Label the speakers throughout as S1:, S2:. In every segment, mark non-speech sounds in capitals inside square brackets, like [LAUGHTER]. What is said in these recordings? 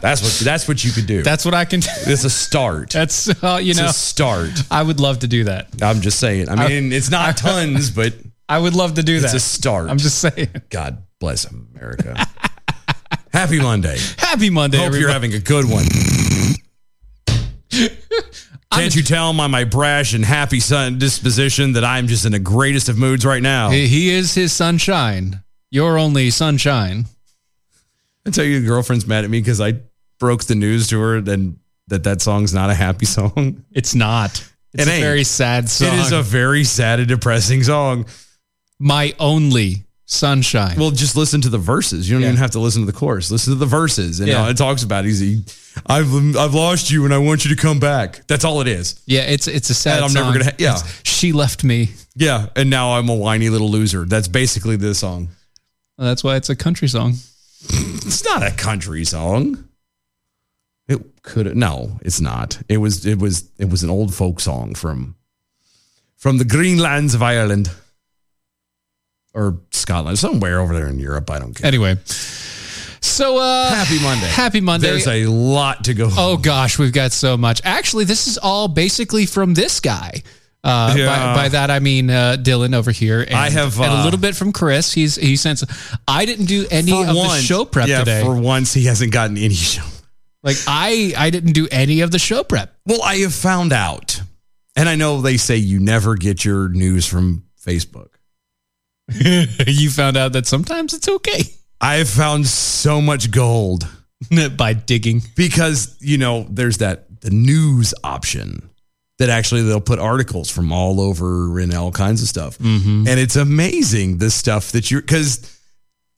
S1: That's what that's what you could do.
S2: That's what I can [LAUGHS] do.
S1: it's a start.
S2: That's uh, you
S1: it's
S2: know.
S1: a start.
S2: I would love to do that.
S1: I'm just saying. I mean, it's not tons, but
S2: I would love to do
S1: it's
S2: that.
S1: a start.
S2: I'm just saying.
S1: God bless America. [LAUGHS] Happy Monday.
S2: Happy Monday,
S1: Hope you're
S2: everybody.
S1: having a good one. Can't you tell by my brash and happy son disposition that I'm just in the greatest of moods right now?
S2: He- he is his sunshine. Your only sunshine.
S1: I tell you, your girlfriend's mad at me because I broke the news to her then that that song's not a happy [LAUGHS] song.
S2: It's not. It's
S1: It
S2: a
S1: ain't.
S2: very sad song.
S1: It is a very sad and depressing song.
S2: my only sunshine.
S1: Well, just listen to the verses. You don't
S2: Yeah.
S1: even have to listen to the chorus. Listen to the verses, and
S2: Yeah.
S1: all it talks about is he, I've I've lost you, and I want you to come back. That's all it is.
S2: yeah, it's it's a sad.
S1: And I'm never
S2: song.
S1: gonna ha- yeah.
S2: It's, she left me.
S1: Yeah, and now I'm a whiny little loser. That's basically the song.
S2: Well, that's why it's a country song.
S1: It's not a country song. It could no, it's not. It was it was it was an old folk song from from the green lands of Ireland or Scotland, somewhere over there in Europe. I don't care.
S2: Anyway, so uh,
S1: Happy Monday.
S2: Happy Monday.
S1: There's a lot to go.
S2: Oh gosh, we've got so much. Actually, this is all basically from this guy. Uh,
S1: Yeah.
S2: by, by that I mean uh, Dylan over here. And,
S1: I have,
S2: and a
S1: uh,
S2: little bit from Chris. He's he sends. I didn't do any
S1: For
S2: of the
S1: once-
S2: show prep
S1: yeah,
S2: today.
S1: For once, he hasn't gotten any show.
S2: like I I didn't do any of the show prep. [LAUGHS]
S1: Well, I have found out, and I know they say you never get your news from Facebook.
S2: you found out that sometimes it's okay
S1: I have found so much gold
S2: [LAUGHS] by digging.
S1: because you know there's that the news option that actually they'll put articles from all over and all kinds of stuff,
S2: Mm-hmm.
S1: and it's amazing the stuff that you because.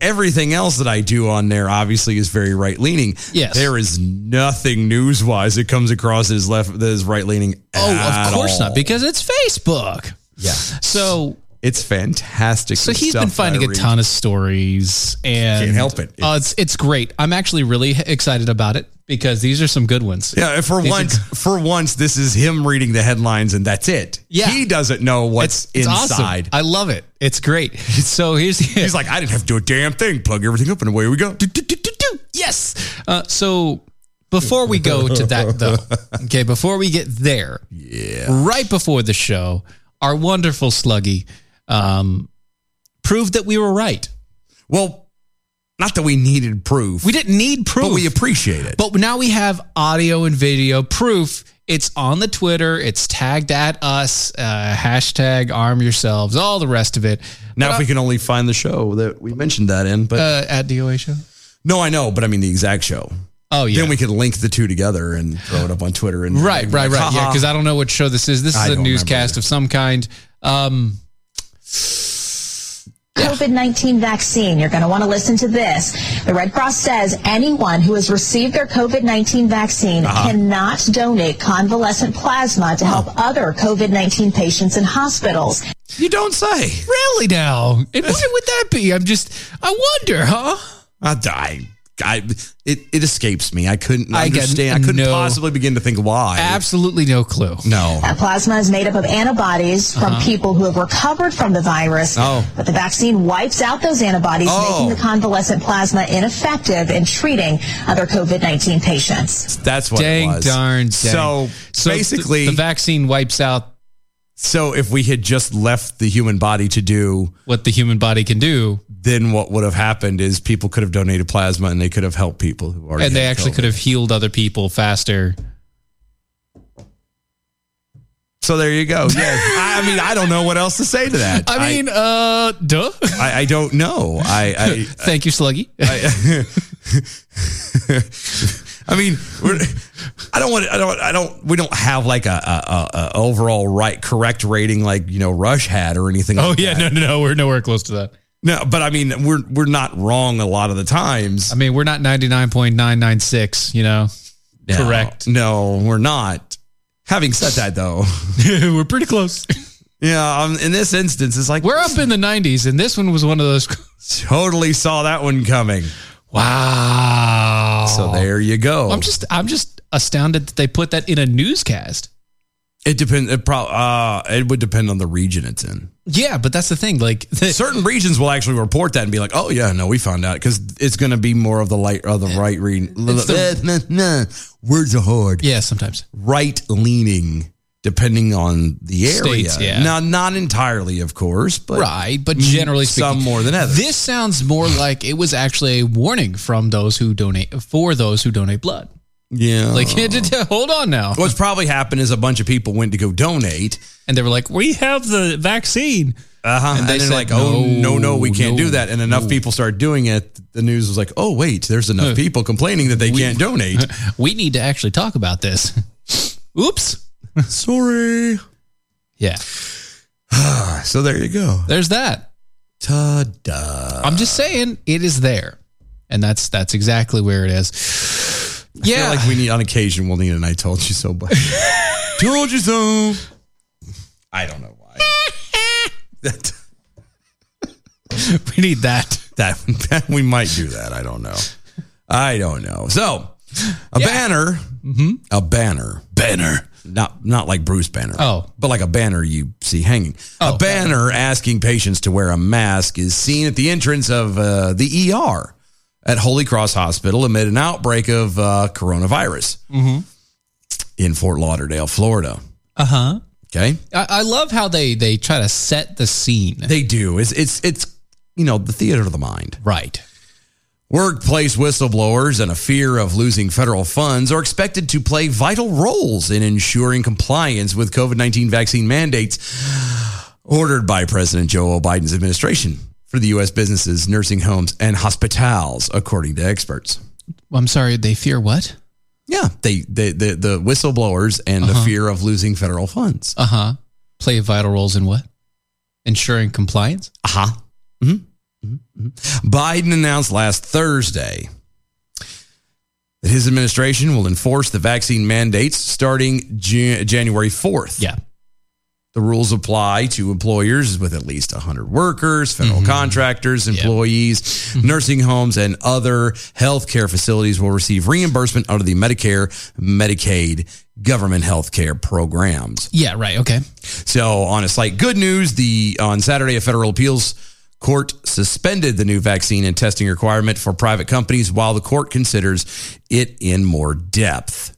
S1: Everything else that I do on there obviously is very right leaning.
S2: Yes.
S1: there is nothing news wise that comes across as left that is right leaning.
S2: Oh, of course not, because it's Facebook.
S1: Yeah.
S2: So
S1: It's fantastic.
S2: So
S1: the
S2: he's
S1: stuff
S2: been finding
S1: I
S2: a
S1: read.
S2: ton of stories, and
S1: Can't help it.
S2: Uh, it's it's great. I'm actually really excited about it because these are some good ones.
S1: Yeah, for
S2: These are
S1: once, for once, this is him reading the headlines and that's it.
S2: Yeah.
S1: he doesn't know what's
S2: It's, it's
S1: inside.
S2: awesome. I love it. It's great. [LAUGHS] So here's
S1: He's like, I didn't have to do a damn thing. Plug everything up and away we go.
S2: yes. Uh, so before we go to that though, [LAUGHS] okay, before we get there, yeah, right before the show, our wonderful Sluggy um, proved that we were right.
S1: Well, not that we needed proof,
S2: We didn't need proof.
S1: but we appreciate it.
S2: But now we have audio and video proof. It's on the Twitter. It's tagged at us. Uh, hashtag arm yourselves. All the rest of it.
S1: now, if we can only find the show that we mentioned that in, but
S2: Uh, at DOA show.
S1: no, I know, but I mean the exact show.
S2: Oh yeah.
S1: Then we could link the two together and throw it up on Twitter and
S2: right, right, right. Yeah, because I don't know what show this is. This is
S1: I
S2: a
S1: don't remember
S2: newscast
S1: either.
S2: of some kind. Um,
S3: COVID 19 vaccine. You're going to want to listen to this. The Red Cross says anyone who has received their COVID 19 vaccine
S4: Uh-huh.
S3: cannot donate convalescent plasma to help other COVID 19 patients in hospitals.
S1: you don't say.
S2: really now? And why would that be? I'm just. I wonder, huh?
S1: I die. I, it, it escapes me. I couldn't
S2: I get
S1: understand. I couldn't
S2: no-
S1: possibly begin to think why.
S2: Absolutely no clue.
S1: no.
S3: That plasma is made up of antibodies from
S4: Uh-huh.
S3: people who have recovered from the virus,
S1: Oh.
S3: but the vaccine wipes out those antibodies,
S1: Oh.
S3: making the convalescent plasma ineffective in treating other COVID 19 patients.
S1: That's what it
S2: Dang
S1: was.
S2: darn. Dang.
S1: So,
S2: th-
S1: basically,
S2: the vaccine wipes out
S1: So if we had just left the human body to do,
S2: What the human body can do,
S1: then what would have happened is people could have donated plasma and they could have helped people who already
S2: and they
S1: had
S2: actually
S1: COVID.
S2: could have healed other people faster.
S1: So there you go.
S2: [LAUGHS]
S1: Yeah. I, I mean, I don't know what else to say to that.
S2: I mean, uh, duh.
S1: I, I don't know. [LAUGHS] I, I
S2: [LAUGHS] Thank you, Sluggy.
S1: I, [LAUGHS] I mean, we're, I don't want. I don't. I don't. We don't have like a, a, a, a overall right correct rating like you know Rush had or anything.
S2: Oh
S1: like
S2: yeah,
S1: that.
S2: no, no, no, we're nowhere close to that.
S1: no. But I mean, we're we're not wrong a lot of the times.
S2: I mean, we're not ninety nine point nine nine six. You know,
S1: No,
S2: correct.
S1: No, we're not. Having said that, though,
S2: [LAUGHS] we're pretty close.
S1: yeah. Um, in this instance, it's like
S2: We're up in the nineties, and this one was one of those.
S1: totally saw that one coming.
S2: Wow.
S1: So there you go.
S2: I'm just, I'm just astounded that they put that in a newscast.
S1: It depends. It pro- uh, It would depend on the region it's in.
S2: Yeah, but that's the thing. Like, [LAUGHS]
S1: certain regions will actually report that and be like, "Oh yeah, no, we found out," because it's going to be more of the light or the right reading. [LAUGHS]
S2: the-
S1: words are hard.
S2: yeah, sometimes.
S1: Right leaning, depending on the area.
S2: States, yeah.
S1: Now, not entirely, of course, but
S2: Right, but generally speaking,
S1: some more than others.
S2: This sounds more like it was actually a warning from those who donate for those who donate blood.
S1: yeah.
S2: Like, [LAUGHS] hold on now,
S1: what's probably happened is a bunch of people went to go donate,
S2: and they were like, "We have the vaccine."
S1: uh-huh, and,
S2: they
S1: then
S2: said,
S1: like, "Oh no, no, we
S2: no,
S1: can't do that." And enough people started doing it. The news was like, "Oh wait, there's enough people complaining that they can't
S2: [LAUGHS]
S1: donate."
S2: We need to actually talk about this. [LAUGHS] Oops.
S1: Sorry.
S2: Yeah,
S1: So there you go.
S2: there's that.
S1: Ta-da.
S2: I'm just saying it is there, and that's that's exactly where it is.
S1: feel
S2: Yeah,
S1: like we need on occasion we'll need an I told you [LAUGHS] so but told you so. I don't know why. that,
S2: [LAUGHS] we need that.
S1: that [LAUGHS] that we might do that. I don't know. I don't know. So a banner. A banner. Mm-hmm. Banner. Not not like Bruce Banner.
S2: Oh.
S1: But like a banner you see hanging.
S2: Oh.
S1: a banner asking patients to wear a mask is seen at the entrance of uh, the ER at Holy Cross Hospital amid an outbreak of uh, coronavirus in Fort Lauderdale, Florida.
S2: Uh
S1: Uh-huh.
S2: huh.
S1: Okay.
S2: I, I love how they they try to set the scene.
S1: They do. It's it's it's you know, the theater of the mind.
S2: right.
S1: Workplace whistleblowers and a fear of losing federal funds are expected to play vital roles in ensuring compliance with COVID 19 vaccine mandates ordered by President Joe Biden's administration for the U.S. businesses, nursing homes, and hospitals, according to experts.
S2: I'm sorry. They fear what?
S1: Yeah, they, they, the, the whistleblowers and the fear of losing federal funds.
S2: Uh huh. Play vital roles in what? Ensuring compliance.
S1: Uh-huh. Mm-hmm. Biden announced last Thursday that his administration will enforce the vaccine mandates starting Jan- January 4th.
S2: Yeah.
S1: The rules apply to employers with at least 100 workers, federal contractors, employees, nursing homes, and other healthcare facilities will receive reimbursement under the Medicare, Medicaid, government healthcare programs.
S2: Yeah. Right. Okay.
S1: So on a slight good news, the on Saturday a federal appeals court suspended the new vaccine and testing requirement for private companies while the court considers it in more depth.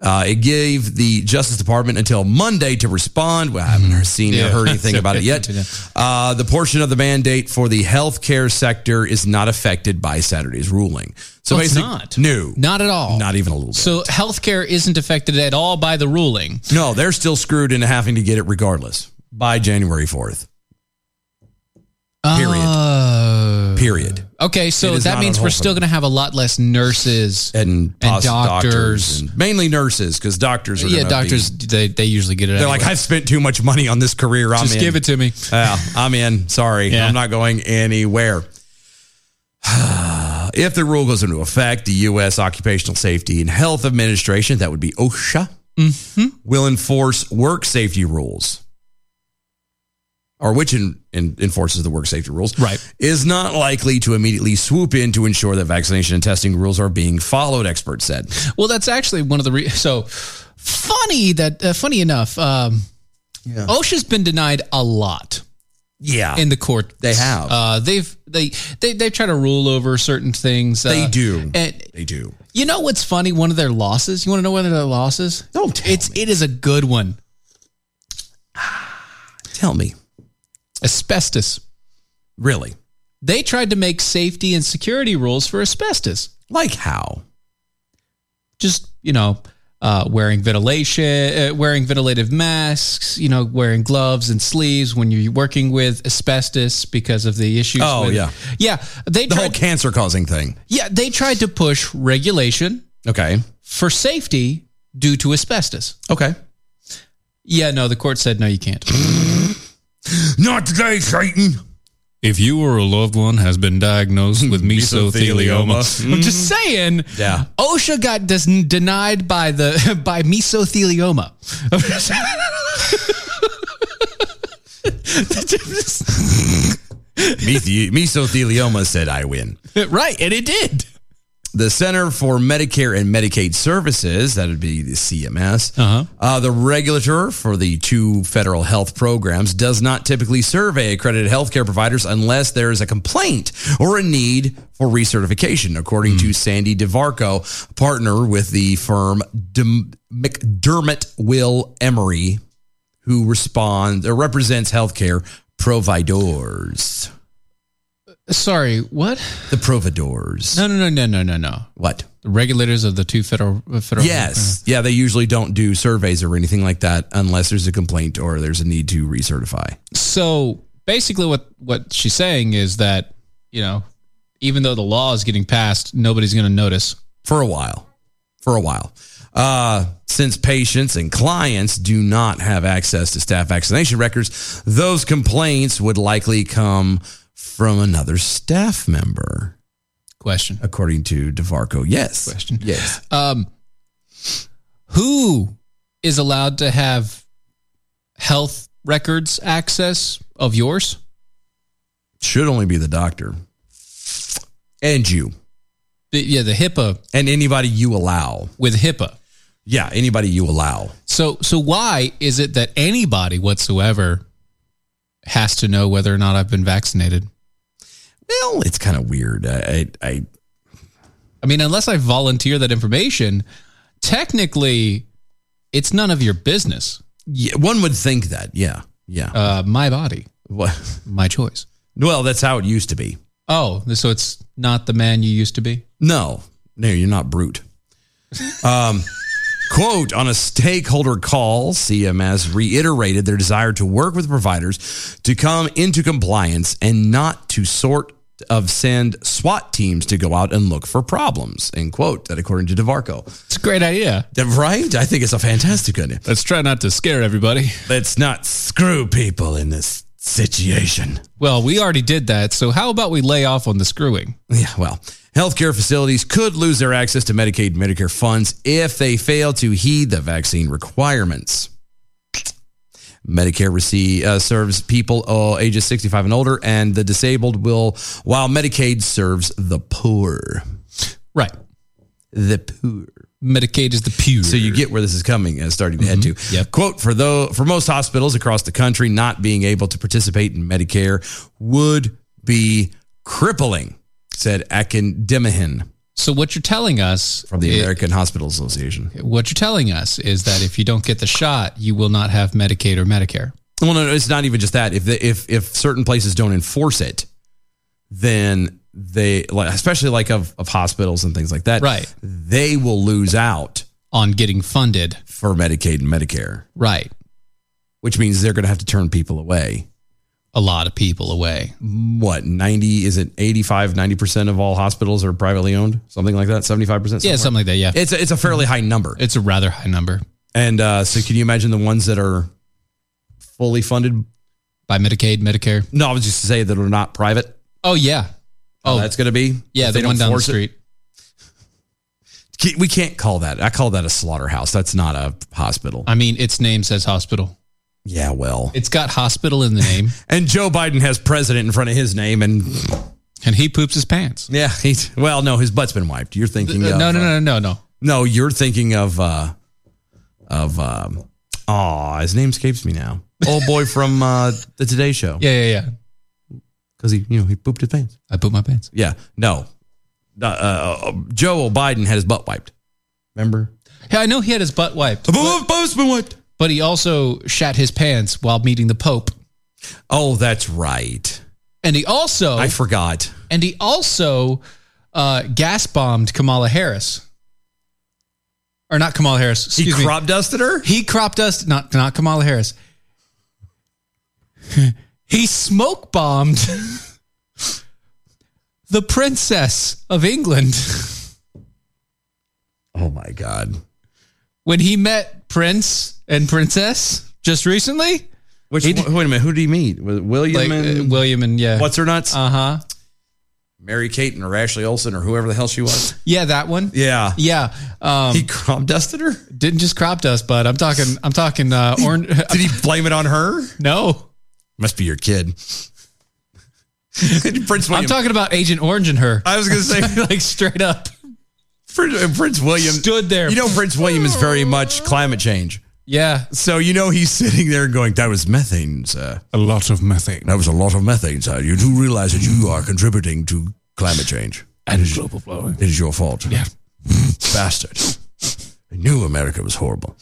S1: Uh, it gave the Justice Department until Monday to respond. Well, I haven't seen
S2: Hmm. Yeah.
S1: or heard
S2: [LAUGHS]
S1: anything about it yet. Uh, the portion of the mandate for the healthcare sector is not affected by Saturday's ruling. So
S2: Well, it's
S1: basic-
S2: not.
S1: No,
S2: Not at all.
S1: not even a little bit.
S2: So healthcare isn't affected at all by the ruling.
S1: No, they're still screwed into having to get it regardless by January 4th. Period.
S2: Oh.
S1: Period.
S2: okay.
S1: It
S2: So
S1: is not
S2: that
S1: on
S2: means we're
S1: hold for
S2: still
S1: them.
S2: going to have a lot less nurses.
S1: And, pos-
S2: doctors.
S1: and mainly nurses, because doctors are
S2: yeah.
S1: gonna
S2: Doctors.
S1: be-
S2: they they usually get it.
S1: they're like, I've spent too much money on this career. I'm
S2: just
S1: in.
S2: give it to me.
S1: Yeah, I'm in. Sorry,
S2: Yeah.
S1: I'm not going anywhere. [SIGHS] if the rule goes into effect, the U.S. Occupational Safety and Health Administration, that would be OSHA,
S2: Mm-hmm.
S1: will enforce work safety rules, or which in, in, enforces the work safety rules,
S2: Right.
S1: is not likely to immediately swoop in to ensure that vaccination and testing rules are being followed, experts said.
S2: Well, that's actually one of the re- [LAUGHS] so funny that uh, funny enough. Um, OSHA's been denied a lot.
S1: Yeah.
S2: in the court
S1: They have.
S2: uh they've they they they try to rule over certain things
S1: They
S2: uh,
S1: do.
S2: and
S1: they do.
S2: you know what's funny one of their losses you want to know one of their losses
S1: Don't tell
S2: it's it is a good one
S1: Tell me,
S2: Asbestos.
S1: really,
S2: They tried to make safety and security rules for asbestos.
S1: like how?
S2: Just, you know, uh, wearing ventilation, uh, wearing ventilative masks, you know, wearing gloves and sleeves when you're working with asbestos because of the issues.
S1: Oh,
S2: with-
S1: yeah.
S2: Yeah. They
S1: The whole
S2: tried,
S1: cancer causing thing.
S2: yeah, they tried to push regulation
S1: Okay.
S2: for safety due to asbestos.
S1: Okay.
S2: Yeah, no, the court said no, you can't.
S1: [GASPS] Not today, Satan.
S2: If you or a loved one has
S1: [LAUGHS]
S2: been diagnosed with
S1: mesothelioma.
S5: [LAUGHS]
S2: I'm just saying.
S1: Yeah.
S2: OSHA got dis- denied by the [LAUGHS] by mesothelioma. [LAUGHS]
S1: Methe- mesothelioma said I win.
S2: right, and it did.
S1: The Center for Medicare and Medicaid Services, that would be the CMS,
S2: Uh-huh.
S1: uh, the regulator for the two federal health programs, does not typically survey accredited healthcare providers unless there is a complaint or a need for recertification, according to Sandy DeVarco, partner with the firm Dem- McDermott Will Emery, who responds or represents healthcare providers.
S2: Sorry, what?
S1: The providors.
S2: No, no, no, no, no, no, no.
S1: What?
S2: The regulators of the two federal uh, federal.
S1: Yes. Yeah, they usually don't do surveys or anything like that unless there's a complaint or there's a need to recertify.
S2: So basically, what what she's saying is that you know, even though the law is getting passed, nobody's going to notice.
S1: For a while. For a while. Uh, since patients and clients do not have access to staff vaccination records, those complaints would likely come from another staff member,
S2: Question.
S1: according to DeVarco. Yes.
S2: Question.
S1: Yes.
S2: Um, who is allowed to have health records access of yours?
S1: Should only be the doctor. And you.
S2: The- yeah, the HIPAA
S1: And anybody you allow.
S2: with HIPAA.
S1: Yeah, anybody you allow.
S2: So, so why is it that anybody whatsoever has to know whether or not I've been vaccinated?
S1: Well, it's kind of weird. I, I, I
S2: I mean, unless I volunteer that information, technically, it's none of your business.
S1: yeah, one would think that. Yeah, yeah.
S2: Uh, my body,
S1: well,
S2: my choice.
S1: [LAUGHS] well, that's how it used to be.
S2: Oh, so it's not the man you used to be.
S1: No, no, you're not brute. Um, quote on a stakeholder call, CMS reiterated their desire to work with providers to come into compliance and not to sort of send SWAT teams to go out and look for problems. End quote. That according to DeVarco.
S2: It's a great idea.
S1: That- Right? I think it's a fantastic idea.
S2: Let's try not to scare everybody.
S1: Let's not screw people in this situation.
S2: Well, we already did that, so how about we lay off on the screwing?
S1: Yeah, well, healthcare facilities could lose their access to Medicaid and Medicare funds if they fail to heed the vaccine requirements. Medicare receive, uh, serves people uh, ages 65 and older, and the disabled will, while Medicaid serves the poor.
S2: Right.
S1: The poor.
S2: Medicaid is the pew.
S1: So you get where this is coming and starting to head to.
S2: Yep.
S1: Quote for though for most hospitals across the country, not being able to participate in Medicare would be crippling, said Akin Demihan
S2: So what you're telling us
S1: from the
S2: i-
S1: American Hospital Association.
S2: what you're telling us is that if you don't get the shot, you will not have Medicaid or Medicare.
S1: Well, no, no, it's not even just that. If the, if if certain places don't enforce it, then they like especially like of, of hospitals and things like that.
S2: Right.
S1: They will lose out
S2: On getting funded.
S1: for Medicaid and Medicare,
S2: Right.
S1: which means they're going to have to turn people away.
S2: A lot of people away.
S1: what 90 is it 85 90% of all hospitals are privately owned something like that 75%
S2: Yeah, something like that. Yeah.
S1: it's a, it's a fairly high number
S2: It's a rather high number
S1: and uh, so can you imagine the ones that are fully funded
S2: by Medicaid, Medicare.
S1: no i was just to say that are not private
S2: Oh yeah.
S1: oh
S2: Oh
S1: that's going to be
S2: yeah,
S1: If they don't
S2: the one down the
S1: force it-
S2: street.
S1: Can't- we can't call that i call that a slaughterhouse that's not a hospital
S2: I mean, its name says hospital.
S1: yeah well
S2: It's got hospital in the
S1: [LAUGHS]
S2: name,
S1: and joe biden has president in front of his name and
S2: and he poops his pants.
S1: yeah he's well no his butt's been wiped you're thinking
S2: Uh,
S1: of,
S2: no, no,
S1: uh,
S2: no, no, no.
S1: No, you're thinking of uh of um aw, his name escapes me now. Old boy [LAUGHS] from uh the Today Show.
S2: Yeah, yeah, yeah.
S1: Because he you know he pooped his pants.
S2: I poop my pants.
S1: Yeah. No. Uh, uh, uh, Joe Biden had his butt wiped. Remember?
S2: Yeah, I know he had his butt wiped,
S1: Butt's been wiped.
S2: but he also shat his pants while meeting the Pope.
S1: Oh, that's right.
S2: And he also
S1: I forgot.
S2: and he also uh, gas bombed Kamala Harris, or not Kamala Harris.
S1: He
S2: Excuse me.
S1: crop dusted her?
S2: He crop dust, not not Kamala Harris. [LAUGHS] he smoke bombed [LAUGHS] the princess of England [LAUGHS]
S1: Oh my god.
S2: when he met Prince and Princess just recently.
S1: Which
S2: He did-
S1: wait a minute, who did he meet? Was it William
S2: Like uh,
S1: and
S2: William and yeah,
S1: what's her nuts?
S2: uh huh,
S1: Mary Kate and or Ashley Olsen or whoever the hell she was.
S2: yeah, that one,
S1: Yeah.
S2: [LAUGHS] yeah. Um,
S1: He crop dusted her?
S2: didn't just crop dust, but I'm talking, I'm talking uh, orange.
S1: Did he blame it on her?
S2: [LAUGHS] no,
S1: Must be your kid. [LAUGHS] Prince William.
S2: I'm talking about Agent Orange and her.
S1: I was going to say
S2: [LAUGHS] like straight up.
S1: Prince, Prince William
S2: Stood there.
S1: You know, Prince William is very much climate change.
S2: Yeah.
S1: So you know he's sitting there going, "That was methane, sir.
S6: A lot of methane.
S1: That was a lot of methane, sir. You do realize that you are contributing to climate change and global warming. It is your fault, yeah, [LAUGHS] bastard. I knew America was horrible."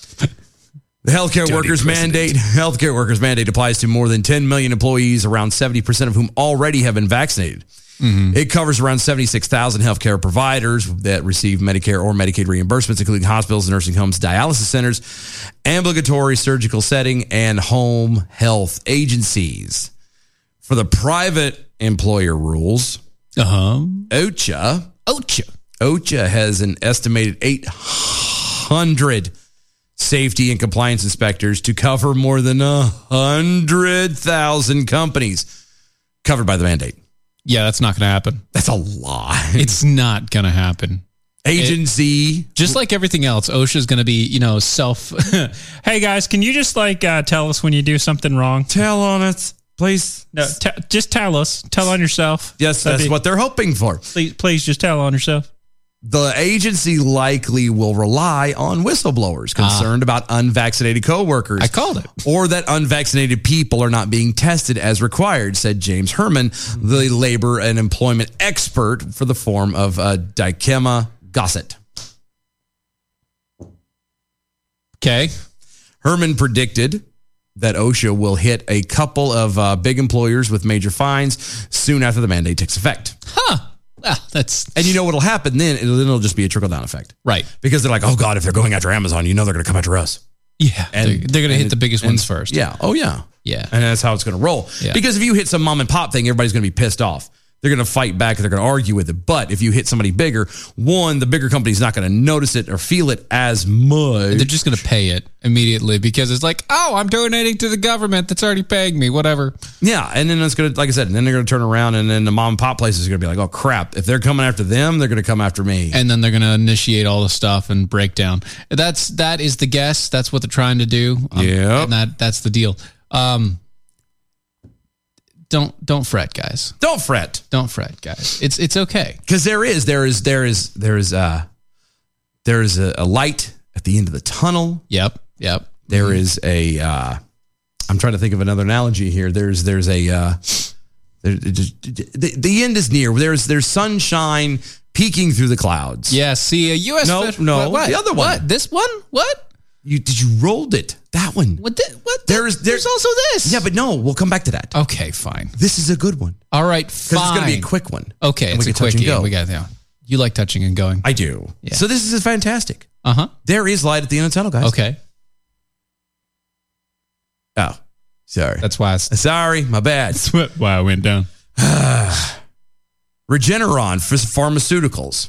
S1: The healthcare workers mandate healthcare workers mandate applies to more than 10 million employees, around 70% of whom already have been vaccinated. It covers around 76,000 healthcare providers that receive Medicare or Medicaid reimbursements, including hospitals, nursing homes, dialysis centers, ambulatory surgical setting, and home health agencies. For the private employer rules,
S2: Uh
S1: Uh-huh.
S2: huh.
S1: OCHA, OCHA, OCHA has an estimated 800 safety and compliance inspectors to cover more than a 100,000 companies covered by the mandate.
S2: Yeah, that's not going to happen.
S1: That's a lot.
S2: It's not going to happen.
S1: Agency.
S2: Just like everything else, OSHA's going to be, you know, self. [LAUGHS]
S7: Hey guys, can you just like uh, tell us when you do something wrong?
S1: tell on us, please.
S7: No, t- just tell us. Tell on yourself.
S1: Yes,
S7: That'd
S1: that's
S7: be-
S1: what they're hoping for.
S7: Please, please just tell on yourself.
S1: The agency likely will rely on whistleblowers concerned about unvaccinated coworkers.
S2: I called it.
S1: or that unvaccinated people are not being tested as required, said James Herman, the labor and employment expert for the form of uh, Dikema Gossett.
S2: Okay.
S1: Herman predicted that OSHA will hit a couple of uh, big employers with major fines soon after the mandate takes effect.
S2: Huh. Well, that's
S1: And you know what'll happen then? It'll, then it'll just be a trickle down effect
S2: right.
S1: because they're like, oh God, if they're going after Amazon, you know they're going to come after us.
S2: Yeah.
S1: And-
S2: they're going to
S1: and
S2: hit the biggest
S1: and-
S2: ones first.
S1: Yeah. Oh yeah.
S2: Yeah.
S1: And that's how it's going to roll.
S2: Yeah.
S1: Because if you hit some mom and pop thing, everybody's going to be pissed off. They're going to fight back. They're going to argue with it. But if you hit somebody bigger, one, the bigger company's not going to notice it or feel it as much.
S2: They're just going to pay it immediately because it's like, oh, I'm donating to the government that's already paying me, whatever.
S1: yeah. And then it's going to, like I said, and then they're going to turn around and then the mom and pop places are going to be like, oh crap. If they're coming after them, they're going to come after me.
S2: And then they're going to initiate all the stuff and break down. That's that is the guess. That's what they're trying to do. Um,
S1: Yep.
S2: and that that's the deal. Um, don't don't fret, guys.
S1: Don't fret.
S2: Don't fret, guys. It's it's okay.
S1: Because there is, there is, there is, there is, uh, there is a, a light at the end of the tunnel.
S2: Yep. Yep.
S1: There is a uh, I'm trying to think of another analogy here. There's there's a uh, there, it just- the, the end is near. There's there's sunshine peeking through the clouds.
S2: Yeah, see a US
S1: No,
S2: Fed-
S1: no,
S2: what?
S1: the other one.
S2: What? This one? What?
S1: you did you rolled it that one.
S2: What thi- what
S1: There is-
S2: there's,
S1: there-
S2: also this.
S1: Yeah, but no, we'll come back to that.
S2: Okay, fine.
S1: This is a good one
S2: All right,
S1: because
S2: Oh. fine.
S1: it's going to be a quick one.
S2: Okay,
S1: and
S2: it's
S1: we
S2: a
S1: can touch and
S2: quickie.
S1: go.
S2: We got yeah. You like touching and going.
S1: I do. So this is fantastic.
S2: Uh-huh.
S1: There is light at the end of the tunnel, guys.
S2: Okay.
S1: Oh, sorry.
S2: That's why I [LAUGHS] s-
S1: sorry, my bad.
S2: why I went down.
S1: Regeneron for pharmaceuticals.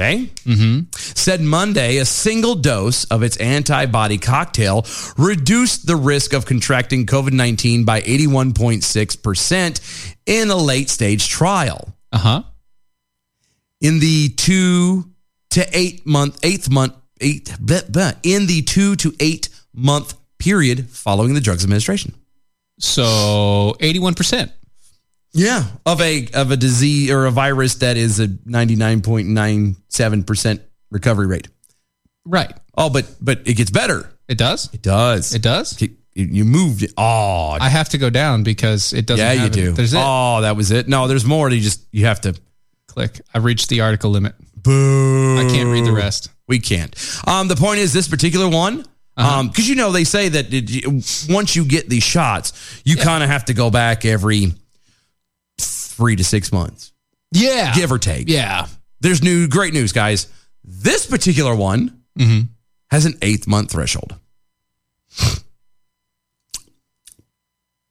S1: Okay.
S2: Mhm.
S1: Said Monday, a single dose of its antibody cocktail reduced the risk of contracting COVID 19 by 81.6% in a late stage trial.
S2: Uh-huh.
S1: In the two to eight month, eighth month, eight, blah, blah, in the two to eight month period following the drug's administration.
S2: So 81%.
S1: Yeah, of a of a disease or a virus that is a ninety nine point nine seven percent recovery rate.
S2: Right.
S1: Oh, but but it gets better.
S2: It does?
S1: It does.
S2: It does?
S1: You- You moved it. Oh,
S2: I have to go down because it doesn't
S1: yeah, you
S2: have it.
S1: do.
S2: There's it.
S1: Oh, that was it. No, there's more. You just you have to.
S2: Click. I reached the article limit.
S1: Boo!
S2: I can't read the rest.
S1: We can't. Um, the point is, this particular one
S2: Uh-huh.
S1: Um, because you know they say that it, you- once you get these shots, you kind of have to go back every three to six months,
S2: Yeah.
S1: give or take.
S2: yeah.
S1: There's new, great news, guys. This particular one
S2: Mm-hmm.
S1: has an eighth month threshold.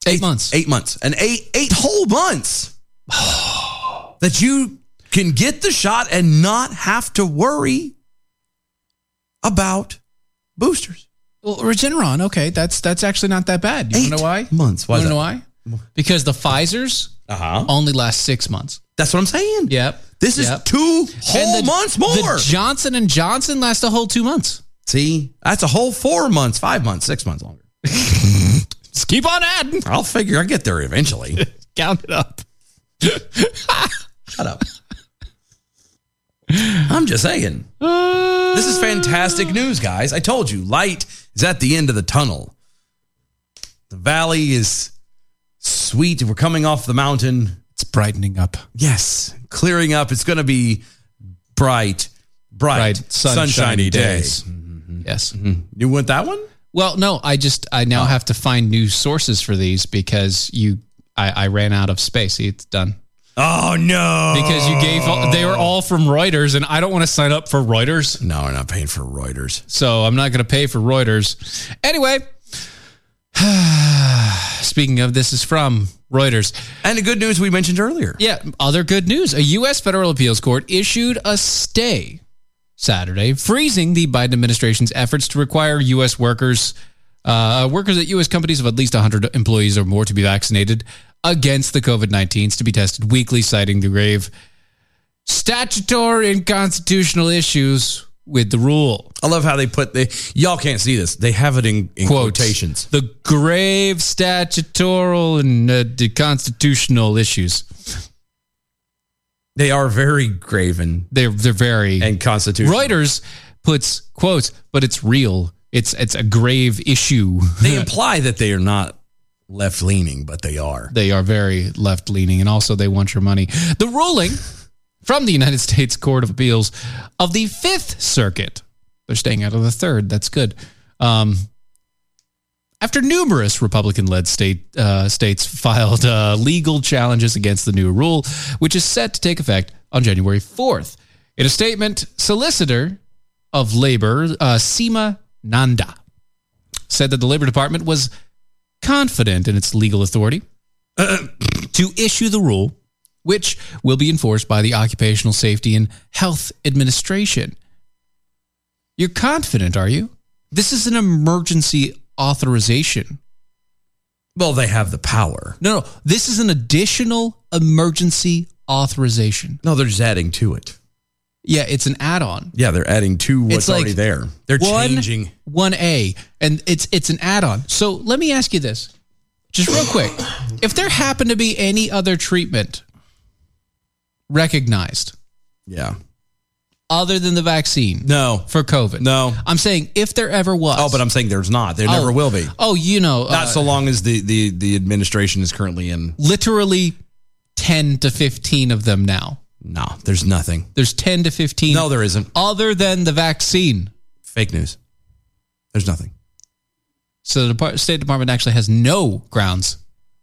S2: Eight, months.
S1: Eight months. An eight eight whole
S2: [SIGHS]
S1: months that you can get the shot and not have to worry about boosters.
S2: Well, Regeneron. Okay, that's that's actually not that bad. You
S1: Eight
S2: wanna know why?
S1: months. Why
S2: Why?
S1: is
S2: You wanna know why? Because the Pfizer's
S1: Uh-huh.
S2: only last six months.
S1: That's what I'm saying.
S2: Yep.
S1: This is
S2: Yep.
S1: two whole
S2: And the-
S1: months more.
S2: The Johnson and Johnson last a whole two months.
S1: See, that's a whole four months, five months, six months longer.
S2: [LAUGHS] Just keep on adding.
S1: I'll figure I get there eventually.
S2: [LAUGHS] Count it up.
S1: Shut up. I'm just saying. This is fantastic news, guys. I told you, light is at the end of the tunnel. The valley is sweet. We're coming off the mountain.
S2: It's brightening up.
S1: Yes, clearing up. It's going to be bright, bright,
S2: Bright,
S1: sunshiny,
S2: sunshiny
S1: days. Mm-hmm.
S2: days. Yes.
S1: You want that one?
S2: Well, no, I just I now have to find new sources for these because you I, I ran out of space. See, It's done
S1: Oh no!
S2: because you gave all, they were all from Reuters, and I don't want to sign up for Reuters,
S1: no, we're not paying for Reuters.
S2: so I'm not going to pay for Reuters. Anyway, [SIGHS] speaking of, this is from Reuters.
S1: And the good news we mentioned earlier.
S2: Yeah, other good news. A U.S. federal appeals court issued a stay Saturday, freezing the Biden administration's efforts to require U.S. workers, uh, workers at U.S. companies of at least 100 employees or more to be vaccinated against the COVID 19s to be tested weekly, citing the grave statutory and constitutional issues with the rule.
S1: I love how they put the. Y'all can't see this. They have it in, in
S2: Quotes.
S1: quotations.
S2: The grave statutory and uh, the constitutional issues.
S1: They are very graven
S2: They're, they're very.
S1: and constitutional.
S2: Reuters puts quotes, but it's real. It's it's a grave issue.
S1: They imply that they are not left leaning, but they are.
S2: They are very left leaning, and also they want your money. The ruling from the United States Court of Appeals of the Fifth Circuit. They're staying out of the third. That's good. Um, after numerous Republican-led state uh, states filed uh, legal challenges against the new rule, which is set to take effect on January 4th, in a statement, solicitor of labor uh, Seema Nanda said that the Labor Department was confident in its legal authority to issue the rule, which will be enforced by the Occupational Safety and Health Administration. You're confident, are you? This is an emergency authorization.
S1: Well, they have the power.
S2: No, no, this is an additional emergency authorization.
S1: No, they're just adding to it.
S2: Yeah, it's an add-on.
S1: Yeah, they're adding to what's
S2: It's like
S1: already there. They're
S2: one,
S1: changing.
S2: one A, and it's it's an add-on. So let me ask you this, just real quick: if there happened to be any other treatment recognized
S1: Yeah.
S2: other than the vaccine,
S1: No.
S2: for COVID,
S1: No.
S2: I'm saying if there ever was.
S1: Oh, but I'm saying there's not. There never
S2: Oh.
S1: will be.
S2: oh, you know, uh,
S1: Not so long as the, the, the administration is currently in.
S2: literally ten to fifteen of them now.
S1: No, there's nothing.
S2: There's ten to fifteen.
S1: No, there isn't.
S2: other than the vaccine.
S1: Fake news. There's nothing.
S2: So the Depart- State Department actually has no grounds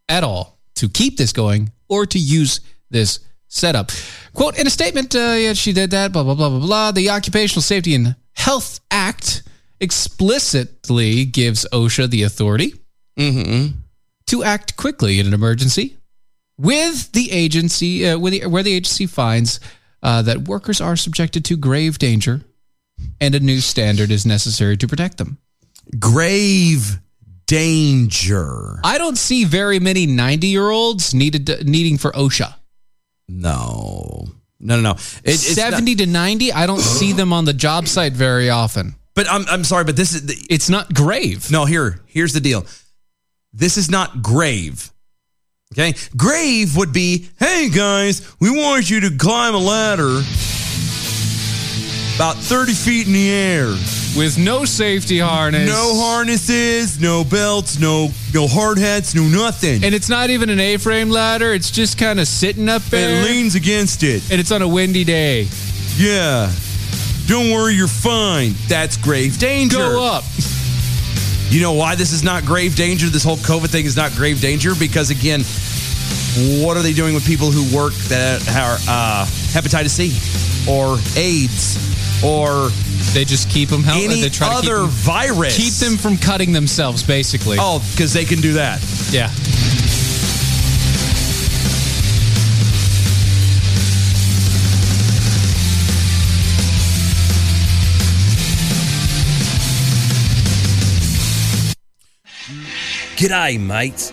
S2: at all to keep this going or to use this setup. Quote in a statement, uh, yeah, she did that, blah, blah, blah, blah, blah. The Occupational Safety and Health Act explicitly gives OSHA the authority to act quickly in an emergency with the agency, uh, with the, where the agency finds uh, that workers are subjected to grave danger and a new standard is necessary to protect them.
S1: Grave danger.
S2: I don't see very many 90 year olds needed needing for OSHA.
S1: No. No, no, no. It, it's not-
S2: 70 to 90, I don't see them on the job site very often.
S1: but I'm, I'm sorry, but this is. The,
S2: It's not grave.
S1: No, here, here's the deal. This is not grave. Okay? Grave would be, hey guys, we want you to climb a ladder about 30 feet in the air.
S2: With no safety harness.
S1: No harnesses, no belts, no no hard hats, no nothing.
S2: And it's not even an A frame ladder. It's just kind of sitting up there.
S1: it leans against it.
S2: and it's on a windy day.
S1: Yeah. Don't worry, you're fine. That's grave danger.
S2: Go up.
S1: You know why this is not grave danger? This whole COVID thing is not grave danger because again, what are they doing with people who work that are uh, hepatitis C or AIDS or
S2: They just keep them healthy.
S1: any
S2: they try to keep
S1: other
S2: 'em-
S1: virus?
S2: keep them from cutting themselves, basically.
S1: Oh, because they can do that.
S2: yeah.
S6: G'day, mates.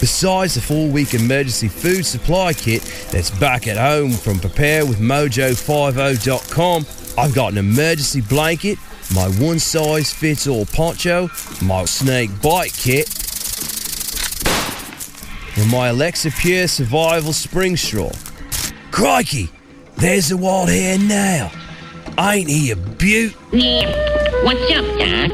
S6: Besides the four week emergency food supply kit that's back at home from preparewithmojo50.com, I've got an emergency blanket, my one size fits all poncho, my snake bite kit, and my Alexa Pure survival spring straw. Crikey, there's the wild hare now. Ain't he a beaut?
S8: What's up, Doc?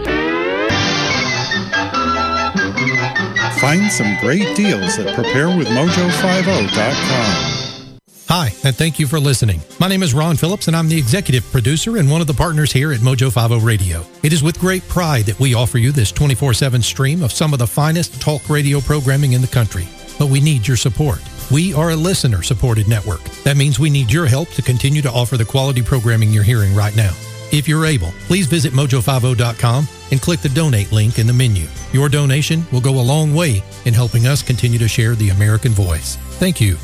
S9: Find some great deals at preparewithmojo50.com.
S5: Hi, and thank you for listening. My name is Ron Phillips, and I'm the executive producer and one of the partners here at Mojo 50 Radio. It is with great pride that we offer you this 24 7 stream of some of the finest talk radio programming in the country. But we need your support. We are a listener supported network. That means we need your help to continue to offer the quality programming you're hearing right now. If you're able, please visit mojo50.com and click the donate link in the menu. Your donation will go a long way in helping us continue to share the American voice. Thank you.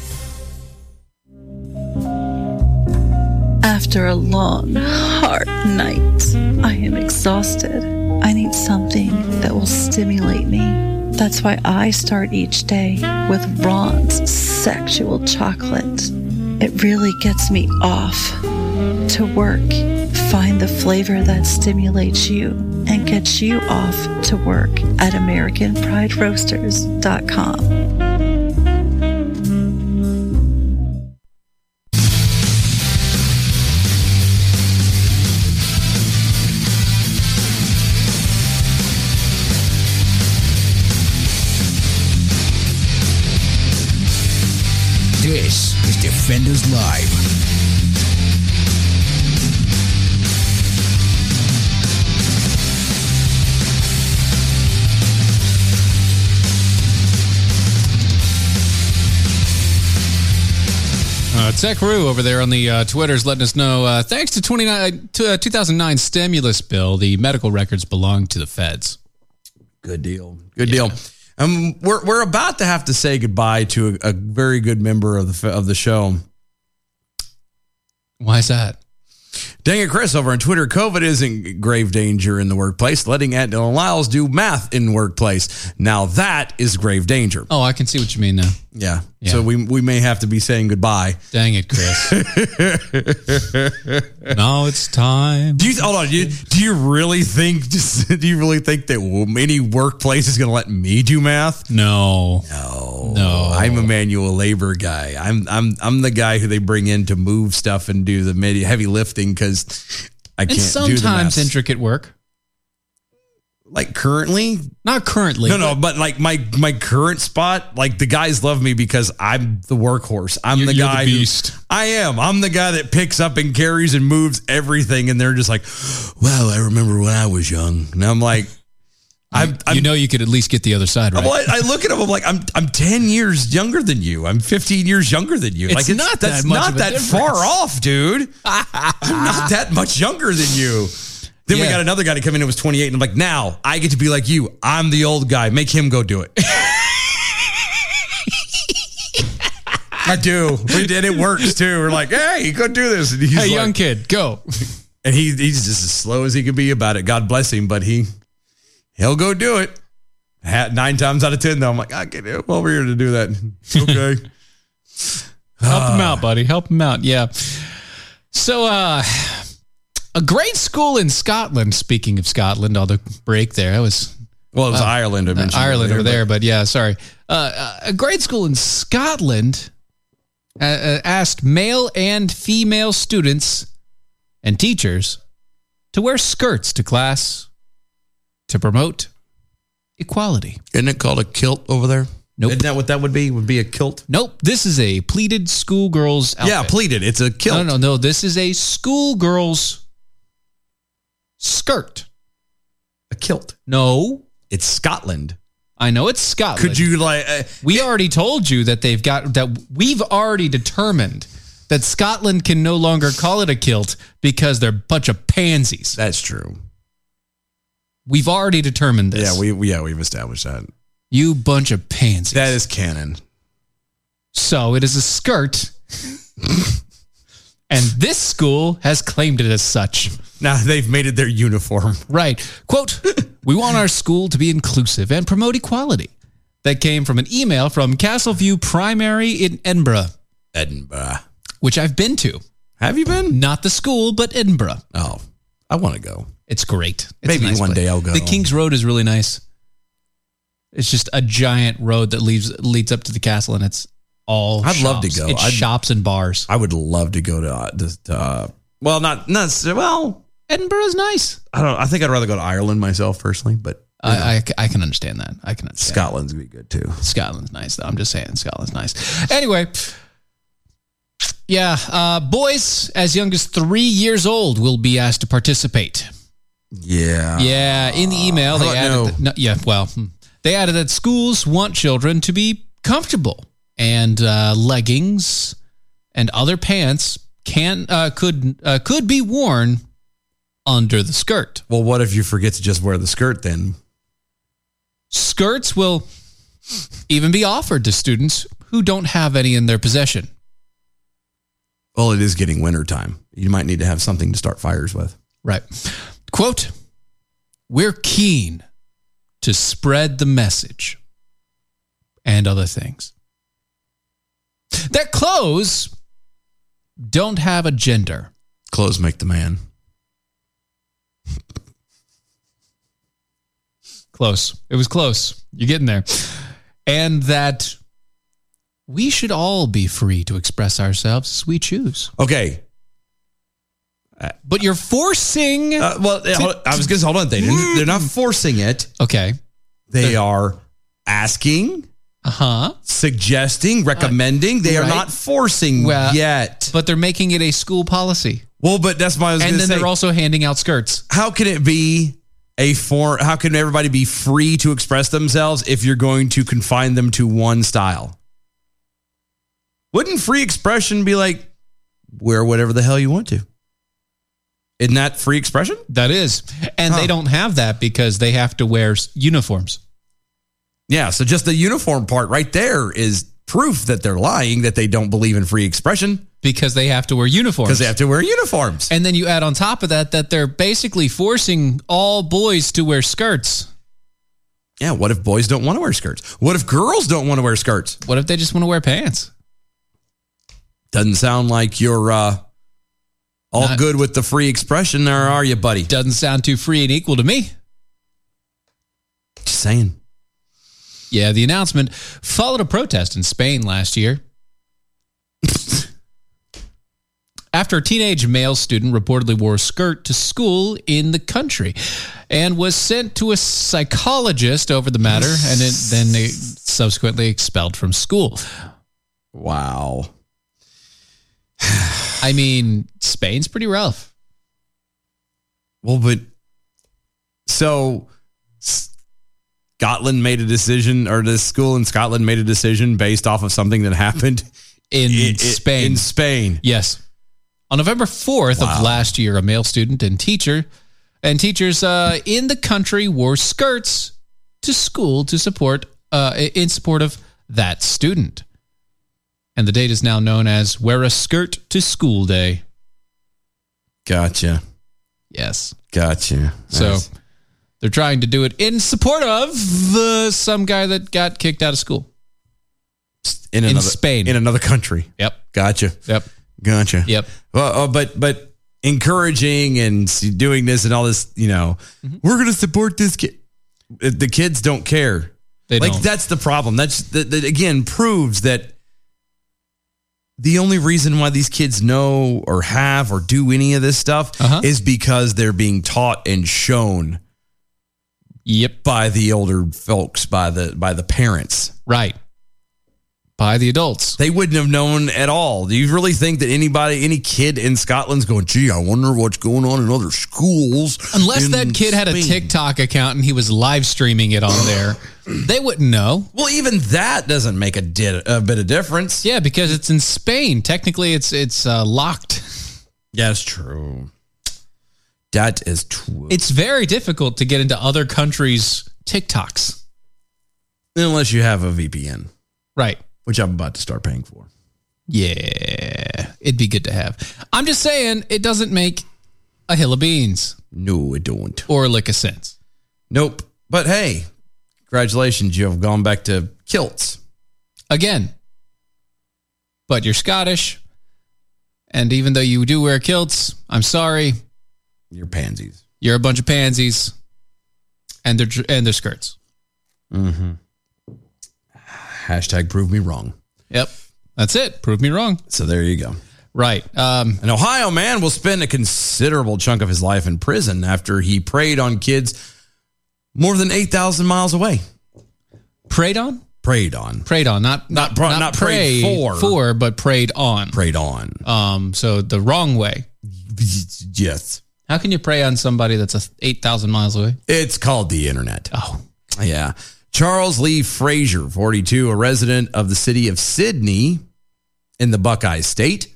S10: After a long, hard night, I am exhausted. I need something that will stimulate me. That's why I start each day with Ron's sexual chocolate. It really gets me off to work. Find the flavor that stimulates you and gets you off to work at AmericanPrideRoasters.com.
S11: This is Defenders Live.
S2: Uh, Tech Rue over there on the uh, Twitter's letting us know. Uh, thanks to 29, to, uh, 2009 stimulus bill, the medical records belong to the feds.
S1: Good deal. Good deal. Um, we're we're about to have to say goodbye to a, a very good member of the f- of the show.
S2: Why is that?
S1: Dang it, Chris over on Twitter. COVID isn't grave danger in the workplace. Letting Adnan Lyles do math in workplace. Now that is grave danger.
S2: Oh, I can see what you mean now.
S1: Yeah.
S2: Yeah.
S1: So we we may have to be saying goodbye.
S2: Dang it, Chris. now it's time.
S1: Do you hold on? You, do you really think? [LAUGHS] Just, do you really think that any workplace is going to let me do math?
S2: No. No. No.
S1: I'm a manual labor guy. I'm I'm I'm the guy who they bring in to move stuff and do the midi- heavy lifting because I
S2: and
S1: can't do the
S2: sometimes
S1: math.
S2: intricate work.
S1: like currently,
S2: Not currently.
S1: no, no, but like my my current spot, like the guys love me because I'm the workhorse. I'm
S2: You're-
S1: the
S2: you're the
S1: guy. who-
S2: beast.
S1: I am. I'm the guy that picks up and carries and moves everything, and they're just like, "Well, I remember when I was young," and I'm like, "I'm."
S2: you
S1: I'm
S2: know you could at least get the other side right.
S1: well, I, I look at him. I'm like, I'm I'm ten years younger than you. I'm 15 years younger than you.
S2: It's
S1: like,
S2: not that
S1: that's
S2: much
S1: not
S2: of a
S1: that
S2: difference.
S1: far off, dude. [LAUGHS] I'm not that much younger than you. Then we
S2: Yeah.
S1: got another guy to come in who was 28, and I'm like, now I get to be like you. I'm the old guy. Make him go do it. I do. We did. It works too. We're like, hey, go do this. And he's
S2: [LAUGHS] Hey,
S1: like-
S2: young kid, go.
S1: and he he's just as slow as he could be about it. God bless him, but he he'll go do it. Ha- Nine times out of ten, though, I'm like, I get him over here to do that. [LAUGHS] Okay,
S2: Help
S1: Uh.
S2: him out, buddy. Help him out. Yeah. So, uh, a great school in Scotland. Speaking of Scotland, all the break there. I was
S1: well, it was Ireland. I
S2: uh,
S1: mentioned
S2: Ireland over
S1: earlier,
S2: uh, there, but yeah, sorry. Uh, a grade school in Scotland uh, uh, asked male and female students and teachers to wear skirts to class to promote equality.
S1: Isn't it called a kilt over there?
S2: Nope.
S1: Isn't that what that would be? Would be a kilt?
S2: Nope. This is a pleated schoolgirl's outfit.
S1: Yeah, pleated. It's a kilt.
S2: No, no, no. This is a schoolgirl's skirt.
S1: A kilt.
S2: No,
S1: It's Scotland.
S2: I know it's Scotland.
S1: Could you like? Uh,
S2: We already told you that they've got that. We've already determined that Scotland can no longer call it a kilt because they're a bunch of pansies.
S1: that's true.
S2: We've already determined this.
S1: Yeah, we, we yeah we've established that.
S2: you bunch of pansies.
S1: That is canon.
S2: so. It is a [LAUGHS] skirt, and this school has claimed it as such.
S1: Now they've made it their uniform.
S2: Right. Quote, we want our school to be inclusive and promote equality. That came from an email from Castleview Primary in Edinburgh,
S1: Edinburgh.
S2: which I've been to.
S1: Have you been?
S2: Not the school, but Edinburgh.
S1: Oh, I want to go.
S2: It's great. It's a
S1: Maybe
S2: nice
S1: one
S2: place.
S1: day I'll go.
S2: The King's Road is really nice. It's just a giant road that leads leads up to the castle, and it's all.
S1: I'd love to
S2: shops.
S1: go.
S2: It's
S1: I'd-
S2: shops and bars.
S1: I would love to go to uh, to, to, uh well, not not well.
S2: Edinburgh's nice.
S1: I don't. I think I'd rather go to Ireland myself personally, but
S2: I, I, I can understand that. I can understand.
S1: Scotland's gonna be good too.
S2: Scotland's nice, though. I'm just saying Scotland's nice. Anyway, yeah, uh, boys as young as three years old will be asked to participate.
S1: Yeah.
S2: yeah, in the email they
S1: how about
S2: added.
S1: no?
S2: that- no, yeah, well, hmm. they added that schools want children to be comfortable, and uh, leggings and other pants can uh, could uh, could be worn under the skirt.
S1: Well, what if you forget to just wear the skirt then?
S2: Skirts will even be offered to students who don't have any in their possession.
S1: Well, it is getting winter time. You might need to have something to start fires with.
S2: Right. Quote We're keen to spread the message and other things. Their clothes don't have a gender.
S1: Clothes make the man.
S2: Close. It was close. You're getting there. And that we should all be free to express ourselves as we choose.
S1: Okay.
S2: But you're forcing.
S1: Uh, well, yeah, hold- I was gonna say, hold on. They didn't, they're not forcing it.
S2: okay.
S1: They are asking,
S2: Uh huh.
S1: suggesting, recommending. They are
S2: Right.
S1: not forcing
S2: Well,
S1: yet.
S2: But they're making it a school policy.
S1: well, but that's why I was
S2: And
S1: gonna
S2: then
S1: say.
S2: they're also handing out skirts.
S1: how can it be a form? How can everybody be free to express themselves if you're going to confine them to one style? Wouldn't free expression be like wear whatever the hell you want to? Isn't that free expression?
S2: That is. And
S1: Huh.
S2: they don't have that because they have to wear s- uniforms.
S1: Yeah. So just the uniform part right there is proof that they're lying that they don't believe in free expression
S2: Because they have to wear uniforms.
S1: because they have to wear uniforms.
S2: and then you add on top of that that they're basically forcing all boys to wear skirts.
S1: Yeah. What if boys don't want to wear skirts? What if girls don't want to wear skirts?
S2: What if they just want to wear pants?
S1: Doesn't sound like you're uh, all
S2: Not-
S1: good with the free expression, there are you, buddy?
S2: Doesn't sound too free and equal to me.
S1: Just saying.
S2: Yeah, the announcement followed a protest in Spain
S1: [LAUGHS]
S2: last year. After a teenage male student reportedly wore a skirt to school in the country and was sent to a psychologist over the matter and it, then they subsequently expelled from school.
S1: Wow. [SIGHS]
S2: I mean, Spain's pretty rough.
S1: Well, but so Scotland made a decision, or this school in Scotland made a decision based off of something that happened
S2: In
S1: i- i-
S2: Spain.
S1: In Spain.
S2: Yes. On November 4th
S1: Wow.
S2: of last year, a male student and teacher and teachers uh, in the country wore skirts to school to support uh, in support of that student. And the date is now known as Wear a Skirt to School Day.
S1: Gotcha.
S2: Yes.
S1: Gotcha.
S2: So
S1: Nice.
S2: they're trying to do it in support of uh, some guy that got kicked out of school.
S1: in,
S2: in
S1: another,
S2: Spain.
S1: in another country.
S2: Yep.
S1: Gotcha.
S2: Yep.
S1: Gotcha.
S2: Yep.
S1: Well, uh, but but encouraging and s- doing this and all this, you know,
S2: Mm-hmm.
S1: we're gonna support this kid. Uh, The kids don't care.
S2: They
S1: like
S2: don't.
S1: that's the problem. That's that, that again proves that the only reason why these kids know or have or do any of this stuff
S2: Uh-huh.
S1: is because they're being taught and shown
S2: yep
S1: by the older folks by the by the parents
S2: right by the adults
S1: they wouldn't have known at all do you really think that anybody any kid in scotland's going gee i wonder what's going on in other schools
S2: Unless
S1: in
S2: that kid had a
S1: Spain?"
S2: TikTok account and he was live streaming it on
S1: [COUGHS]
S2: there, they wouldn't know.
S1: Well, even that doesn't make a, di- a bit of difference.
S2: Yeah, because it's in Spain. Technically, it's it's uh, locked.
S1: Yeah, that's true. That is true.
S2: It's very difficult to get into other countries' TikToks.
S1: unless you have a vpn
S2: Right.
S1: which i'm about to start paying for
S2: Yeah, it'd be good to have. I'm just saying, it doesn't make a hill of beans
S1: no it don't
S2: or a lick of sense.
S1: Nope. But hey, congratulations, you have gone back to kilts.
S2: Again, but you're Scottish, and even though you do wear kilts, I'm sorry,
S1: Your pansies.
S2: you're a bunch of pansies, and their and their skirts.
S1: Mm-hmm. Hashtag prove me wrong.
S2: Yep, that's it. Prove me wrong.
S1: So there you go.
S2: Right. Um,
S1: An Ohio man will spend a considerable chunk of his life in prison after he preyed on kids more than 8,000 miles away.
S2: preyed on,
S1: Preyed on.
S2: preyed on, not
S1: Not pro- not prayed for.
S2: for, but preyed on.
S1: Preyed on.
S2: Um, so the wrong way.
S1: Yes.
S2: How can you prey on somebody that's a eight thousand miles away?
S1: It's called the internet.
S2: Oh,
S1: Yeah. Charles Lee Frazier, 42, a resident of the city of Sydney in the Buckeye State,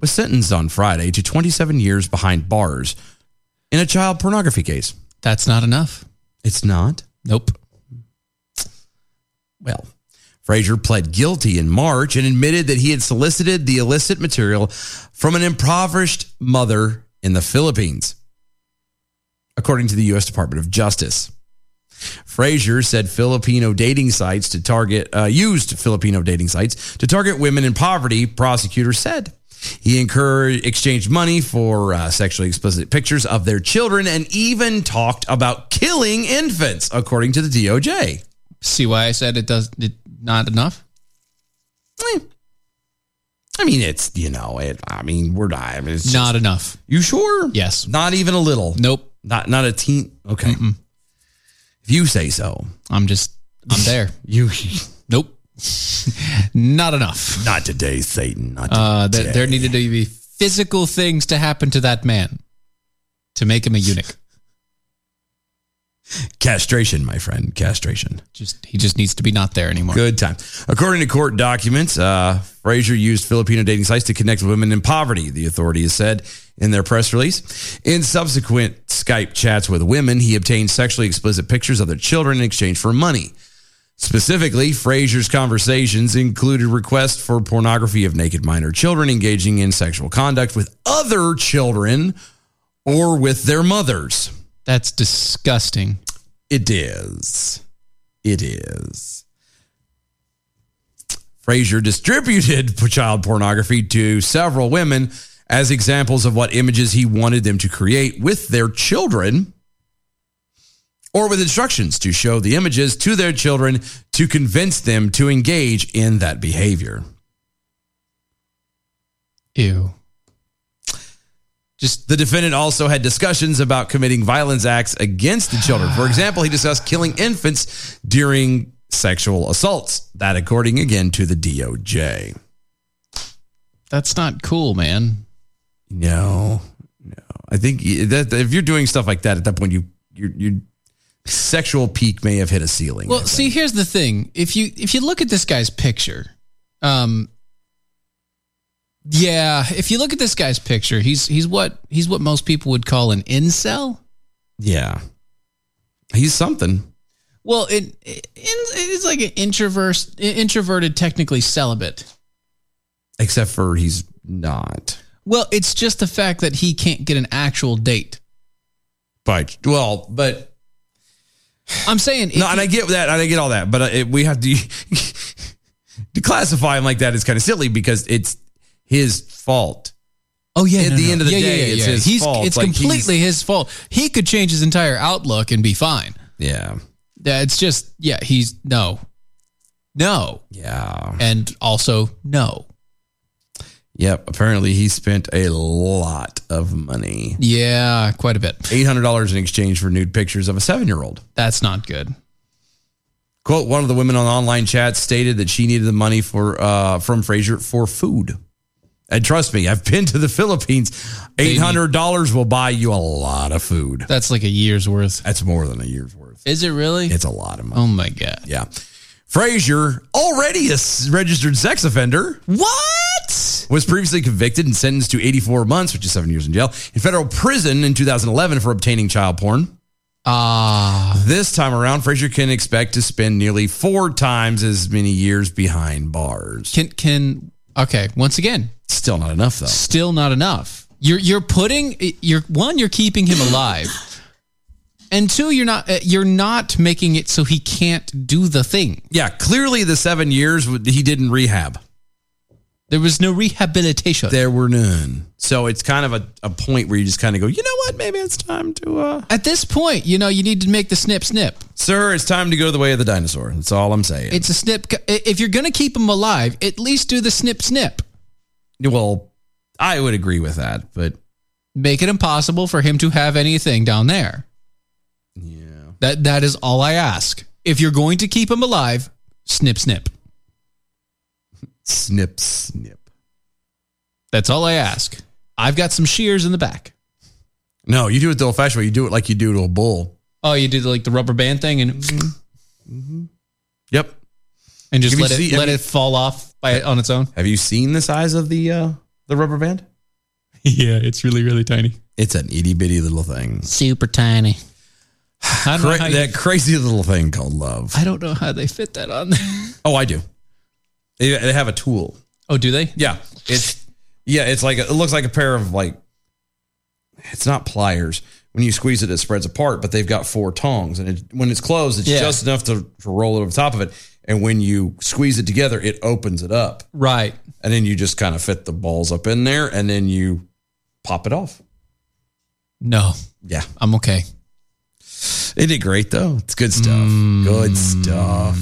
S1: was sentenced on Friday to 27 years behind bars in a child pornography case.
S2: that's not enough.
S1: It's not.
S2: Nope.
S1: Well, Frazier pled guilty in March and admitted that he had solicited the illicit material from an impoverished mother in the Philippines, according to the U.S. Department of Justice. Frazier said Filipino dating sites to target uh, used Filipino dating sites to target women in poverty. Prosecutors said he incurred exchanged money for uh, sexually explicit pictures of their children and even talked about killing infants, according to the DOJ.
S2: See why I said it does it not enough?
S1: Eh. I mean, it's you know, it. I mean, we're not. I mean, it's
S2: Not enough.
S1: you sure?
S2: Yes.
S1: Not even a little.
S2: Nope.
S1: Not not a teen. Okay. If you say so.
S2: I'm just I'm there.
S1: [LAUGHS] You
S2: nope. [LAUGHS] not enough.
S1: not today, Satan. Not today.
S2: Uh, there, there needed to be physical things to happen to that man to make him a eunuch.
S1: castration, my friend. Castration.
S2: Just he just needs to be not there anymore.
S1: Good time. According to court documents, uh, Frazier used Filipino dating sites to connect with women in poverty, the authorities said in their press release. In subsequent Skype chats with women, he obtained sexually explicit pictures of their children in exchange for money. Specifically, Frazier's conversations included requests for pornography of naked minor children engaging in sexual conduct with other children or with their mothers.
S2: That's disgusting.
S1: It is. It is. Frazier distributed [LAUGHS] child pornography to several women as examples of what images he wanted them to create with their children or with instructions to show the images to their children to convince them to engage in that behavior.
S2: Ew. Just
S1: The defendant also had discussions about committing violence acts against the children. For example, he discussed killing infants during sexual assaults. That, according again to the DOJ.
S2: that's not cool, man.
S1: No, no. I think that if you're doing stuff like that, at that point, you your your sexual peak may have hit a ceiling.
S2: Well, see, here's the thing. If you if you look at this guy's picture, um yeah, if you look at this guy's picture, he's he's what he's what most people would call an incel.
S1: yeah, he's something.
S2: Well, it, it it's like an introvert introverted technically celibate.
S1: Except for he's not.
S2: Well, it's just the fact that he can't get an actual date.
S1: But well, but
S2: I'm saying if
S1: No, and
S2: you-
S1: I get that, and I get all that, but uh, it, we have to [LAUGHS] to classify him like that is kind of silly because it's his fault.
S2: oh yeah,
S1: at
S2: no,
S1: the
S2: no.
S1: end of the
S2: Yeah,
S1: day,
S2: yeah, yeah,
S1: it's
S2: yeah.
S1: his
S2: he's,
S1: fault.
S2: It's
S1: Like,
S2: completely his fault. He could change his entire outlook and be fine.
S1: Yeah,
S2: Yeah, It's just yeah, he's no, no,
S1: yeah,
S2: and also no.
S1: Yep. Apparently, he spent a lot of money.
S2: Yeah, quite a bit.
S1: $800 in exchange for nude pictures of a seven year old.
S2: That's not good.
S1: Quote, one of the women on the online chat stated that she needed the money for uh, from Fraser for food. And trust me, I've been to the Philippines. $800 will buy you a lot of food.
S2: That's like a year's worth.
S1: That's more than a year's worth.
S2: Is it really?
S1: It's a lot of money.
S2: Oh my god.
S1: Yeah. Frazier, already a s- registered sex offender.
S2: What?
S1: Was previously convicted and sentenced to 84 months, which is seven years in jail, in federal prison in 2011 for obtaining child porn.
S2: Ah.
S1: This time around, Frazier can expect to spend nearly four times as many years behind bars.
S2: Can can okay, once again,
S1: Still not enough, though.
S2: still not enough. You're you're putting you're one you're keeping him alive. And two, you're not uh, you're not making it so he can't do the thing.
S1: Yeah, clearly the seven years w- he didn't rehab.
S2: There was no rehabilitation.
S1: There were none. So it's kind of a, a point where you just kind of go, you know what? Maybe it's time to uh,
S2: At this point, you know, you need to make the snip snip.
S1: Sir, it's time to go the way of the dinosaur. That's all I'm saying.
S2: It's a snip. If you're going to keep him alive, at least do the snip snip.
S1: well, I would agree with that, but
S2: Make it impossible for him to have anything down there.
S1: yeah.
S2: That that is all I ask. If you're going to keep him alive, snip snip.
S1: Snip snip.
S2: That's all I ask. I've got some shears in the back.
S1: No, you do it the old fashioned way. You do it like you do to a bull.
S2: Oh, you did like the rubber band thing and mm-hmm.
S1: Mm-hmm. Yep.
S2: and just
S1: Have you
S2: let it
S1: seen- have
S2: let
S1: you-
S2: it fall off by on its own.
S1: Have you seen the size of the uh the rubber band?
S2: Yeah, it's really really tiny.
S1: It's an itty bitty little thing. [LAUGHS]
S2: Super tiny. I don't, know
S1: Cra-
S2: how you-
S1: that crazy little thing called love.
S2: I don't know how they fit that on there.
S1: Oh, I do. They, they have a tool.
S2: Oh, do they?
S1: Yeah. It's yeah, it's like it looks like a pair of like it's not pliers. When you squeeze it, it spreads apart, but they've got four tongs. And it, when it's closed, it's
S2: Yeah.
S1: just enough to, to roll it over top of it. And when you squeeze it together, it opens it up.
S2: Right.
S1: And then you just kind of fit the balls up in there and then you pop it off.
S2: uh, No,
S1: Yeah.
S2: I'm okay.
S1: It did great, though. It's good stuff.
S2: Mm.
S1: Good stuff.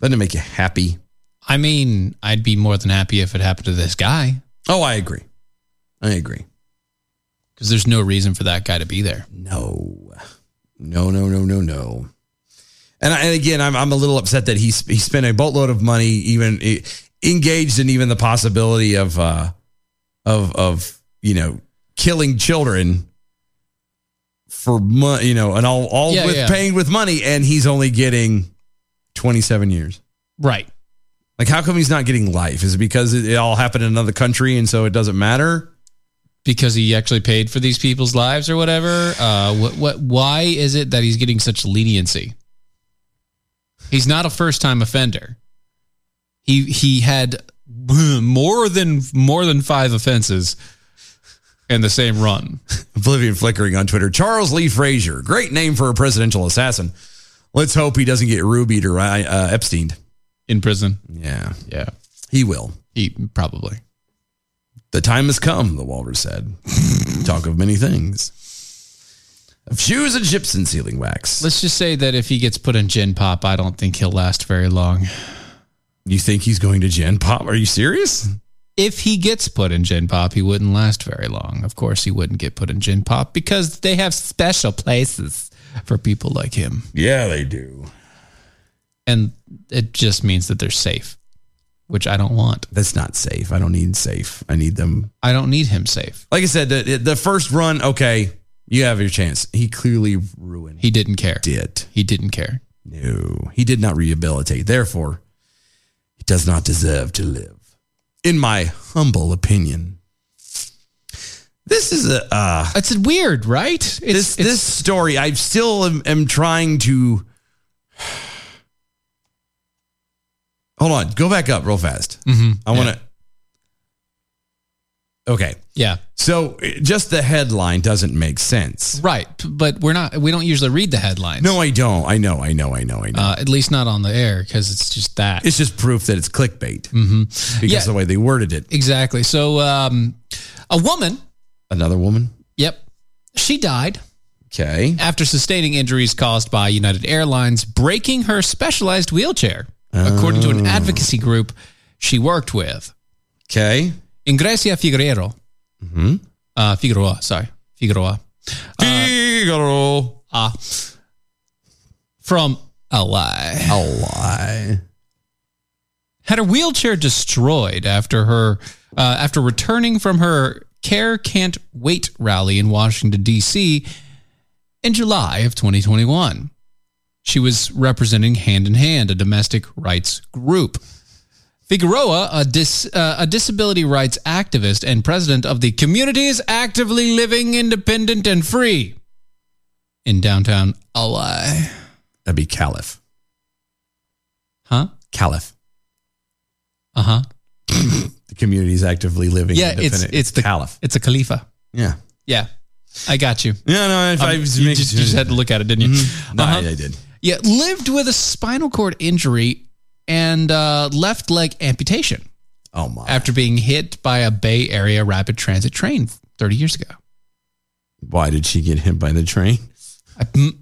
S1: Doesn't it make you happy?
S2: I mean, I'd be more than happy if it happened to this guy
S1: Oh, I agree. I agree.
S2: because there's no reason for that guy to be there.
S1: No, no, no, no, no, no. And, I, and again, I'm, I'm a little upset that he sp- he spent a boatload of money, even eh, engaged in even the possibility of uh, of of you know killing children for money, you know, and all all
S2: Yeah,
S1: with
S2: yeah.
S1: paying with money, and he's only getting 27 years.
S2: Right.
S1: Like, how come he's not getting life? Is it because it, it all happened in another country, and so it doesn't matter?
S2: Because he actually paid for these people's lives or whatever. Uh, what, what, why is it that he's getting such leniency? He's not a first time offender. He, he had more than, more than five offenses in the same run.
S1: Oblivion Flickering on Twitter. Charles Lee Frazier, great name for a presidential assassin. Let's hope he doesn't get rubied or uh, Epstein.
S2: in prison.
S1: Yeah,
S2: Yeah,
S1: he will.
S2: he probably.
S1: The time has come, the walrus said. Talk of many things. Of shoes and gypsum sealing wax.
S2: Let's just say that if he gets put in gin pop, I don't think he'll last very long.
S1: you think he's going to Gen Pop? Are you serious?
S2: If he gets put in gin pop, he wouldn't last very long. Of course, he wouldn't get put in gin pop because they have special places for people like him,
S1: Yeah, they do.
S2: and it just means that they're safe, which I don't want.
S1: That's not safe. I don't need safe. I need them.
S2: I don't need him safe.
S1: Like I said, the, the first run, okay, you have your chance. He clearly ruined
S2: He didn't care.
S1: it.
S2: He didn't care.
S1: No, he did not rehabilitate. Therefore, he does not deserve to live, in my humble opinion. This is a uh,
S2: It's weird, right? It's,
S1: this
S2: it's-
S1: this story. I still am, am trying to. Hold on, go back up real fast.
S2: Mhm.
S1: I want to. Okay,
S2: yeah,
S1: so uh, just the headline doesn't make sense.
S2: right. But we're not. We don't usually read the headlines.
S1: No, I don't. I know. I know. I know. I know.
S2: uh, at least not on the air because it's just that.
S1: it's just proof that it's clickbait because
S2: mm-hmm. Yeah.
S1: of the way they worded it.
S2: Exactly. So, um, a woman,
S1: Another woman.
S2: yep, she died
S1: Okay.
S2: after sustaining injuries caused by United Airlines breaking her specialized
S1: Oh.
S2: wheelchair, according to an advocacy group she worked with.
S1: Okay.
S2: Ingresia Figueroa.
S1: Mm-hmm.
S2: Uh, Figueroa, sorry. Figueroa.
S1: Figueroa.
S2: Uh, from LI.
S1: LI.
S2: Had her wheelchair destroyed after her uh, after returning from her Care Can't Wait rally in Washington, D.C. in July of 2021. She was representing Hand in Hand, a domestic rights group. Figueroa, a, dis, uh, a disability rights activist and president of the Communities Actively Living Independent and Free in downtown LA.
S1: That'd be Caliph.
S2: Huh?
S1: Caliph.
S2: Uh huh.
S1: The community's actively living.
S2: Yeah, it's
S1: independent.
S2: it's the
S1: Caliph.
S2: It's a Khalifa.
S1: Yeah.
S2: Yeah, I got you.
S1: Yeah, no, if
S2: Um,
S1: I
S2: you
S1: was
S2: just,
S1: making-
S2: you just had to look at it, didn't you?
S1: Mhm. No,
S2: Uh-huh.
S1: I, I did.
S2: Yeah, lived with a spinal cord injury and uh, left leg amputation.
S1: Oh my!
S2: After being hit by a Bay Area rapid transit train 30 years ago.
S1: Why did she get hit by the train?
S2: Mm.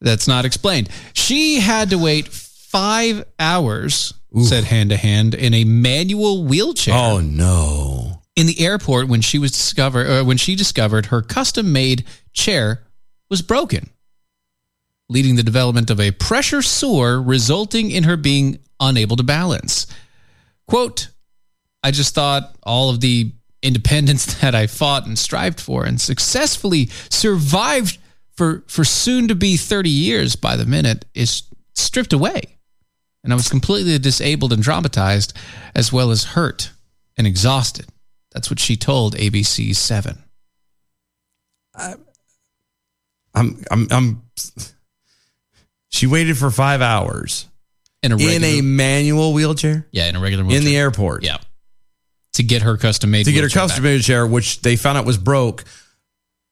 S2: That's not explained. She had to wait five hours, said hand to hand, in a manual wheelchair.
S1: Oh no!
S2: In the airport when she was discovered, uh, when she discovered her custom-made chair was broken, leading the development of a pressure sore, resulting in her being unable to balance. "Quote: I just thought all of the independence [LAUGHS] that I fought and strived for and successfully survived for for soon to be 30 years by the minute is stripped away. And I was completely disabled and traumatized as well as hurt and exhausted. That's what she told ABC 7.
S1: I'm I'm I'm. She waited for five hours
S2: In a
S1: in a
S2: regular-
S1: manual wheelchair
S2: Yeah, in a regular
S1: in
S2: wheelchair.
S1: the airport.
S2: Yeah. To get her custom made
S1: to get her
S2: wheelchair
S1: custom
S2: back.
S1: made chair, which they found out was broke.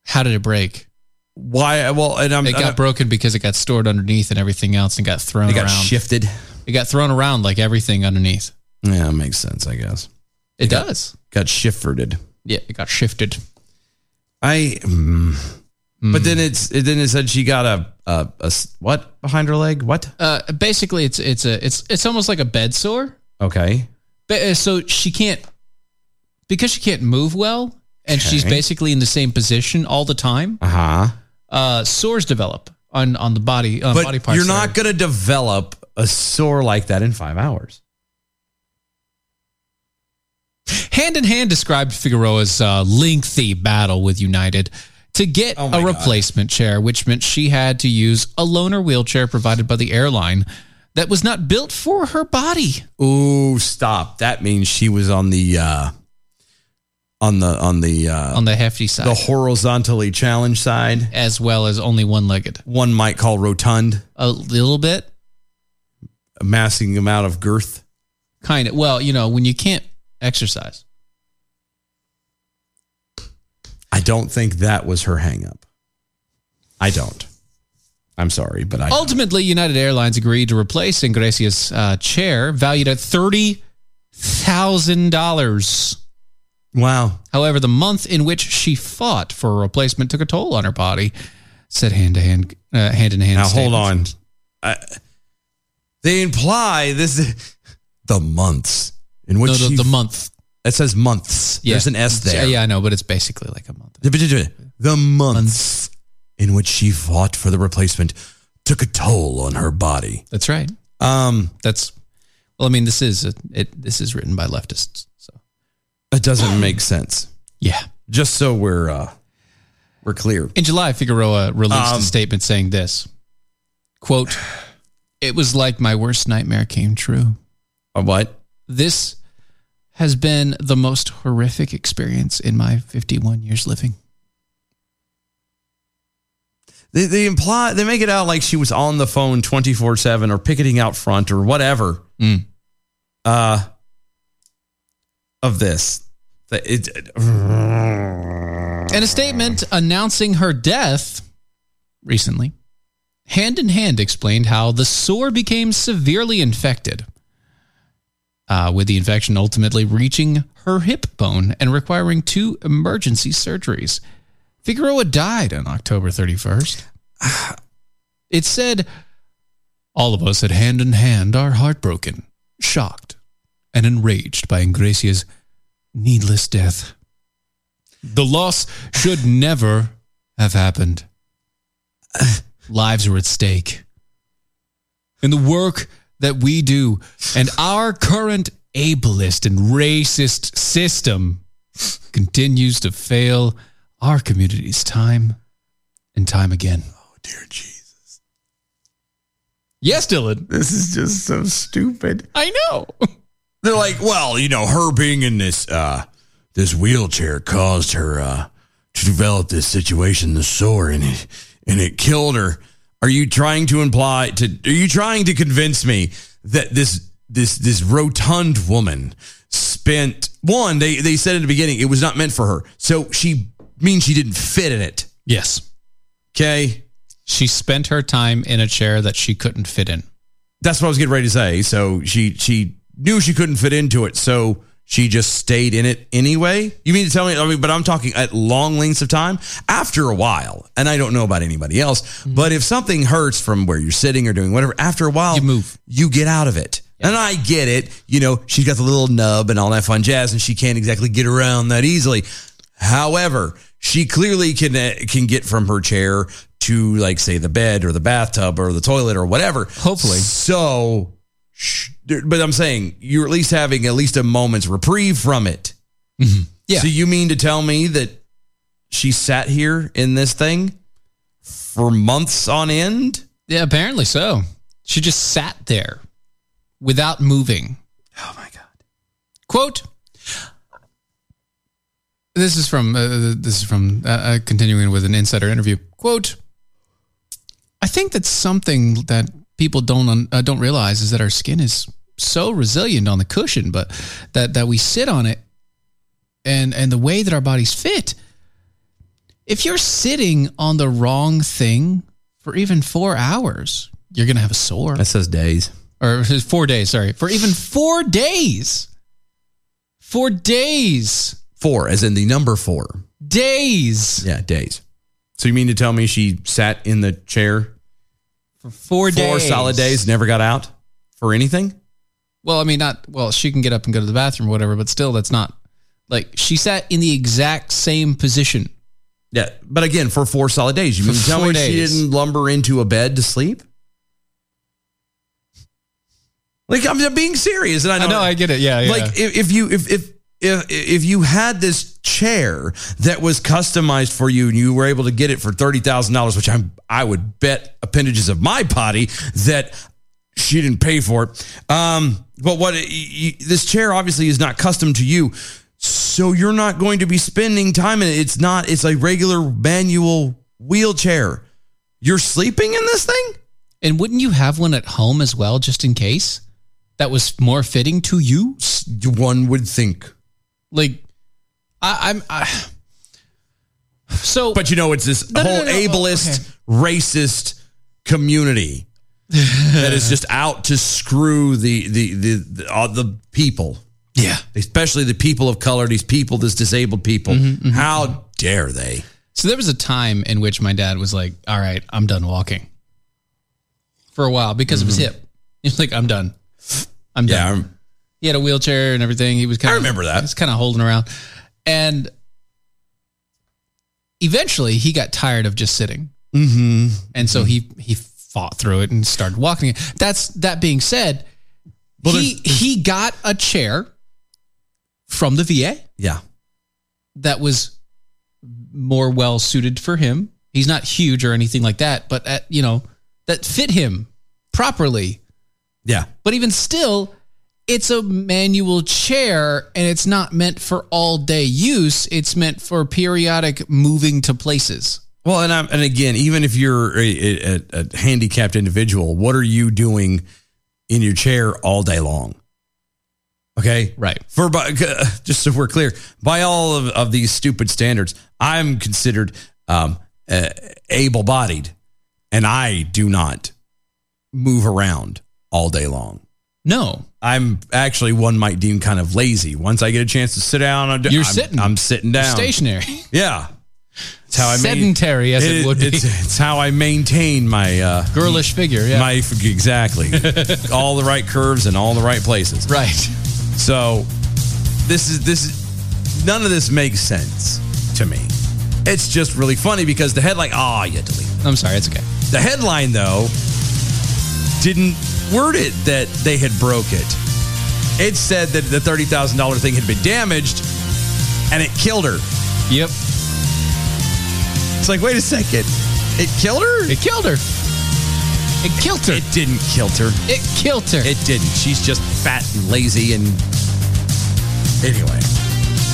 S2: How did it break?
S1: Why? Well, and I'm
S2: It got
S1: I'm-
S2: broken because it got stored underneath and everything else and got thrown
S1: It
S2: around.
S1: got shifted.
S2: It got thrown around like everything underneath.
S1: Yeah, it makes sense, I guess.
S2: It
S1: got-
S2: does.
S1: Got shifted.
S2: Yeah, it got shifted.
S1: I. mm.
S2: Hmm.
S1: But then it's it then it said she got a, a a s- what behind her leg? What?
S2: Uh, basically, it's it's a it's it's almost like a bed sore.
S1: Okay.
S2: But, uh, so she can't because she can't move well, and she's
S1: Okay.
S2: basically in the same position all the time.
S1: Uh huh.
S2: Uh, sores develop on on the body on
S1: But
S2: body parts.
S1: you're not
S2: that
S1: gonna develop a sore like that in five hours.
S2: are- Hand in hand described Figueroa's uh, lengthy battle with United to get
S1: Oh my
S2: a
S1: God.
S2: replacement chair, which meant she had to use a loaner wheelchair provided by the airline that was not built for her body.
S1: Ooh, stop! That means she was on the uh on the on the uh
S2: on the hefty side,
S1: the horizontally challenged side.
S2: as well as only one legged.
S1: One might call rotund,
S2: A little bit,
S1: a massing amount of girth.
S2: kind of. Well, you know, when you can't exercise,
S1: I don't think that was her hang up. I don't. I'm sorry, but I don't.
S2: Ultimately, United Airlines agreed to replace Ingresia's uh, chair, valued at thirty thousand dollars.
S1: wow.
S2: However, the month in which she fought for a replacement took a toll on her body," said hand to hand, uh, hand in hand.
S1: Now hold on. I, they imply this [LAUGHS] the months in which
S2: No, the,
S1: she-
S2: the month.
S1: It says months.
S2: Yeah.
S1: There's an S there.
S2: Yeah, I know, but it's basically like a month.
S1: The months in which she fought for the replacement took a toll on her body.
S2: That's right.
S1: Um,
S2: That's. Well, I mean, this is a, it. This is written by leftists. So
S1: that doesn't make sense.
S2: yeah.
S1: Just so we're uh, we're clear.
S2: In July, Figueroa released
S1: Um,
S2: a statement saying this quote, It was like my worst nightmare came true.
S1: Uh, What?
S2: This has been the most horrific experience in my 51 years living.
S1: They, they imply they make it out like she was on the phone 24 7 or picketing out front or whatever
S2: Mm.
S1: uh of this That it,
S2: In a statement announcing her death recently, Hand in Hand explained how the sore became severely infected, uh, with the infection ultimately reaching her hip bone and requiring two emergency surgeries. Figueroa died on October 31st. [SIGHS] It said, All of us at Hand in Hand are heartbroken, shocked, and enraged by Ingracia's needless death. The loss should never have happened. Lives were at stake. And the work that we do and our current ableist and racist system continues to fail our communities time and time again. Oh, dear Jesus. Yes, Dylan.
S1: This is just so stupid.
S2: I know. [LAUGHS]
S1: They're like, well, you know, her being in this uh this wheelchair caused her uh to develop this situation, this sore, and it and it killed her. Are you trying to imply to are you trying to convince me that this this this rotund woman spent one, they they said in the beginning it was not meant for her. So she means she didn't fit in it.
S2: Yes.
S1: Okay.
S2: She spent her time in a chair that she couldn't fit in.
S1: That's what I was getting ready to say. So she she knew she couldn't fit into it, so she just stayed in it anyway. You mean to tell me? I mean, but I'm talking at long lengths of time after a while, and I don't know about anybody else. But if something hurts from where you're sitting or doing whatever, after a while, you
S2: move,
S1: you get out of it. And I get it. You know, she's got the little nub and all that fun jazz, and she can't exactly get around that easily. However, she clearly can uh, can get from her chair to like say the bed or the bathtub or the toilet or whatever. Hopefully. So sh- but I'm saying you're at least having at least a moment's reprieve from it. Mm-hmm. Yeah. So you mean to tell me that she sat here in this thing for months on end?
S2: Yeah, apparently so. She just sat there without moving.
S1: Oh my
S2: God. Quote. This is from uh, this is from uh, uh, continuing with an insider interview. Quote: I think that's something that people don't un- uh, don't realize is that our skin is so resilient on the cushion, but that that we sit on it, and and the way that our bodies fit. If you're sitting on the wrong thing for even four hours, you're gonna have a sore. That
S1: says days
S2: or [LAUGHS] four days. Sorry, for even four days. Four days.
S1: Four, as in the number four.
S2: Days.
S1: Yeah, days. So you mean to tell me she sat in the chair
S2: for four days?
S1: four solid days, never got out for anything?
S2: Well, I mean, not well. She can get up and go to the bathroom, or whatever. But still, that's not like she sat in the exact same position.
S1: Yeah, but again, for four solid days, you
S2: For
S1: mean to tell
S2: four
S1: me she
S2: days.
S1: didn't lumber into a bed to sleep? Like I'm being serious, and I know,
S2: know, I get it. Yeah, yeah.
S1: Like if, if you if if if if you had this chair that was customized for you and you were able to get it for thirty thousand dollars, which I'm I would bet appendages of my body that she didn't pay for it. Um, but what y- y- this chair obviously is not custom to you, so you're not going to be spending time in it. It's not. It's a regular manual wheelchair. You're sleeping in this thing.
S2: And wouldn't you have one at home as well, just in case? That was more fitting to you.
S1: One would think.
S2: Like, I, I'm. I, [SIGHS] so,
S1: but you know, it's this
S2: No, no,
S1: whole
S2: no, no, no,
S1: ableist, racist community that is just out to screw the the the the, uh, the people.
S2: Yeah,
S1: especially the people of color, these people, this disabled people. How dare they?
S2: So there was a time in which my dad was like, "All right, I'm done walking." For a while because of his hip. [LAUGHS] He's like, "I'm done. Mm-hmm. I'm done." he had a wheelchair and everything. He was kind of I remember that. He was kind of holding around. And eventually he got tired of just sitting.
S1: Mm-hmm.
S2: And so he he fought through it and started walking. That's that being said, he he got a chair from the VA
S1: Yeah.
S2: that was more well suited for him. He's not huge or anything like that, but at, you know, that fit him properly.
S1: Yeah.
S2: But even still, it's a manual chair and it's not meant for all day use. It's meant for periodic moving to places.
S1: Well, and I'm, and again, even if you're a, a, a a handicapped individual, what are you doing in your chair all day long? Okay,
S2: right.
S1: For by- [LAUGHS] just so we're clear, by all of, of these stupid standards, I'm considered um, uh, able-bodied, and I do not move around all day long.
S2: No,
S1: I'm actually one might deem kind of lazy. Once I get a chance to sit down, I'm,
S2: You're
S1: I'm-
S2: sitting.
S1: I'm sitting
S2: You're
S1: down,
S2: stationary.
S1: Yeah, it's how I main-
S2: Sedentary, as it would be.
S1: It's, it's how I maintain my uh,
S2: [LAUGHS] girlish figure. Yeah,
S1: my
S2: [LAUGHS]
S1: exactly all the right curves in all the right places.
S2: Right.
S1: So this is this is none of this makes sense to me. It's just really funny because the headline. Ah, yeah, delete.
S2: I'm sorry, it's okay.
S1: The headline though didn't word it that they had broke it. It said that the thirty thousand dollar thing had been damaged, and it killed her.
S2: Yep.
S1: It's like, wait a second. It killed her.
S2: It killed her. It killed her.
S1: It didn't kill her.
S2: It killed her.
S1: It didn't. She's just fat and lazy and. Anyway.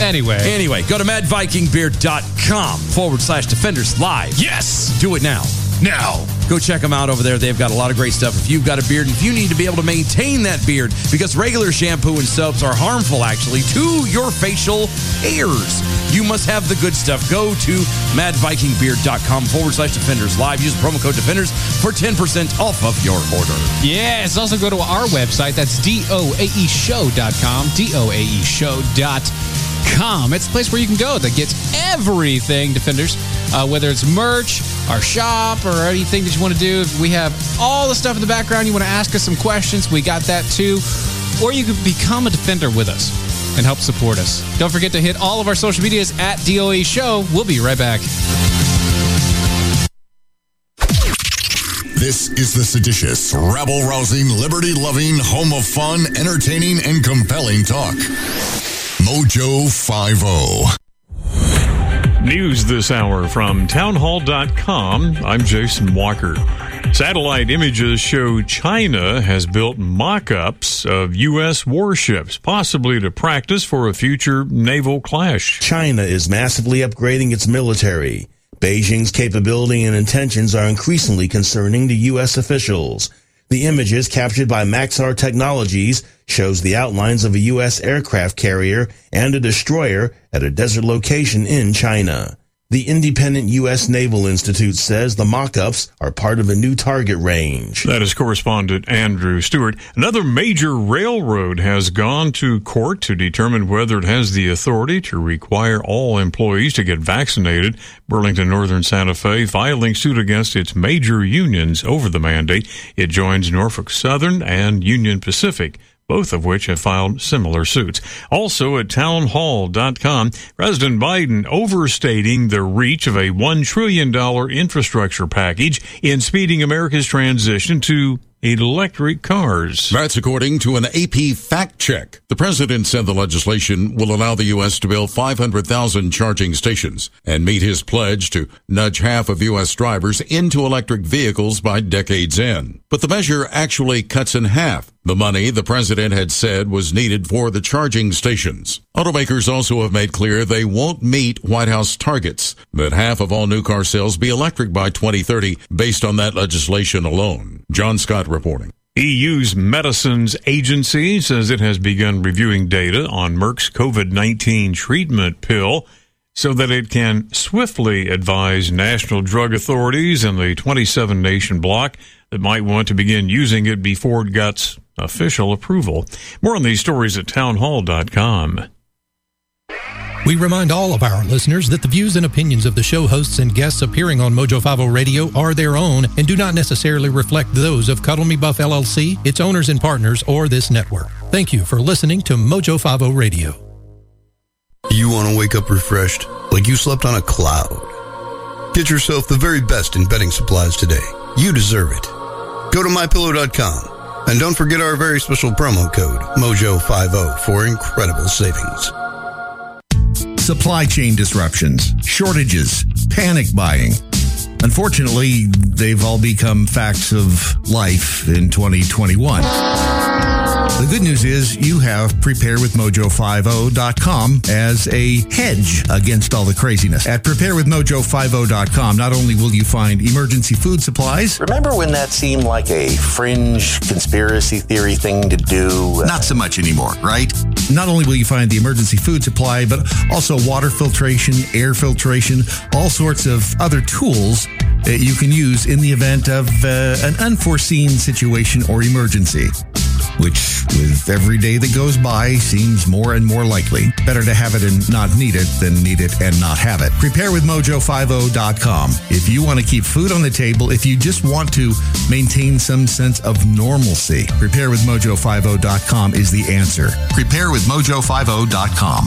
S2: Anyway.
S1: Anyway, go to madvikingbeer.com forward slash defenders live.
S2: Yes.
S1: Do it now.
S2: Now.
S1: Go check them out over there. They've got a lot of great stuff. If you've got a beard and if you need to be able to maintain that beard, because regular shampoo and soaps are harmful actually to your facial hairs, you must have the good stuff. Go to madvikingbeard.com forward slash defenders live. Use the promo code defenders for 10% off of your order.
S2: Yes. Also go to our website. That's E doaeshow.com. E Doaeshow.com. It's a place where you can go that gets everything, Defenders, uh, whether it's merch, our shop, or anything that you want to do. If we have all the stuff in the background, you want to ask us some questions, we got that too. Or you could become a Defender with us and help support us. Don't forget to hit all of our social medias at DOE E Show. We'll be right back.
S12: This is the seditious, rabble rousing, liberty loving, home of fun, entertaining, and compelling talk. Mojo oh. 50.
S13: News this hour from townhall.com. I'm Jason Walker. Satellite images show China has built mock ups of U.S. warships, possibly to practice for a future naval clash.
S14: China is massively upgrading its military. Beijing's capability and intentions are increasingly concerning to U.S. officials. The images captured by Maxar Technologies shows the outlines of a U.S. aircraft carrier and a destroyer at a desert location in China. The independent U.S. Naval Institute says the mock-ups are part of a new target range.
S13: That is correspondent Andrew Stewart. Another major railroad has gone to court to determine whether it has the authority to require all employees to get vaccinated. Burlington Northern Santa Fe filing suit against its major unions over the mandate. It joins Norfolk Southern and Union Pacific both of which have filed similar suits. Also at townhall.com, President Biden overstating the reach of a $1 trillion infrastructure package in speeding America's transition to electric cars.
S12: That's according to an AP fact check. The president said the legislation will allow the U.S. to build 500,000 charging stations and meet his pledge to nudge half of U.S. drivers into electric vehicles by decades end. But the measure actually cuts in half the money the president had said was needed for the charging stations. Automakers also have made clear they won't meet White House targets that half of all new car sales be electric by 2030 based on that legislation alone. John Scott reporting.
S13: EU's medicines agency says it has begun reviewing data on Merck's COVID 19 treatment pill so that it can swiftly advise national drug authorities in the 27 nation bloc that might want to begin using it before it gets official approval. More on these stories at townhall.com.
S5: We remind all of our listeners that the views and opinions of the show hosts and guests appearing on Mojo 50 Radio are their own and do not necessarily reflect those of Cuddle Me Buff LLC, its owners and partners, or this network. Thank you for listening to Mojo 50 Radio.
S15: You want to wake up refreshed, like you slept on a cloud. Get yourself the very best in bedding supplies today. You deserve it. Go to mypillow.com and don't forget our very special promo code MOJO50 for incredible savings.
S4: Supply chain disruptions, shortages, panic buying. Unfortunately, they've all become facts of life in 2021. The good news is you have preparewithmojo50.com as a hedge against all the craziness. At preparewithmojo50.com, not only will you find emergency food supplies,
S16: Remember when that seemed like a fringe conspiracy theory thing to do?
S4: not so much anymore, right? Not only will you find the emergency food supply, but also water filtration, air filtration, all sorts of other tools that you can use in the event of uh, an unforeseen situation or emergency which with every day that goes by seems more and more likely. Better to have it and not need it than need it and not have it. Prepare with mojo50.com. If you want to keep food on the table, if you just want to maintain some sense of normalcy, prepare with mojo50.com is the answer. Prepare with mojo50.com.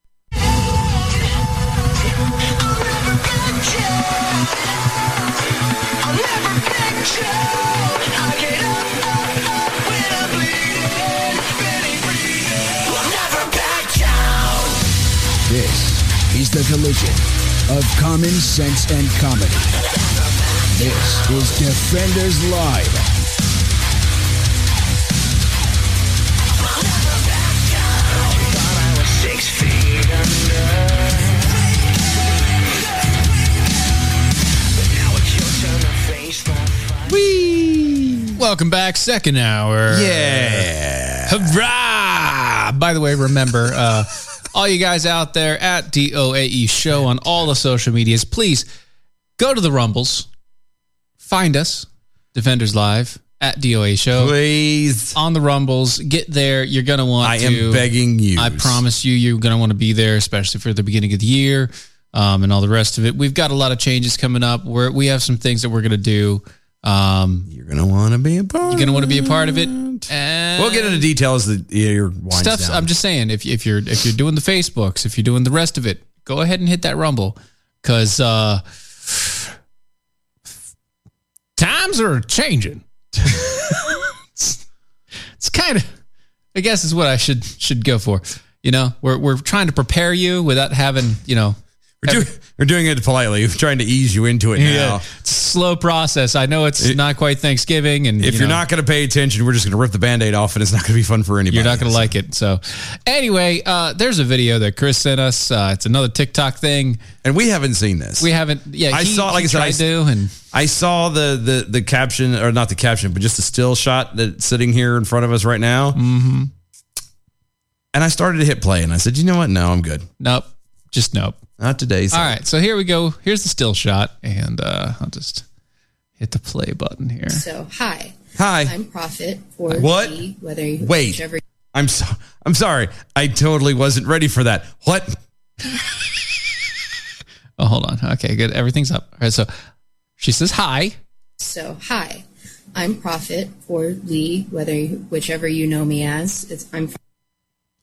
S11: This is the collision of common sense and comedy. This is Defenders Live.
S2: Whee! Welcome back, second hour.
S1: Yeah.
S2: Hurrah! By the way, remember, uh, all you guys out there at DOAE E Show on all the social medias, please go to the Rumbles, find us, Defenders Live at DOA E Show.
S1: Please.
S2: On the Rumbles, get there. You're going to want
S1: I
S2: to.
S1: am begging you.
S2: I promise you, you're going to want to be there, especially for the beginning of the year um, and all the rest of it. We've got a lot of changes coming up. We're, we have some things that we're going to do. Um,
S1: you're going to want to be a part.
S2: You're going to want to be a part of it. And
S1: We'll get into details that you're winds
S2: stuffs.
S1: down.
S2: I'm just saying, if if you're if you're doing the Facebooks, if you're doing the rest of it, go ahead and hit that Rumble, because uh, times are changing. [LAUGHS] it's kind of, I guess, is what I should should go for. You know, we're we're trying to prepare you without having you know.
S1: We're doing, we're doing it politely. We're trying to ease you into it now.
S2: it's a slow process. I know it's not quite Thanksgiving, and
S1: If
S2: you
S1: you are
S2: know.
S1: not going to pay attention, we're just going to rip the band aid off and it's not going to be fun for anybody.
S2: You're not going to like it. So, anyway, uh, there's a video that Chris sent us. Uh, it's another TikTok thing,
S1: and we haven't seen this.
S2: We haven't. Yeah,
S1: I saw, like I said, I,
S2: do, and
S1: I saw the, the the caption, or not the caption, but just the still shot that's sitting here in front of us right now.
S2: Mm-hmm.
S1: And I started to hit play, and I said, "You know what? No, I'm good.
S2: Nope, just nope.
S1: Not today."
S2: All right, so here we go. Here's the still shot, and uh, I'll just hit the play button here.
S17: So, hi.
S1: Hi.
S17: I'm Prophet or
S1: What?
S17: G, whether you
S1: Wait.
S17: whichever
S1: I'm so, I'm sorry. I totally wasn't ready for that. What?
S2: [LAUGHS] oh, hold on. Okay, good. Everything's up. All right, so she says hi.
S17: So, hi. I'm Prophet or Lee, whether you, whichever you know me as. It's, I'm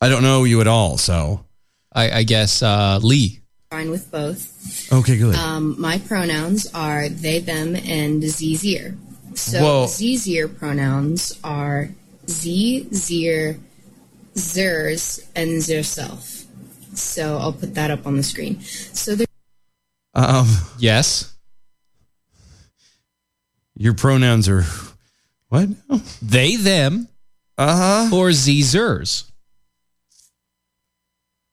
S1: I don't know you at all. So
S2: I, I guess uh, Lee.
S17: fine with both.
S1: Okay, good.
S17: Um, my pronouns are they, them, and Zzier. So,
S1: Whoa.
S17: Zzier pronouns are Z, Zier, Zers, and Zerself. So, I'll put that up on the screen. So, there's
S1: um.
S2: Yes.
S1: Your pronouns are what?
S2: They, them,
S1: uh huh,
S2: or zers.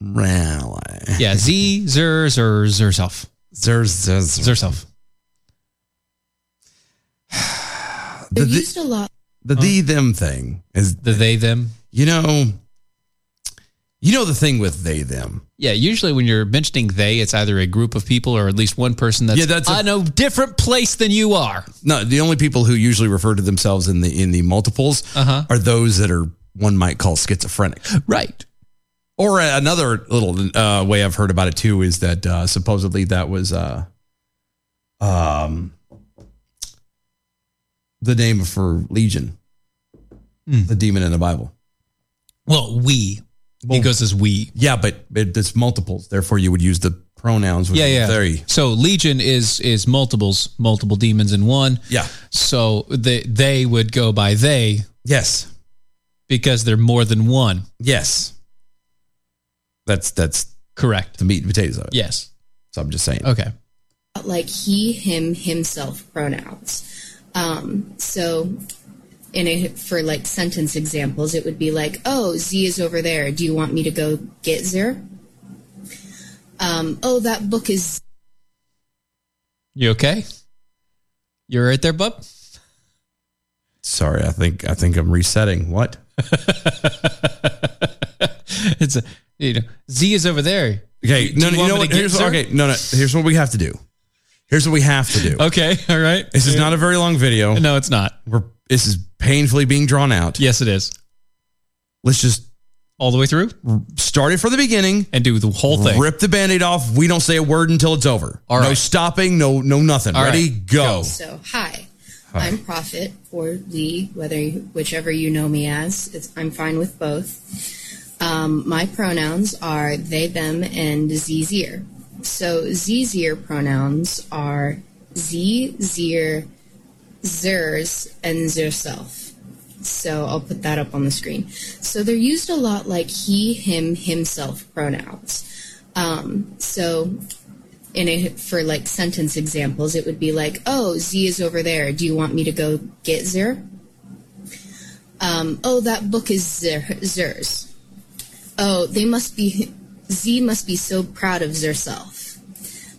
S1: Well,
S2: Yeah, z zers or zerself.
S1: Zers zers
S2: zerself.
S17: they're used a lot.
S1: the thee them thing is
S2: the they them.
S1: You know, you know the thing with they them.
S2: Yeah, usually when you're mentioning they, it's either a group of people or at least one person that's,
S1: Yeah, that's a-
S2: on a different place than you are.
S1: No, the only people who usually refer to themselves in the in the multiples
S2: Uh-huh.
S1: are those that are one might call schizophrenic,
S2: right?
S1: Or another little uh, way I've heard about it too is that uh, supposedly that was uh, um, the name for Legion,
S2: Hmm.
S1: the demon in the Bible.
S2: Well, we. he goes as we.
S1: Yeah, but it, it's multiples. Therefore, you would use the pronouns. With
S2: Yeah, yeah.
S1: Very.
S2: So legion is is multiples, multiple demons in one.
S1: Yeah.
S2: So they they would go by they.
S1: Yes.
S2: Because they're more than one.
S1: Yes. That's that's
S2: correct.
S1: The meat and potatoes of it.
S2: Yes.
S1: So I'm just saying.
S2: Okay.
S17: like he, him, himself pronouns. Um, so, in a for like sentence examples, it would be like, "Oh, Z is over there. Do you want me to go get Zer?" Um, oh, that book is
S2: You okay? You're right there, bub. [LAUGHS]
S1: Sorry, I think I think I'm resetting. What?
S2: It's a You know, Z is over there.
S1: Okay,
S2: Do
S1: no, no,
S2: want
S1: you know
S2: me to
S1: what?
S2: get
S1: Here's what-
S2: sir?
S1: okay, no, no. Here's what we have to do. Here's what we have to do.
S2: Okay, [LAUGHS] all right.
S1: This is
S2: Yeah.
S1: not a very long video. No, it's not. We're this is painfully being drawn out. Yes, it is. Let's just all the way through. Start it from the beginning and do the whole
S2: thing.
S1: Rip the band-aid off. We don't say a word until it's over. All right. No stopping. No, no nothing.
S17: All
S1: Ready?
S17: right.
S1: Go.
S17: So, hi.
S1: Hi.
S17: I'm Prophet or Lee, whether you, whichever you know me as. It's, I'm fine with both. Um, my pronouns are they, them, and zir. So zir pronouns are z, zir, zers, and zerself. So I'll put that up on the screen. So they're used a lot like he, him, himself pronouns. Um, so in a for like sentence examples, it would be like, "Oh, Z is over there. Do you want me to go get Zer?" Um, "Oh, that book is Zer, Zer's." "Oh, they must be Z must be so proud of Zerself."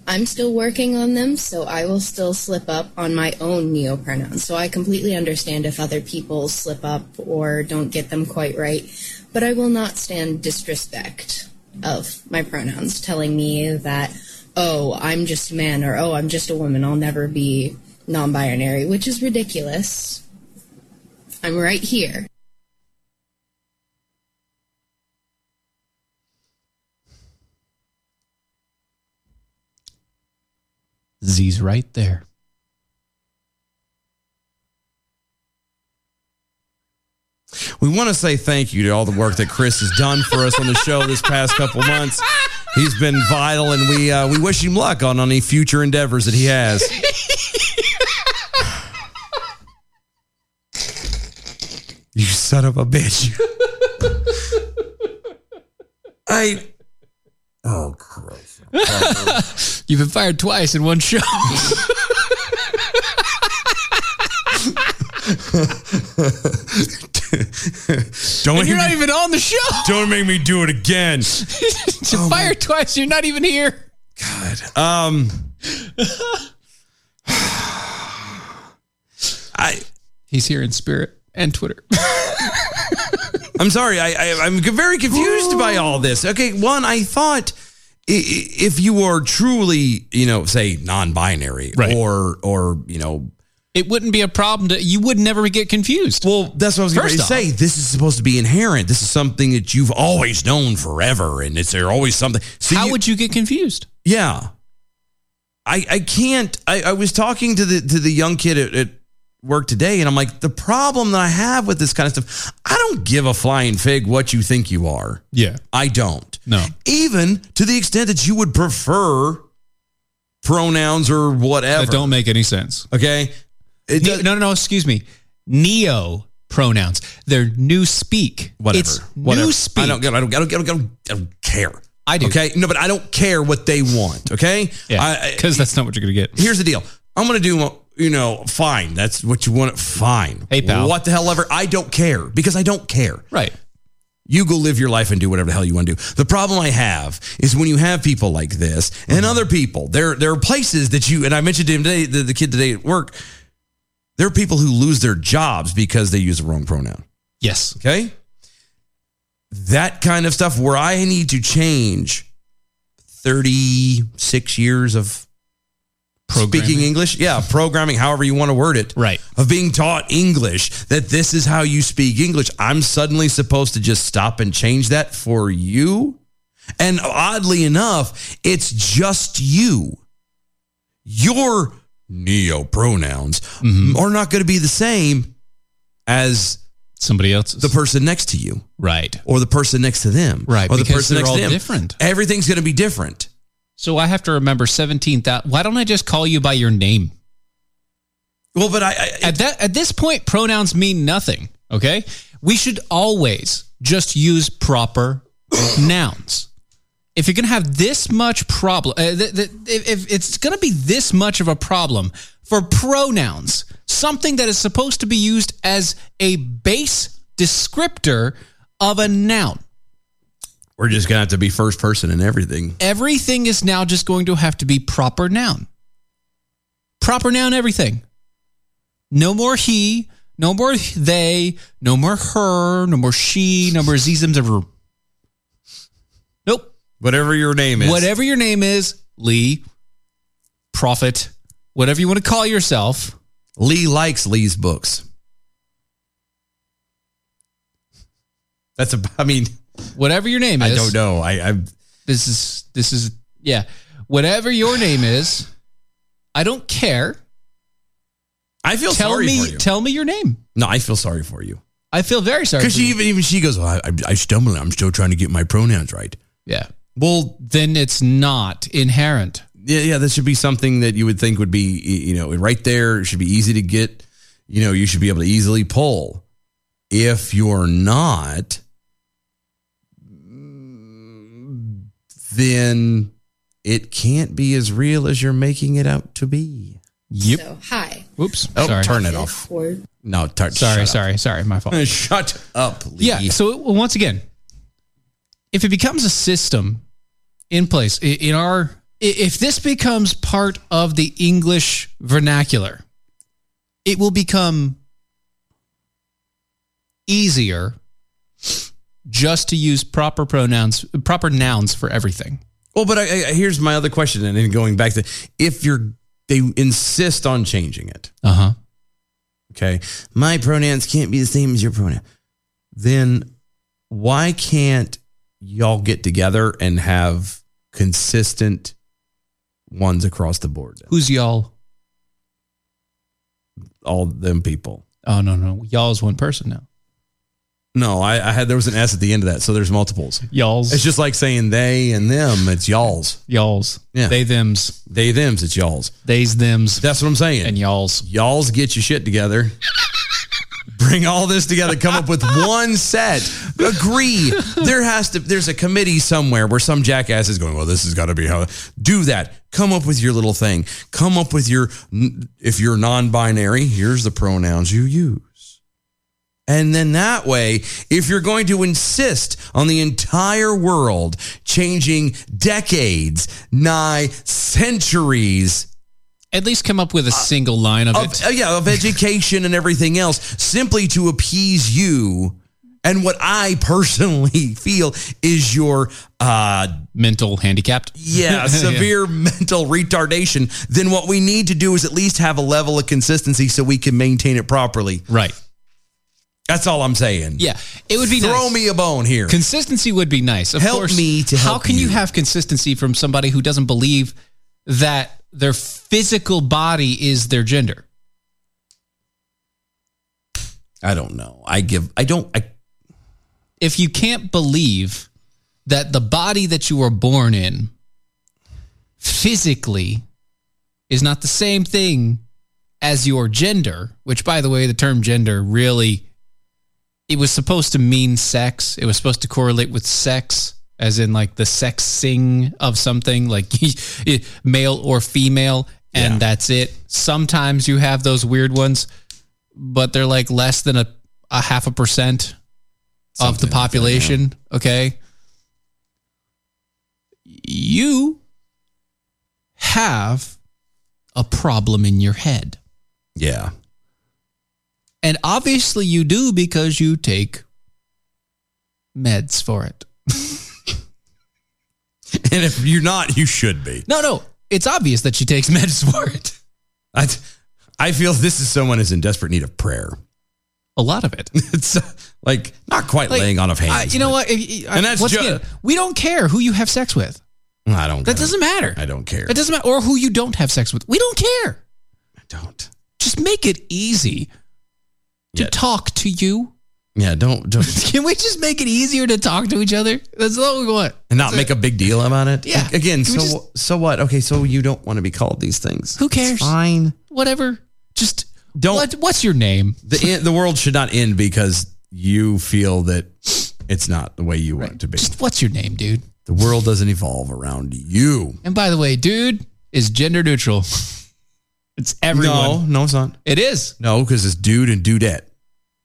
S17: I'm still working on them, so I will still slip up on my own neopronouns. So I completely understand if other people slip up or don't get them quite right, but I will not stand disrespect of my pronouns telling me that oh, I'm just a man or oh, I'm just a woman. I'll never be non binary, which is ridiculous. I'm right here.
S2: Z's right there.
S1: We want to say thank you to all the work that Chris has done for us on the show this past couple months. He's been vital, and we uh, we wish him luck on any future endeavors that he has. you son of a bitch! I. Oh, gross.
S2: You've been fired twice in one [LAUGHS] show.
S1: Don't
S2: And
S1: make
S2: you're not
S1: me-
S2: even on the show.
S1: Don't make me do it again.
S2: You're fired twice. You're not even here.
S1: Um, I.
S2: He's here in spirit and Twitter.
S1: I'm sorry. I, I I'm very confused by all this. Okay, one, I thought i- i- if you are truly, you know, say non-binary or or you know,
S2: It wouldn't be a problem to you would never get confused.
S1: Well, that's what I was going to say this is supposed to be inherent. This is something that you've always known forever, and it's there always something. How would
S2: you get confused?
S1: Yeah, I I can't. I, I was talking to the to the young kid at, at work today, and I'm like, the problem that I have with this kind of stuff, I don't give a flying fig what you think you are.
S2: Yeah.
S1: I don't.
S2: No.
S1: Even to the extent that you would prefer pronouns or whatever.
S2: That don't make any sense.
S1: Okay.
S2: Ne- no, no, no. Excuse me. Neo pronouns. They're new speak.
S1: whatever.
S2: It's
S1: whatever.
S2: new speak.
S1: I don't, I don't, I don't, I don't, I don't, I don't care.
S2: I do.
S1: Okay. No, but I don't care what they want. Okay. Yeah.
S2: Because that's not what you're going to get.
S1: Here's the deal. I'm going to do, you know, fine. That's what you want. Fine.
S2: Hey, pal.
S1: What the hell ever. I don't care because I don't care.
S2: Right.
S1: You go live your life and do whatever the hell you want to do. The problem I have is when you have people like this and other people, there, there are places that you, and I mentioned to him today, the, the kid today at work, there are people who lose their jobs because they use the wrong pronoun.
S2: Yes.
S1: Okay. That kind of stuff where I need to change 36 years of speaking English. Yeah. Programming, however you want to word it.
S2: Right.
S1: Of being taught English, that this is how you speak English. I'm suddenly supposed to just stop and change that for you. And oddly enough, it's just you. Your neo pronouns
S2: Mm-hmm.
S1: are not going to be the same as
S2: somebody else, the
S1: person next to you,
S2: right,
S1: or the person next to them,
S2: Right,
S1: or the
S2: because
S1: person
S2: they're
S1: next
S2: all
S1: to them.
S2: different.
S1: Everything's going to be different.
S2: So I have to remember 17,000. Why don't I just call you by your name?
S1: Well, but I,
S2: at that at this point pronouns mean nothing, okay? We should always just use proper [COUGHS] nouns. If you're going to have this much problem, uh, th- th- if, if it's going to be this much of a problem for pronouns, something that is supposed to be used as a base descriptor of a noun,
S1: We're just going to have to be first person in everything.
S2: everything is now just going to have to be proper noun. Proper noun, everything. No more he, no more they, no more her, no more she, no more zisms, ever.
S1: Whatever your name is.
S2: Whatever your name is, Lee, Prophet, whatever you want to call yourself.
S1: Lee likes Lee's books. That's a. I mean,
S2: whatever your name is,
S1: I don't know. I, I
S2: this is this is yeah. Whatever your name is, I don't care.
S1: I feel
S2: tell
S1: sorry
S2: me,
S1: for you.
S2: Tell me your name.
S1: No, I feel sorry for you.
S2: I feel very sorry.
S1: Because
S2: for
S1: she
S2: you.
S1: even even she goes, well, I, I stumble. I'm still trying to get my pronouns right.
S2: Yeah.
S1: Well,
S2: then it's not inherent.
S1: Yeah, yeah. That should be something that you would think would be y- you know right there. It should be easy to get. You know, you should be able to easily pull. If you're not, then it can't be as real as you're making it out to be. Yep.
S17: So, hi.
S2: Oops.
S1: Oh,
S2: Sorry.
S1: turn it off.
S17: Or
S1: No, turn.
S2: Sorry, sorry, sorry. My fault.
S1: [LAUGHS] shut up. Lee.
S2: Yeah. So it- once again, if it becomes a system in place i- in our, i- if this becomes part of the English vernacular, it will become easier just to use proper pronouns, proper nouns for everything.
S1: Well, but I, I, here's my other question, and then going back to if you're they insist on changing it.
S2: Uh huh.
S1: Okay, my pronouns can't be the same as your pronoun. Then why can't y'all get together and have consistent ones across the board?
S2: Who's y'all?
S1: All them people.
S2: Oh no no, y'all is one person now.
S1: No, I, I had there was an S at the end of that, so there's multiples.
S2: Y'all's.
S1: It's just like saying they and them. It's y'all's.
S2: Y'all's.
S1: Yeah.
S2: They them's.
S1: They them's. It's y'all's.
S2: They's them's.
S1: That's what I'm saying. And
S2: y'all's.
S1: Y'all's get your shit together. Bring all this together. Come up with one set. Agree. There has to. There's a committee somewhere where some jackass is going. Well, this has got to be how. Do that. Come up with your little thing. Come up with your. If you're non-binary, here's the pronouns you use. And then that way, if you're going to insist on the entire world changing decades, nigh centuries,
S2: at least come up with a single line of, it.
S1: uh, yeah, Uh, of education and everything else, simply to appease you. And what I [LAUGHS] personally feel is your uh,
S2: mental handicapped.
S1: yeah,
S2: [LAUGHS] Yeah.
S1: severe mental retardation. Then what we need to do is at least have a level of consistency so we can maintain it properly.
S2: Right.
S1: That's all I'm saying.
S2: Yeah, it would be
S1: throw
S2: nice.
S1: me a bone here.
S2: Consistency would be nice. Of
S1: Help
S2: course,
S1: me to
S2: How
S1: help
S2: can you.
S1: you.
S2: have consistency from somebody who doesn't believe that their physical body is their gender?
S1: I don't know. I give. I don't. I
S2: If you can't believe that the body that you were born in physically is not the same thing as your gender, which by the way, the term gender really it was supposed to mean sex. It was supposed to correlate with sex, as in like the sexing of something, like [LAUGHS] male or female, and that's it. Sometimes you have those weird ones, but they're like less than a, a half a percent of the population. Okay. You have a problem in your head.
S1: Yeah.
S2: And obviously you do because you take meds for it.
S1: [LAUGHS] and if you're not, you should be.
S2: No, no. It's obvious that she takes [LAUGHS] meds for it.
S1: I, I feel this is someone who's in desperate need of prayer.
S2: A lot of it.
S1: [LAUGHS] it's uh, like not quite
S2: Like,
S1: laying on of hands.
S2: I- you know what? If-
S1: And that's
S2: once
S1: ju-
S2: again, we don't care who you have sex with.
S1: I don't.
S2: That doesn't matter.
S1: I don't care.
S2: It doesn't matter. Or who you don't have sex with. We don't care. I don't. Just make it easy to talk to you.
S1: Yeah, don't don't
S2: [LAUGHS] Can we just make it easier to talk to each other? That's all we want.
S1: and not make a big deal about it.
S2: Yeah.
S1: Again,
S2: Can
S1: so
S2: we
S1: so what? Okay, so you don't want to be called these things.
S2: Who cares?
S1: fine.
S2: Whatever. Just
S1: don't.
S2: What, what's your name?
S1: The en- the world should not end because you feel that it's not the way you want it to be.
S2: what's your name, dude?
S1: The world doesn't evolve around you.
S2: And by the way, dude is gender neutral. [LAUGHS] It's everyone.
S1: No, no, it's not.
S2: It is.
S1: No, because it's dude and dudette.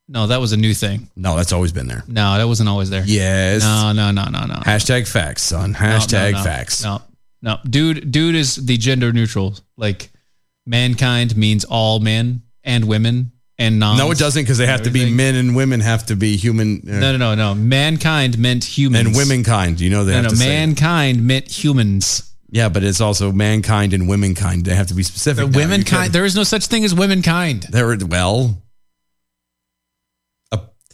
S2: No, that was a new thing.
S1: No, that's always been there.
S2: No, that wasn't always there.
S1: Yes.
S2: No, no, no, no, no.
S1: Hashtag facts, son.
S2: No, no,
S1: Hashtag
S2: no,
S1: facts.
S2: No, no, dude, dude is the gender neutral. Like mankind means all men and women and non.
S1: No, it doesn't because they have to be men and women have to be human. uh,
S2: No, no, no, no. Mankind meant humans.
S1: And womankind, you know they
S2: No,
S1: have
S2: no.
S1: to say it.
S2: Mankind meant humans.
S1: Yeah, but it's also mankind and womankind. They have to be specific.
S2: The
S1: now. You
S2: womenkind.
S1: can't-
S2: There is no such thing as womenkind.
S1: There, well,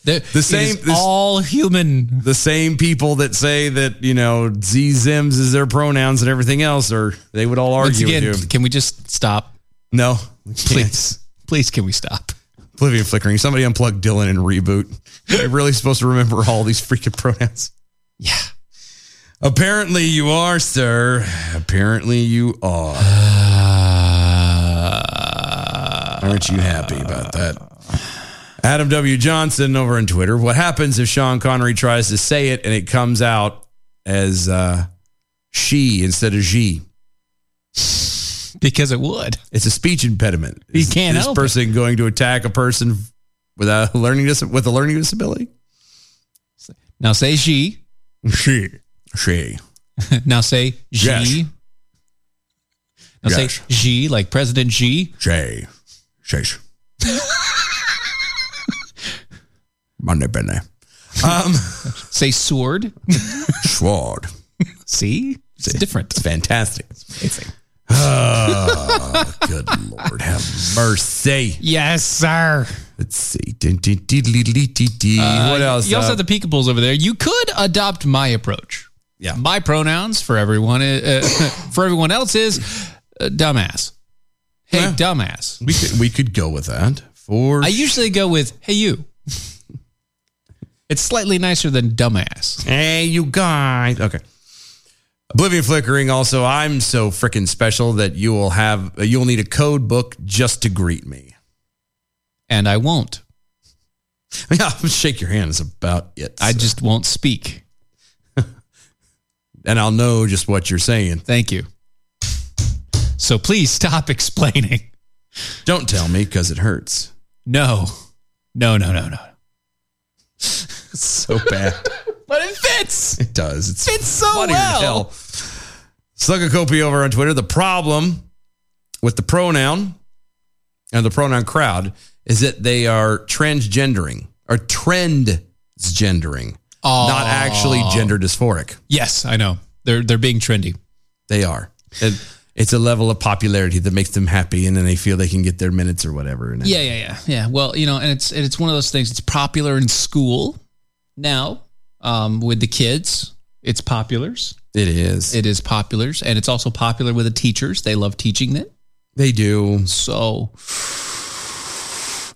S2: The,
S1: the same.
S2: is all human.
S1: The same people that say that you know Z Zims is their pronouns and everything else, or they would all
S2: Once
S1: argue
S2: again,
S1: with you.
S2: can we just stop?
S1: No,
S2: Please. please, can we stop?
S1: Oblivion flickering. Somebody unplug Dylan and reboot. They're really supposed to remember all these freaking pronouns. Yeah. Apparently you are, sir. Apparently you are. Aren't you happy about that? Adam W. Johnson over on Twitter. What happens if Sean Connery tries to say it and it comes out as uh, she instead of she?
S2: Because it would.
S1: It's a speech impediment.
S2: He
S1: Is
S2: can't
S1: This
S2: help it.
S1: person going to attack a person without a learning dis- with a learning disability.
S2: Now say she.
S1: She. She.
S2: [LAUGHS] now say she. Now
S1: Yes.
S2: say she, like President Xi.
S1: J. Sheesh. Monday, Benny. Um,
S2: [LAUGHS] say sword.
S1: Sword.
S2: See? It's different.
S1: It's fantastic.
S2: It's amazing.
S1: Oh, good Lord, have mercy.
S2: Yes, sir.
S1: Let's see. Dun, dun, dun, dun, dun, dun, dun.
S2: Uh,
S1: what else?
S2: You also
S1: uh,
S2: have the peekables over there. You could adopt my approach.
S1: Yeah.
S2: My pronouns for everyone uh, [COUGHS] for everyone else is uh, dumbass. Hey, dumbass.
S1: we, could, we could go with that. For
S2: I usually go with
S1: [LAUGHS]
S2: hey you. it's slightly nicer than dumbass.
S1: Hey, you guys. Okay. Oblivion flickering. Also, I'm so freaking special that you will have you'll need a code book just to greet me.
S2: And I won't.
S1: [LAUGHS] Yeah, shake your hand is about it.
S2: I just won't speak.
S1: [LAUGHS] and I'll know just what you're saying.
S2: Thank you. So please stop [LAUGHS] explaining.
S1: Don't tell me because it hurts.
S2: No. No, no, no, no.
S1: [LAUGHS] so bad.
S2: but it fits.
S1: It does. It's
S2: Fits so
S1: funny
S2: well.
S1: to tell. Slugacopy over on Twitter. The problem with the pronoun and the pronoun crowd is that they are transgendering or trendgendering,
S2: Oh.
S1: not actually gender dysphoric.
S2: Yes, I know. They're they're being trendy.
S1: They are. And it's a level of popularity that makes them happy, and then they feel they can get their minutes or whatever. And
S2: Yeah, yeah, yeah, yeah. Well, you know, and it's and it's one of those things. It's popular in school now um, with the kids. It's populars.
S1: It is.
S2: It is populars, and it's also popular with the teachers. They love teaching it.
S1: They do.
S2: So,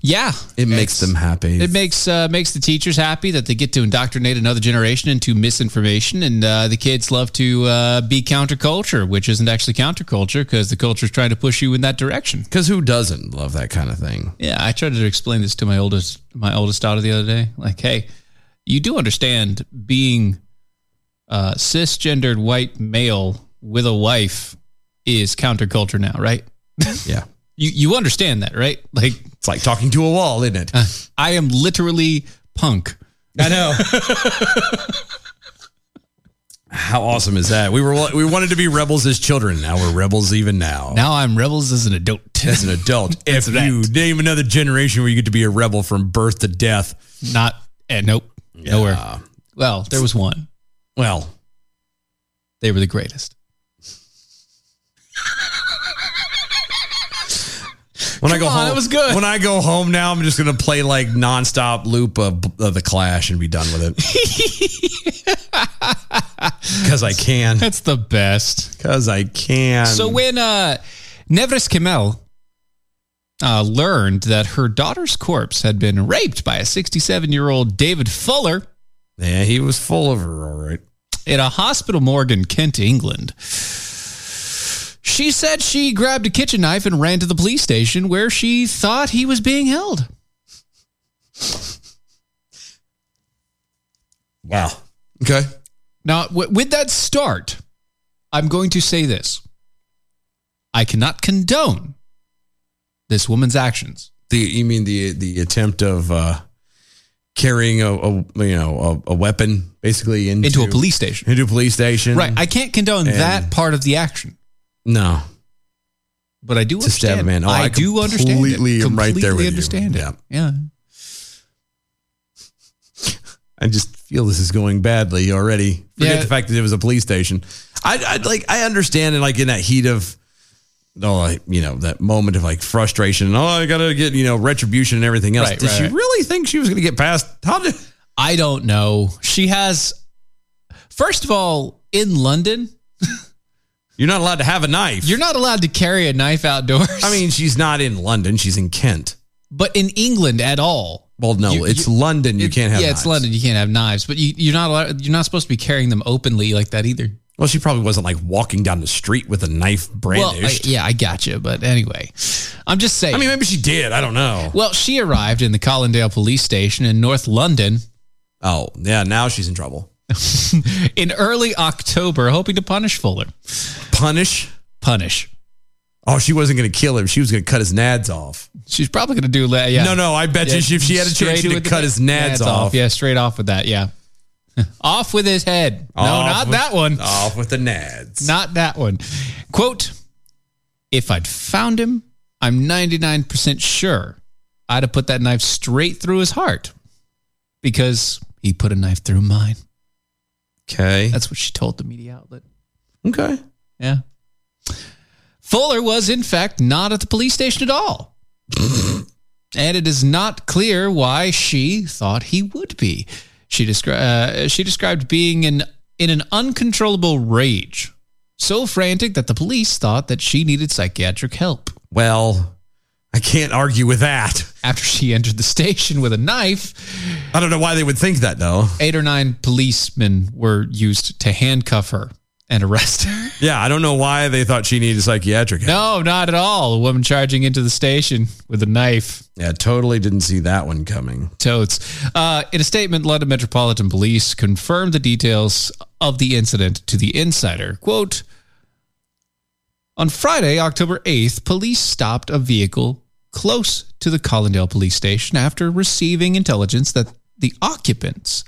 S2: yeah,
S1: it makes them happy.
S2: It makes uh, makes the teachers happy that they get to indoctrinate another generation into misinformation, and uh, the kids love to uh, be counterculture, which isn't actually counterculture because the culture is trying to push you in that direction.
S1: Because who doesn't love that kind of thing?
S2: Yeah, I tried to explain this to my oldest my oldest daughter the other day. Like, hey, you do understand being uh, cisgendered white male with a wife is counterculture now, right? [LAUGHS]
S1: Yeah.
S2: you you understand that, right? Like uh,
S1: it's like talking to a wall, isn't it?
S2: I am literally punk.
S1: I know. How awesome is that? We were we wanted to be rebels as children. Now we're rebels even now.
S2: [LAUGHS] Now I'm rebels as an adult.
S1: As an adult,
S2: [LAUGHS]
S1: if you name another generation where you get to be a rebel from birth to death,
S2: not eh, nope, nowhere. Well, there was one.
S1: Well,
S2: they were the greatest.
S1: When I
S2: Come
S1: go
S2: on,
S1: home,
S2: that was good.
S1: When I go home now, I'm just gonna play like nonstop loop of, of the Clash and be done with it. Because I can.
S2: That's the best.
S1: Because I can.
S2: So when uh, Nevres Kemel uh, learned that her daughter's corpse had been raped by a 67-year-old David Fuller,
S1: yeah, he was full of her, all right,
S2: in a hospital morgue in Kent, England. She said she grabbed a kitchen knife and ran to the police station where she thought he was being held.
S1: Wow. Okay.
S2: Now, w- with that start, I'm going to say this I cannot condone this woman's actions.
S1: The you mean the the attempt of uh, carrying a, a you know a, a weapon basically into,
S2: Into a police station.
S1: into a police station,
S2: Right. I can't condone
S1: And-
S2: that part of the action.
S1: no,
S2: But I do
S1: To stab a
S2: understand.
S1: man. Oh,
S2: I,
S1: I
S2: do understand. it.
S1: completely am right there with
S2: Completely
S1: you.
S2: understand it. Yeah.
S1: I just feel this is going badly already. Forget
S2: Yeah.
S1: the fact that it was a police station. I, I like I understand and like in that heat of oh I, you know that moment of like frustration and oh I gotta get you know retribution and everything else.
S2: Right,
S1: Did
S2: right,
S1: she
S2: right.
S1: really think she was gonna get past? How did
S2: I don't know. She has. First of all, in London,
S1: you're not allowed to have a knife.
S2: You're not allowed to carry a knife outdoors. I
S1: mean, she's not in London. She's in Kent.
S2: But in England at all.
S1: Well, no,
S2: You-
S1: it's
S2: you-
S1: London. You
S2: it-
S1: can't have.
S2: Yeah,
S1: knives.
S2: it's London. You can't have knives, but you, you're not allowed, you're not supposed to be carrying them openly like that either.
S1: Well, she probably wasn't like walking down the street with a knife brandished.
S2: Well, I- yeah, I gotcha. But anyway, I'm just saying.
S1: I mean, maybe she did. I don't know.
S2: Well, she arrived in the Collindale police station in North London.
S1: Oh, yeah. Now she's in trouble.
S2: [LAUGHS] in early October, hoping to punish Fuller.
S1: Punish?
S2: Punish.
S1: Oh, she wasn't going to kill him. She was going to cut his nads off.
S2: She's probably going to do that. Yeah.
S1: No, no. I bet you
S2: Yeah,
S1: she, if she had a
S2: straight
S1: chance, she'd have
S2: with the-
S1: cut his nads, off.
S2: Yeah, straight off with that. Yeah. [LAUGHS] off with his head. No,
S1: Off
S2: not
S1: with- Oh,
S2: that one.
S1: Off with the nads.
S2: Not that one. Quote If I'd found him, I'm 99% sure I'd have put that knife straight through his heart because he put a knife through mine.
S1: Okay.
S2: That's what she told the media outlet.
S1: Okay.
S2: Yeah. Fuller was, in fact, not at the police station
S1: [LAUGHS]
S2: at all. and it is not clear why she thought he would be. She, descri- uh, she described being in, in an uncontrollable rage, so frantic that the police thought that she needed psychiatric help.
S1: Well, I can't argue with that.
S2: After she [LAUGHS] entered the station with a knife,
S1: I don't know why they would think that, though.
S2: eight or nine policemen were used to handcuff her and arrest her. [LAUGHS]
S1: Yeah, I don't know why they thought she needed psychiatric help.
S2: No, not at all. A woman charging into the station with a knife.
S1: Yeah, totally didn't see that one coming.
S2: Totes. Uh, in a statement, London Metropolitan Police confirmed the details of the incident to the insider. Quote On Friday, October 8th, police stopped a vehicle close to the Collindale police station after receiving intelligence that the occupants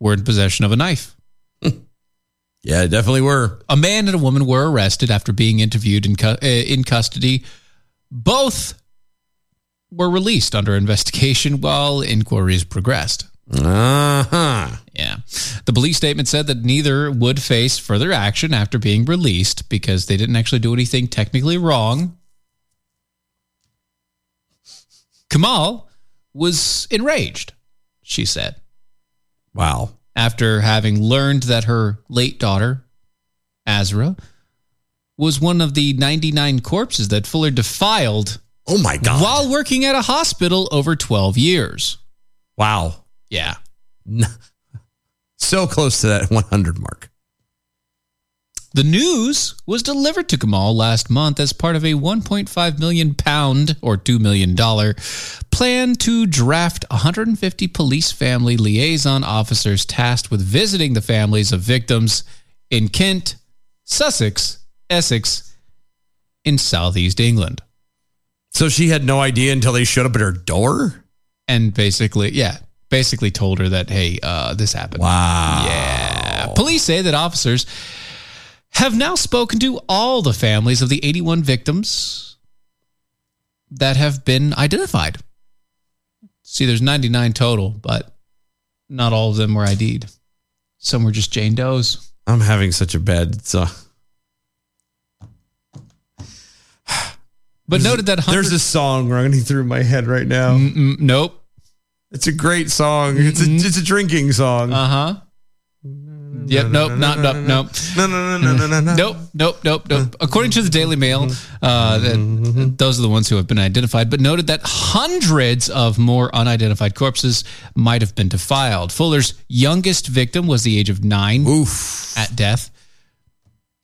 S2: were in possession of a knife.
S1: Yeah, definitely were.
S2: A man and a woman were arrested after being interviewed in, cu- uh, in custody. Both were released under investigation while inquiries progressed.
S1: Uh huh.
S2: Yeah. The police statement said that neither would face further action after being released because they didn't actually do anything technically wrong. Kamal was enraged, she said.
S1: Wow.
S2: After having learned that her late daughter, Azra, was one of the 99 corpses that Fuller defiled.
S1: Oh my God.
S2: While working at a hospital over 12 years.
S1: Wow.
S2: Yeah.
S1: So close to that 100 mark.
S2: The news was delivered to Kamal last month as part of a 1.5 million pound or 2 million dollar plan to draft 150 police family liaison officers tasked with visiting the families of victims in Kent, Sussex, Essex, in Southeast England.
S1: So she had no idea until they showed up at her door?
S2: And basically, yeah, basically told her that, hey, uh, this happened.
S1: Wow.
S2: Yeah. Police say that officers have now spoken to all the families of the 81 victims that have been identified. See, there's 99 total, but not all of them were ID'd. Some were just Jane Doe's.
S1: I'm having such a bad. So.
S2: But noted that
S1: There's a song running through my head right now.
S2: nope.
S1: It's a great song. It's a, it's a drinking song.
S2: Uh huh. Yep. Nope. Not. Nope. Nope.
S1: No. No. No. No. No. No.
S2: Nope. Nope. Nope.
S1: Uh-huh.
S2: Nope. According to the Daily Mail, uh, that, those are the ones who have been identified, but noted that hundreds of more unidentified corpses might have been defiled. Fuller's youngest victim was the age of nine at death,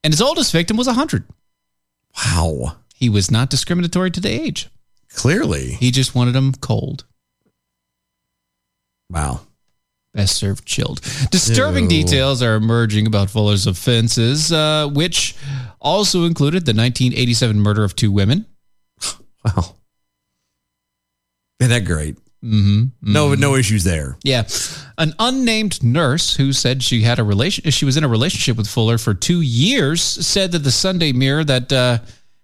S2: and his oldest victim was 100.
S1: Wow.
S2: He was not discriminatory to the age.
S1: Clearly.
S2: He just wanted them cold.
S1: Wow.
S2: Best served chilled. Disturbing details are emerging about Fuller's offenses, uh, which also included the 1987 murder of two women.
S1: Wow. Isn't that great?
S2: Mm-hmm.
S1: No. No issues there.
S2: Yeah. An unnamed nurse who said she had a relation she was in a relationship with Fuller for 2 years said that the Sunday Mirror that uh,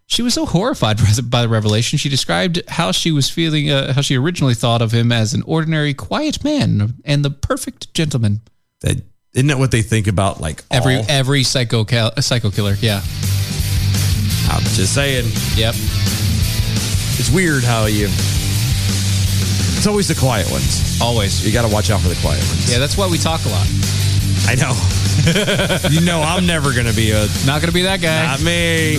S2: She was so horrified [LAUGHS] by the- by the revelation. She described how she was feeling, uh, how she originally thought of him as an ordinary, quiet man and the perfect gentleman.
S1: That isn't that what they think about like
S2: every
S1: all-
S2: every psycho cal- psycho killer. Yeah,
S1: I'm just saying.
S2: Yep.
S1: It's weird how you. It's always the quiet ones.
S2: Always.
S1: You got to watch out for the quiet ones.
S2: yeah. That's why we talk a lot.
S1: I know. you know, [LAUGHS] I'm never going to be a.
S2: Not gonna be that guy.
S1: Not me.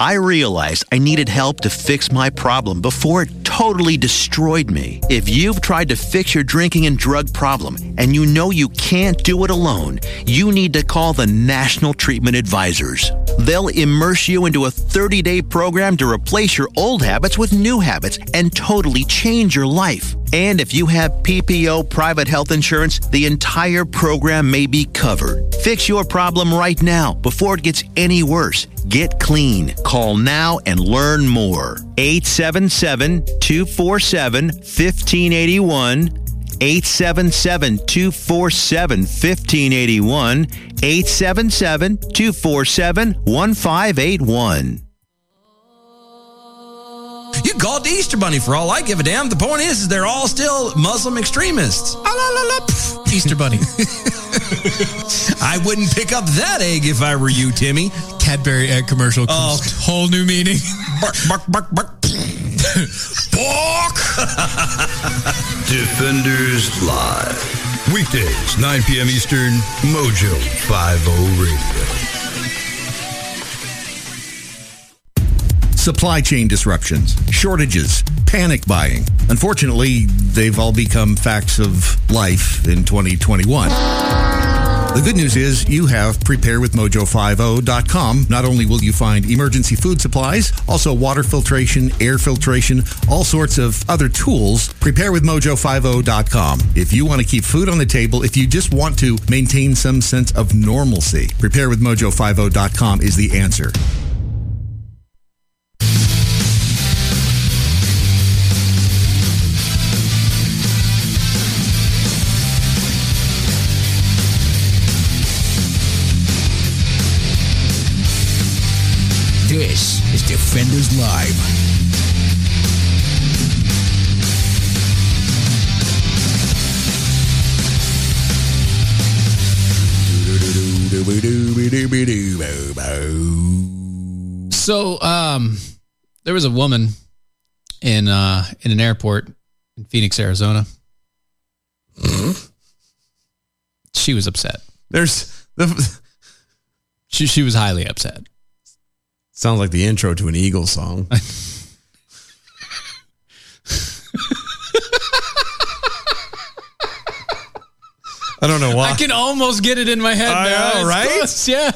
S18: I realized I needed help to fix my problem before it totally destroyed me. If you've tried to fix your drinking and drug problem and you know you can't do it alone, you need to call the National Treatment Advisors. They'll immerse you into a 30 day program to replace your old habits with new habits and totally change your life. And if you have PPO private health insurance, the entire program may be covered. Fix your problem right now before it gets any worse. Get clean. Call now and learn more. 877 247 1581. 877 247 1581. 877 247 1581.
S1: You called the Easter Bunny for all I give a damn. The point is, is they're all still Muslim extremists. Ah, la, la, la, pff.
S2: Easter
S1: [LAUGHS]
S2: Bunny.
S1: I wouldn't pick up that egg if I were you, Timmy.
S2: Cadbury egg commercial.
S1: Oh,
S2: whole new meaning.
S1: bark, bark, bark,
S2: [LAUGHS]
S1: bark.
S15: Defenders Live. Weekdays, 9 p.m. Eastern, Mojo 50 Radio.
S4: Supply chain disruptions, shortages, panic buying. Unfortunately, they've all become facts of life in 2021. The good news is you have preparewithmojo50.com. Not only will you find emergency food supplies, also water filtration, air filtration, all sorts of other tools. Preparewithmojo50.com. If you want to keep food on the table, if you just want to maintain some sense of normalcy, preparewithmojo50.com is the answer.
S11: This is Defenders Live.
S2: So, um, there was a woman in uh, in an airport in Phoenix, Arizona. she was upset.
S1: There's the. [LAUGHS]
S2: She she was highly upset.
S1: Sounds like the intro to an Eagle [LAUGHS] song. I don't know why.
S2: I can almost get it in my head.
S1: I
S2: now.
S1: know,
S2: It's
S1: right?
S2: close, yeah,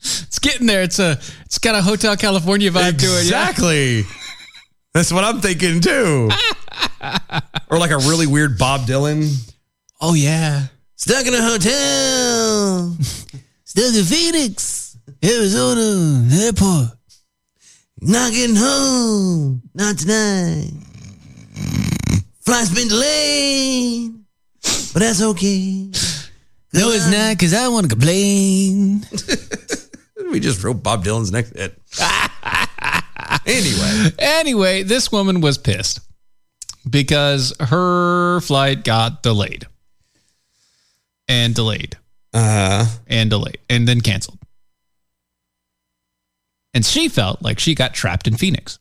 S2: it's getting there. It's a it's got a Hotel California vibe to it. Yeah.
S1: Exactly. That's what I'm thinking too. or like a really weird Bob Dylan.
S2: Oh yeah.
S1: Stuck in a hotel.
S19: Stuck in Phoenix, Arizona airport. Not getting home. Not tonight. Flight's been delayed, but that's okay. No, it's not, because I want to complain.
S1: We just wrote Bob Dylan's next hit. anyway.
S2: Anyway, this woman was pissed because her flight got delayed and delayed
S1: uh,
S2: and delayed and then canceled. And she felt like she got trapped in Phoenix.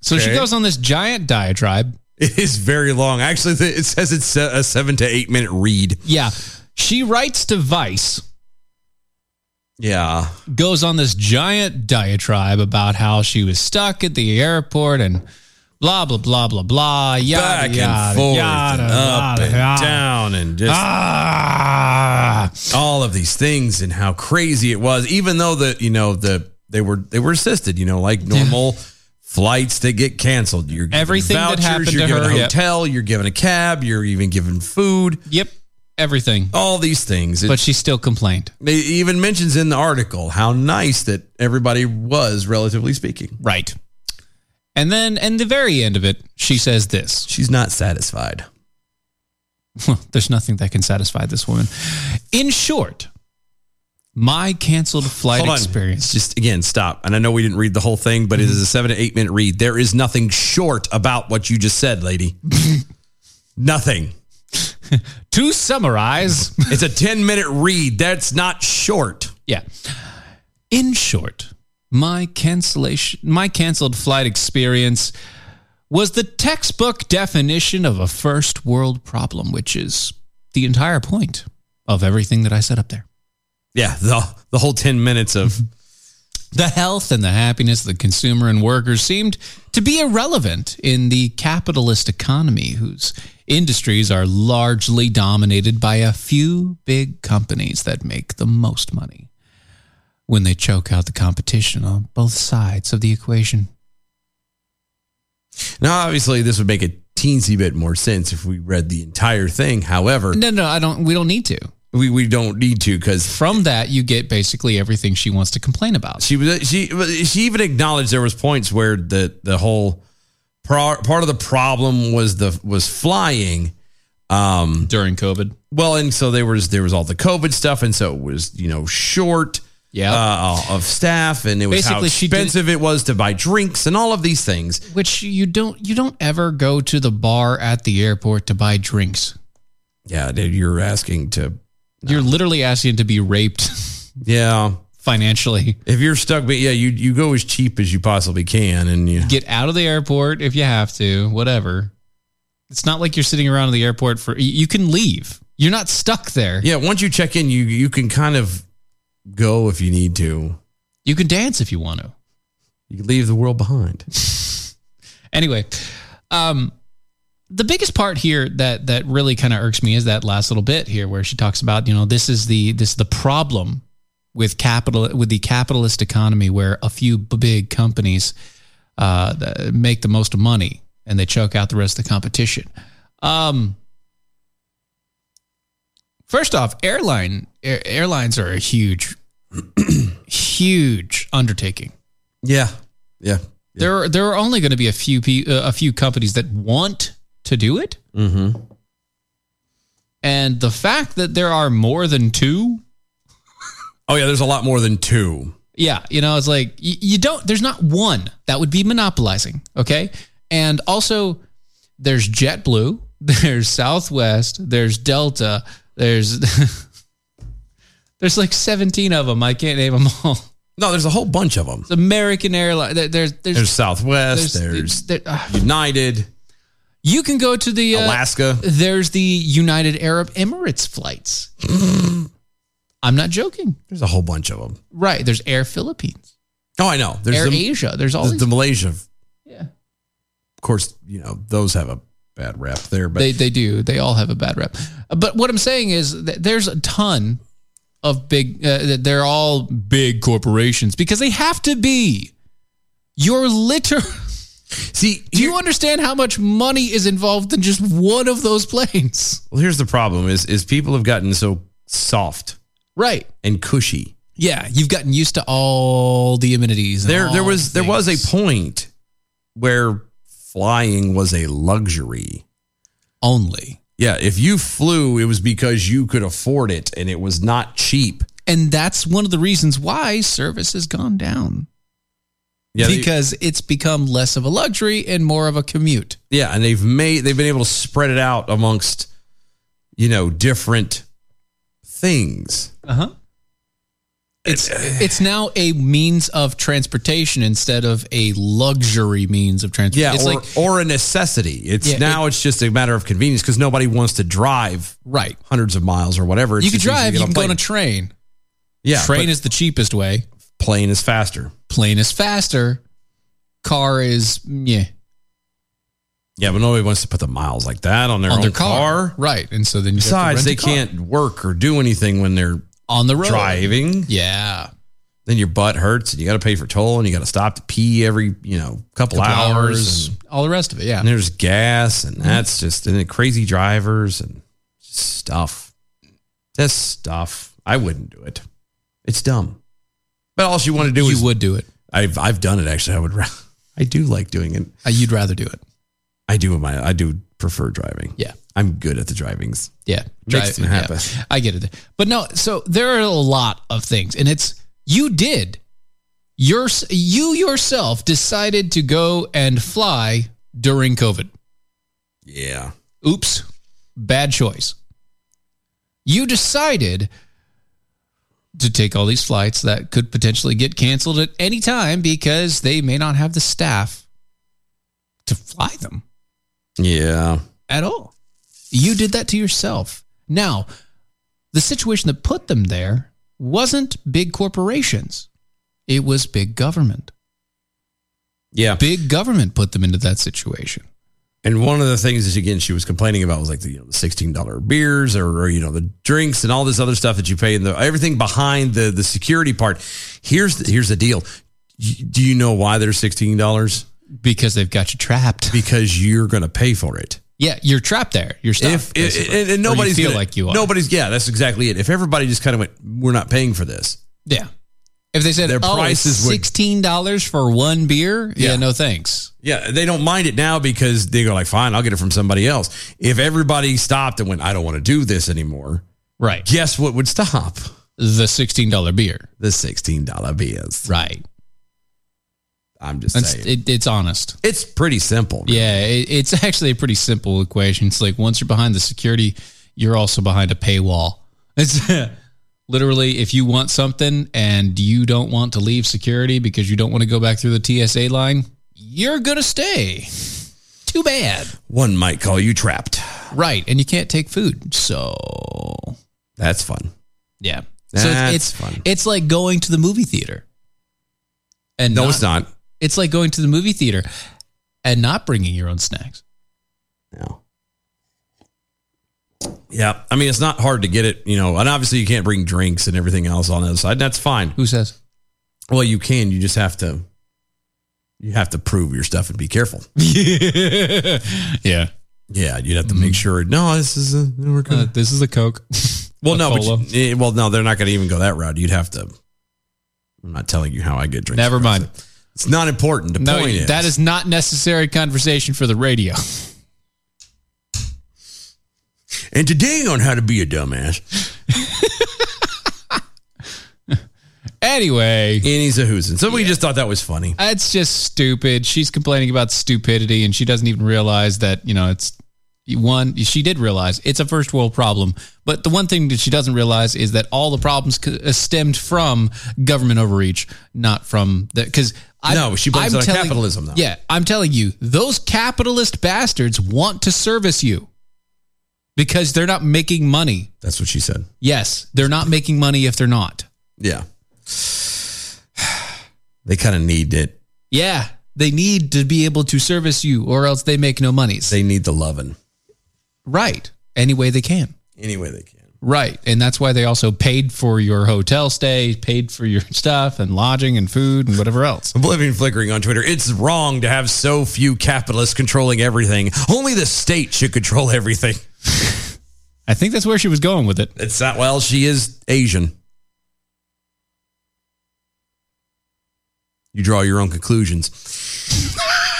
S2: So she
S1: Okay.
S2: goes on this giant diatribe
S1: [LAUGHS] It is very long. Actually, th- it says it's a a seven to eight minute read.
S2: Yeah. She writes to Vice.
S1: Yeah.
S2: Goes on this giant diatribe about how she was stuck at the airport and Blah blah blah blah blah. Yada,
S1: Back and
S2: yada,
S1: forth,
S2: yada,
S1: and up
S2: yada,
S1: and
S2: yada. Ah!
S1: down, and just all of these things, and how crazy it was. Even though the you know the they were they were assisted, you know, like normal flights that get canceled. You're given
S2: Everything that
S1: vouchers,
S2: happened
S1: you're
S2: to
S1: given
S2: her,
S1: a
S2: yep.
S1: hotel, you're given a cab, you're even given food.
S2: Yep, everything.
S1: All these things,
S2: But she still complained.
S1: They even mentions in the article how nice that everybody was, relatively speaking.
S2: Right. And then, in the very end of it, she says this.
S1: She's not satisfied.
S2: Well, there's nothing that can satisfy this woman. In short, my canceled flight
S1: Hold on.
S2: experience.
S1: Just again, stop. And I know we didn't read the whole thing, but it is a seven to eight minute read. There is nothing short about what you just said, lady. nothing.
S2: to summarize,
S1: [LAUGHS] it's a 10 minute read. That's not short.
S2: Yeah. In short, my cancellation my canceled flight experience was the textbook definition of a first world problem, which is the entire point of everything that I set up there.
S1: Yeah. The, the whole 10 minutes of
S2: The health and the happiness of the consumer and workers seemed to be irrelevant in the capitalist economy, whose industries are largely dominated by a few big companies that make the most money when they choke out the competition on both sides of the equation.
S1: now, obviously, this would make a teensy bit more sense if we read the entire thing. However,
S2: No, no, I don't. We don't need to.
S1: We we don't need to because
S2: from that you get basically everything she wants to complain about.
S1: She was she she even acknowledged there was points where the the whole pro, part of the problem was the was flying um
S2: during COVID.
S1: Well, and so there was there was all the COVID stuff, and so it was you know short
S2: yeah
S1: uh, of staff, and it was
S2: Basically,
S1: how
S2: she did-
S1: expensive it was to buy drinks and all of these things.
S2: Which you don't you don't ever go to the bar at the airport to buy drinks.
S1: Yeah, dude, you're asking to
S2: You're literally asking to be raped.
S1: [LAUGHS] Yeah.
S2: Financially.
S1: If you're stuck, but yeah, you you go as cheap as you possibly can and you
S2: Get out of the airport if you have to, whatever. It's not like you're sitting around the airport for you you can leave. You're not stuck there.
S1: Yeah, once you check in, you you can kind of go if you need to.
S2: You can dance if you want to.
S1: You can leave the world behind.
S2: anyway, um, the biggest part here that that really kind of irks me is that last little bit here where she talks about you know this is the this is the problem with capital with the capitalist economy where a few b- big companies uh, that make the most money and they choke out the rest of the competition. Um, first off, airline air, airlines are a huge, [CLEARS THROAT] huge undertaking.
S1: Yeah, yeah.
S2: There, are, there are only going to be a few pe- uh, a few companies that want to do it,
S1: Mm-hmm.
S2: and the fact that there are more than two,
S1: Oh yeah, there's a lot more than two.
S2: yeah, you know, it's like you, you don't. There's not one that would be monopolizing, okay? And also, there's JetBlue, [LAUGHS] there's Southwest, there's Delta, there's [LAUGHS] there's like 17 of them. I can't name them all.
S1: No, there's a whole bunch of them.
S2: American Airlines. There, there's, there's
S1: There's Southwest. There's,
S2: there- ah.
S1: United.
S2: You can go to the uh,
S1: Alaska.
S2: There's the United Arab Emirates
S1: [GASPS]
S2: flights. I'm not joking.
S1: There's a whole bunch of them.
S2: Right. There's Air Philippines.
S1: Oh, I know. There's
S2: Air E-
S1: the-
S2: Asia. There's all
S1: the,
S2: these.
S1: the Malaysia. Of
S2: Yeah.
S1: course, you know those have a bad rep there, but
S2: they they do. They all have a bad rep. But what I'm saying is that there's a ton of big. Uh, that they're all big corporations because they have to be. You're liter.
S1: See,
S2: do you understand how much money is involved in just one of those planes?
S1: well, here's the problem: is is people have gotten so soft
S2: Right.
S1: and cushy.
S2: Yeah, you've gotten used to all the amenities. and
S1: There, there
S2: all
S1: was
S2: the
S1: there was a point where flying was a luxury
S2: only.
S1: Yeah, if you flew, it was because you could afford it, and it was not cheap.
S2: And that's one of the reasons why service has gone down.
S1: Yeah, they-
S2: because it's become less of a luxury and more of a commute.
S1: Yeah, and they've made they've been able to spread it out amongst you know different things.
S2: Uh huh. It's it's now a means of transportation instead of a luxury means of
S1: Yeah,
S2: transportation. it's
S1: or, or a necessity. It's
S2: Yeah,
S1: now it's just a matter of convenience because nobody wants to drive
S2: right
S1: hundreds of miles or whatever. It's
S2: you can
S1: just easy to
S2: drive,
S1: get
S2: you can go on
S1: plane.
S2: a train.
S1: yeah
S2: train is the cheapest way.
S1: Plane is faster.
S2: Plane is faster. Car is yeah.
S1: Yeah, but nobody wants to put the miles like that on their
S2: on
S1: own
S2: their car. Right. And so then you
S1: Besides, they can't work or do anything when they're
S2: on the road
S1: driving.
S2: Yeah.
S1: Then your butt hurts, and you got to pay for toll, and you got to stop to pee every you know couple, hours. and-
S2: all the rest of it. Yeah.
S1: And there's gas, and
S2: Mm-hmm.
S1: that's just and then crazy drivers and stuff. Just stuff. I wouldn't do it. It's dumb. But all you want to do
S2: You
S1: is
S2: would do it.
S1: I've I've done it actually. I would. ra- [LAUGHS] I do like doing it.
S2: Uh, you'd rather do it.
S1: I do my I do prefer driving.
S2: Yeah.
S1: I'm good at the drivings.
S2: Yeah.
S1: Makes it
S2: Drive-
S1: happen.
S2: yeah. I get it. But no, so there are a lot of things and it's you did your you yourself decided to go and fly during COVID.
S1: Yeah.
S2: Oops. Bad choice. You decided to take all these flights that could potentially get canceled at any time because they may not have the staff to fly them
S1: Yeah.
S2: at all. You did that to yourself. Now, the situation that put them there wasn't big corporations, it was big government.
S1: Yeah.
S2: Big government put them into that situation.
S1: And one of the things that again she was complaining about was like the you know the sixteen dollar beers or, or you know the drinks and all this other stuff that you pay and the everything behind the the security part. Here's the, here's the deal. Y- Do you know why they're sixteen dollars?
S2: Because they've got you trapped.
S1: Because you're going to pay for it.
S2: Yeah, you're trapped there. You're stuck.
S1: If, if-
S2: basically.
S1: and,
S2: Or you
S1: and nobody's
S2: feel
S1: gonna-
S2: like you are.
S1: Nobody's yeah. That's exactly it. If everybody just kind of went, we're not paying for this.
S2: Yeah. If they said
S1: Their
S2: oh,
S1: prices would-
S2: sixteen dollars for one beer, yeah.
S1: Yeah.
S2: no thanks.
S1: Yeah, they don't mind it now because they go like, fine, I'll get it from somebody else. If everybody stopped and went, I don't want to do this anymore.
S2: Right.
S1: Guess what would stop?
S2: The sixteen dollar beer.
S1: The sixteen dollar beers.
S2: Right.
S1: I'm just
S2: It's,
S1: saying.
S2: it, it's honest.
S1: It's pretty simple.
S2: Yeah, it, it's [LAUGHS] actually a pretty simple equation. It's like once you're behind the security, you're also behind a paywall. [LAUGHS] It's literally if you want something and you don't want to leave security because you don't want to go back through the TSA line, you're gonna stay. Too bad.
S1: One might call you trapped.
S2: Right, and you can't take food. So
S1: that's fun.
S2: Yeah. so
S1: That's
S2: it's it's,
S1: fun.
S2: it's like going to the movie theater. And
S1: No, it's not.
S2: It's like going to the movie theater and not bringing your own snacks.
S1: Yeah. I mean, it's not hard to get it, you know, and obviously you can't bring drinks and everything else on the other side. And that's fine.
S2: Who
S1: [LAUGHS]
S2: says? [LAUGHS]
S1: Well, you can. You just have to, you have to prove your stuff and be careful.
S2: yeah.
S1: Yeah. You'd have to make sure. No, this is a, we're
S2: Uh, this is a Coke. [LAUGHS]
S1: well, no, but
S2: Cola.
S1: you- eh, well, no, they're not going to even go that route. You'd have to, I'm not telling you how I get drinks.
S2: Never mind.
S1: It's not important. The
S2: No,
S1: point is,
S2: that is not necessary conversation for the radio. [LAUGHS]
S1: and today on how to be a dumbass.
S2: Anyway,
S1: Annie's a who's and so we just thought that was funny.
S2: That's just stupid. She's complaining about stupidity and she doesn't even realize that, you know, it's one, she did realize it's a first world problem. But the one thing that she doesn't realize is that all the problems c- uh, stemmed from government overreach, not from the, because I
S1: No, she blames it on capitalism, though.
S2: Yeah, I'm telling you, those capitalist bastards want to service you because they're not making money.
S1: That's what she said.
S2: Yes, they're not making money if they're not.
S1: Yeah. [SIGHS] They kind of need it.
S2: Yeah, they need to be able to service you, or else they make no monies.
S1: They need the loving.
S2: Right. Any way they can.
S1: Any way they can.
S2: Right. And that's why they also paid for your hotel stay, paid for your [LAUGHS] stuff and lodging and food and whatever else.
S1: Oblivion Flickering on Twitter. It's wrong to have so few capitalists controlling everything. Only the state should control everything.
S2: I think that's where she was going with it.
S1: It's not, well, she is Asian. You draw your own conclusions. [LAUGHS]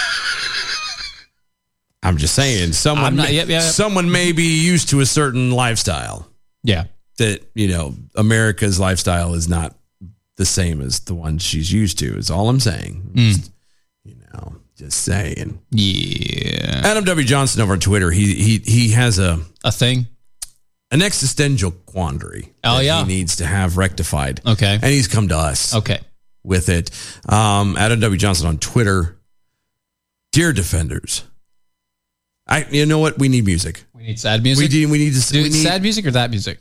S1: I'm just saying, someone,
S2: I'm not-
S1: may-
S2: yep, yep, yep.
S1: someone may be used to a certain lifestyle.
S2: Yeah.
S1: that you know America's lifestyle is not the same as the one she's used to. Is all I'm saying.
S2: Hmm.
S1: Just, you know, just saying.
S2: Yeah.
S1: Adam W. Johnson over on Twitter. He he he has a
S2: a thing,
S1: an existential quandary.
S2: Oh,
S1: that
S2: yeah.
S1: he needs to have rectified.
S2: Okay.
S1: and he's come to us.
S2: Okay.
S1: with it. Um, Adam W. Johnson on Twitter. Dear defenders, I you know what we need music.
S2: We need sad music.
S1: We need we need to
S2: Dude,
S1: we need,
S2: sad music or that music?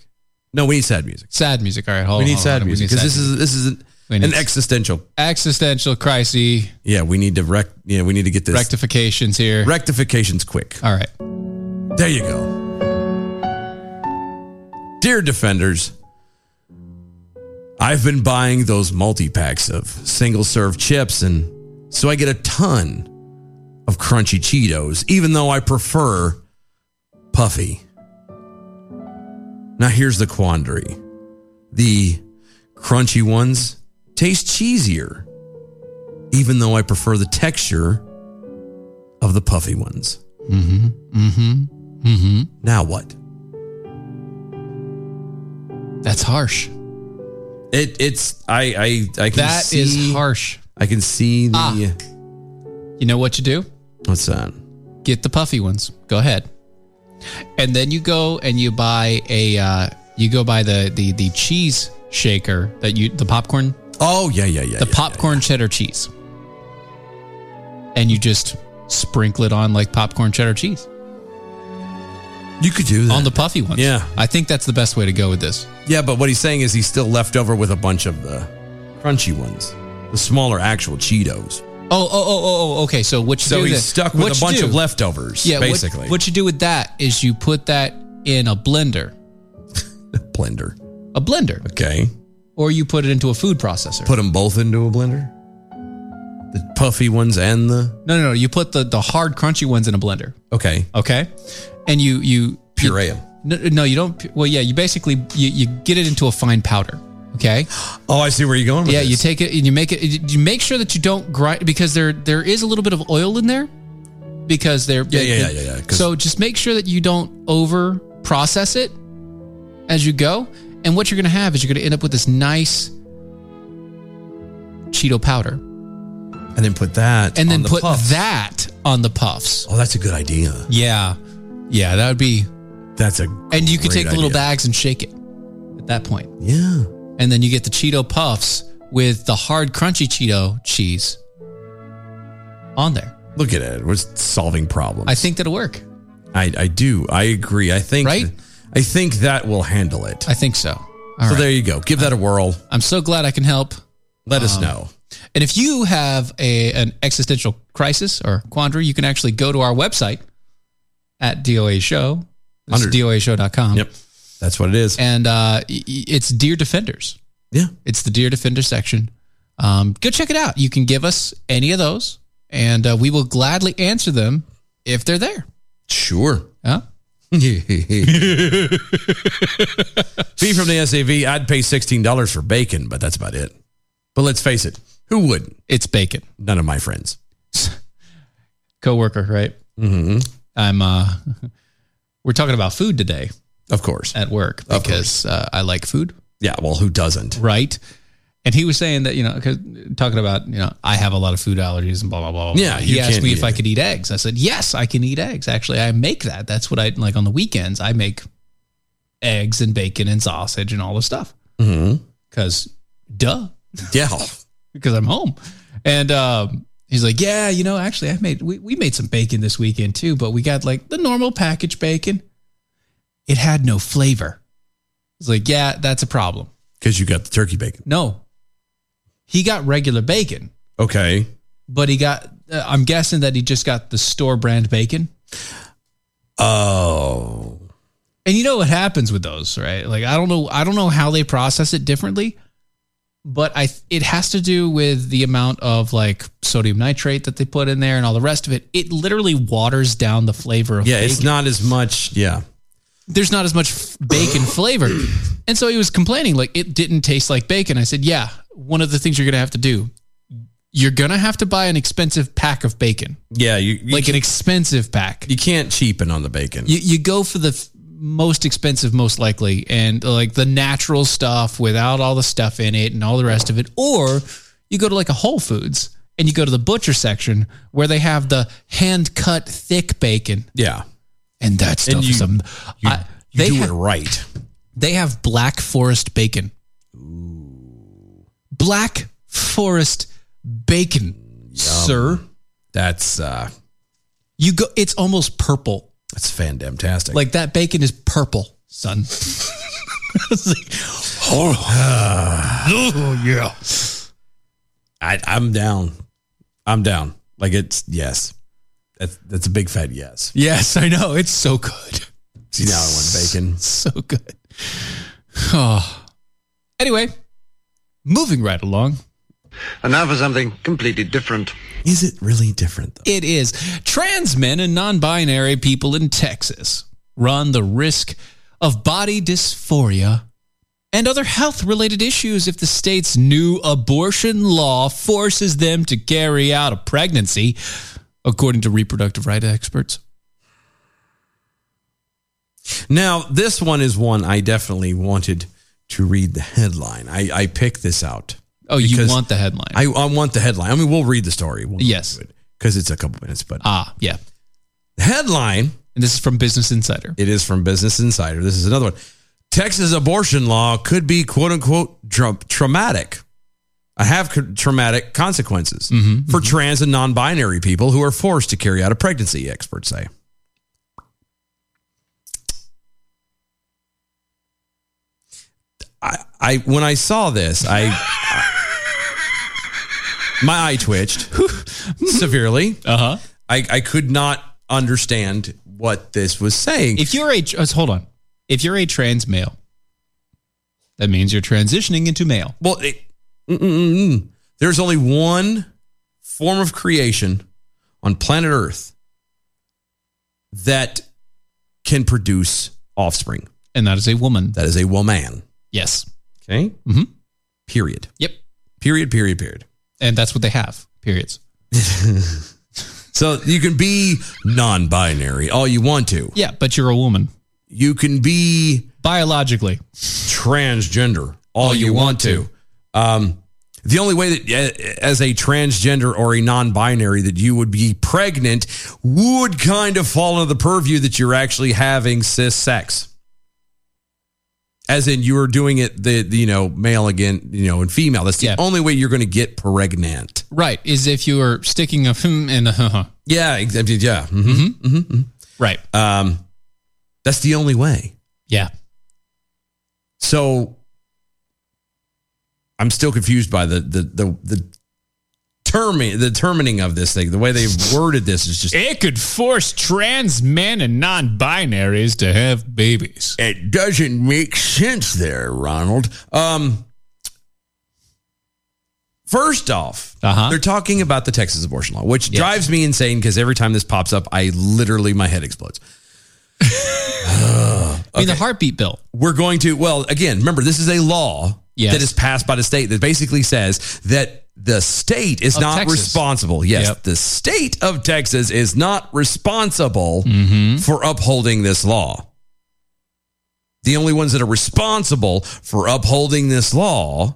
S1: No, we need sad music.
S2: Sad music. All right, hold
S1: we
S2: on.
S1: need
S2: hold
S1: sad
S2: on. We
S1: music
S2: need
S1: because this
S2: sad
S1: is this is
S2: We need-
S1: An existential.
S2: Existential crisis.
S1: Yeah, we need to rec. Yeah, we need to get this
S2: rectifications here.
S1: Rectifications quick.
S2: All right.
S1: There you go. Dear defenders, I've been buying those multi packs of single serve chips, and so I get a ton of crunchy Cheetos, even though I prefer puffy. Now, here's the quandary the crunchy ones taste cheesier, even though I prefer the texture of the puffy ones.
S2: Mm-hmm. Mm-hmm. Mm-hmm.
S1: Now what?
S2: That's harsh.
S1: It it's I I I can
S2: That
S1: see,
S2: is Ah. harsh.
S1: I can see the
S2: You know what you do?
S1: what's that?
S2: Get the puffy ones. Go ahead. And then you go and you buy a uh, you go buy the the the cheese shaker that you the popcorn.
S1: Oh yeah yeah yeah.
S2: the popcorn cheddar cheese. And you just sprinkle it on like popcorn cheddar cheese.
S1: You could do that
S2: on the puffy ones.
S1: Yeah.
S2: I think that's the best way to go with this.
S1: Yeah, but what he's saying is he's still left over with a bunch of the crunchy ones, the smaller actual Cheetos.
S2: Oh, oh, oh, oh, oh, okay. So what you
S1: So
S2: do
S1: he's
S2: then-
S1: stuck with
S2: what
S1: a
S2: you
S1: bunch
S2: do-
S1: of leftovers,
S2: Yeah, what-
S1: basically.
S2: What, you do with that is you put that in a blender.
S1: blender.
S2: A blender.
S1: Okay.
S2: Or you put it into a food processor.
S1: Put them both into a blender. The puffy ones and the
S2: No, no, no. You put the the hard crunchy ones in a blender.
S1: okay.
S2: Okay. And you you
S1: Puree 'em.
S2: No, no, you don't. pu- Well, yeah, you basically you, you get it into a fine powder. Okay.
S1: Oh, I see where you're going. with
S2: yeah, you
S1: this.
S2: take it and you make it. You make sure that you don't grind because there there is a little bit of oil in there because they're
S1: Yeah, yeah, yeah, yeah, yeah, 'cause-
S2: So just make sure that you don't over process it as you go. And what you're going to have is you're going to end up with this nice Cheeto powder,
S1: and then put that on
S2: and then
S1: the
S2: put
S1: puffs.
S2: that on the puffs.
S1: Oh, that's a good idea.
S2: Yeah, yeah, that would be.
S1: That's a
S2: And you could
S1: great
S2: take the little
S1: idea.
S2: bags and shake it at that point.
S1: Yeah.
S2: And then you get the Cheeto puffs with the hard crunchy Cheeto cheese on there.
S1: Look at it. We're solving problems.
S2: I think that'll work.
S1: I, I do. I agree. I think
S2: Right?
S1: I think that will handle it.
S2: I think so. All
S1: so
S2: right.
S1: there you go. Give that a whirl.
S2: I'm so glad I can help.
S1: Let us
S2: Um,
S1: know.
S2: And if you have a an existential crisis or quandary, you can actually go to our website at DOA Show. It's
S1: Under-
S2: DOAShow.com.
S1: Yep. That's what it is.
S2: And uh, y- y- it's Dear Defenders.
S1: Yeah.
S2: It's the Dear Defender section. Um, go check it out. You can give us any of those, and uh, we will gladly answer them if they're there.
S1: Sure.
S2: [LAUGHS] Huh?
S1: Being from the SAV, I'd pay sixteen dollars for bacon, but that's about it. But let's face it, who wouldn't?
S2: It's bacon.
S1: None of my friends.
S2: Coworker, right?
S1: Mm-hmm.
S2: I'm uh [LAUGHS] we're talking about food today
S1: Of course.
S2: at work
S1: Of
S2: because uh, I like food,
S1: Yeah. Well, who doesn't?
S2: right? And he was saying that, you know, 'cause- talking about, you know, I have a lot of food allergies and blah blah blah. blah,
S1: Yeah,
S2: blah.
S1: you
S2: He asked
S1: can't
S2: me
S1: eat
S2: if I
S1: it.
S2: could eat eggs. I said, "Yes, I can eat eggs. Actually, I make that. That's what I like on the weekends. I make eggs and bacon and sausage and all this stuff
S1: Mm-hmm.
S2: cuz duh, [LAUGHS]
S1: Yeah.
S2: because I'm home." And um He's like, yeah, you know, actually, I made we, we made some bacon this weekend too, but we got like the normal packaged bacon. It had no flavor. It's like, yeah, that's a problem.
S1: Because you got the turkey bacon.
S2: No, he got regular bacon,
S1: Okay.
S2: but he got. Uh, I'm guessing that he just got the store brand bacon.
S1: Oh.
S2: And you know what happens with those, right? Like I don't know, I don't know how they process it differently, but I it has to do with the amount of like sodium nitrate that they put in there and all the rest of it. It literally waters down the flavor of
S1: Yeah,
S2: bacon.
S1: it's not as much. Yeah.
S2: there's not as much f-
S1: [COUGHS]
S2: bacon flavor. And so he was complaining, like, it didn't taste like bacon. I said, Yeah, one of the things you're going to have to do, you're going to have to buy an expensive pack of bacon,
S1: Yeah. You, you
S2: like an
S1: can't-
S2: expensive pack.
S1: you can't cheapen on the bacon.
S2: You, you go for the f- most expensive, most likely, and like the natural stuff without all the stuff in it and all the rest of it. Or you go to like a Whole Foods and you go to the butcher section where they have the hand cut thick bacon.
S1: yeah.
S2: And that stuff
S1: And you-
S2: is some.
S1: You,
S2: I-
S1: you
S2: they
S1: do
S2: have-
S1: it right.
S2: They have Black Forest bacon. Black Forest bacon, sir.
S1: That's uh
S2: You go. It's almost purple.
S1: that's fantastic.
S2: Like that bacon is purple, [LAUGHS] son. It's like, oh, oh, yeah.
S1: I, I'm down. I'm down. Like it's yes. That's that's a big fat yes.
S2: Yes, I know. It's so good.
S1: See now I want bacon.
S2: [LAUGHS] So good. [SIGHS] Oh. Anyway, moving right along.
S20: And now for something completely different.
S1: Is it really different?
S2: It is. Trans men and non binary people in Texas run the risk of body dysphoria and other health related issues if the state's new abortion law forces them to carry out a pregnancy, according to reproductive rights experts.
S1: Now, this one is one I definitely wanted to read the headline. I, I picked this out.
S2: Oh, you
S1: because
S2: want the headline.
S1: I, I want the headline. I mean, we'll read the story. We'll yes. Because it's a couple minutes, but.
S2: Ah, yeah.
S1: Headline.
S2: And this is from Business Insider.
S1: It is from Business Insider. This is another one. Texas abortion law could be quote unquote tra- traumatic. I have co- traumatic consequences for trans and non binary people who are forced to carry out a pregnancy, experts say. I, I when I saw this, I, I- my eye twitched severely. Uh
S2: Uh-huh.
S1: huh. I, I could not understand what this was saying.
S2: If you're a, uh, hold on. If you're a trans male, that means you're transitioning into male.
S1: Well, it, mm, mm, mm. there's only one form of creation on planet Earth that can produce offspring,
S2: and that is a woman.
S1: That is a woman.
S2: Yes.
S1: Okay.
S2: Mm-hmm.
S1: Period.
S2: Yep.
S1: Period. Period. Period.
S2: And that's what they have. Periods.
S1: so you can be non-binary all you want to.
S2: Yeah, but you're a woman.
S1: You can be
S2: biologically
S1: transgender all, you, want, to. Um, the only way that uh, as a transgender or a non-binary that you would be pregnant would kind of fall under the purview that you're actually having cis sex. As in, you are doing it the, the, you know male again you know and female. That's the only way you're going to get pregnant.
S2: Right. Is if you are sticking a hmm and a huh, huh.
S1: Yeah, exactly. Yeah. Mm-hmm.
S2: Right.
S1: Um, that's the only way.
S2: Yeah.
S1: So I'm still confused by the the the the terming the termining of this thing. The way they worded this is just
S2: It could force trans men and non binaries to have babies.
S1: It doesn't make sense there, Ronald. Um First off,
S2: Uh-huh.
S1: they're talking about the Texas abortion law, which drives me insane because every time this pops up, I literally my head explodes.
S2: I mean, the heartbeat bill.
S1: We're going to, well, again, remember, this is a law
S2: Yes.
S1: that is passed by the state that basically says that the state is
S2: Of
S1: not
S2: Texas.
S1: responsible. Yes,
S2: Yep.
S1: the state of Texas is not responsible
S2: Mm-hmm.
S1: for upholding this law. The only ones that are responsible for upholding this law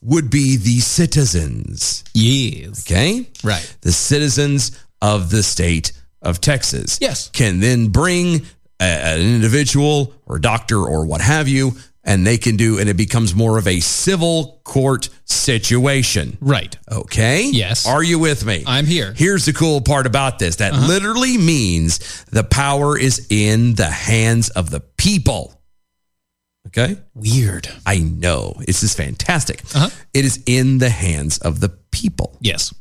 S1: would be the citizens.
S2: Yes.
S1: Okay.
S2: Right.
S1: The citizens of the state of Texas.
S2: Yes.
S1: Can then bring a, an individual or doctor or what have you, and they can do, and it becomes more of a civil court situation.
S2: Right.
S1: Okay.
S2: Yes.
S1: Are you with me?
S2: I'm here.
S1: Here's the cool part about this that
S2: Uh-huh.
S1: literally means the power is in the hands of the people. Okay.
S2: Weird. Uh-huh.
S1: I know. This is fantastic. It is in the hands of the people.
S2: Yes.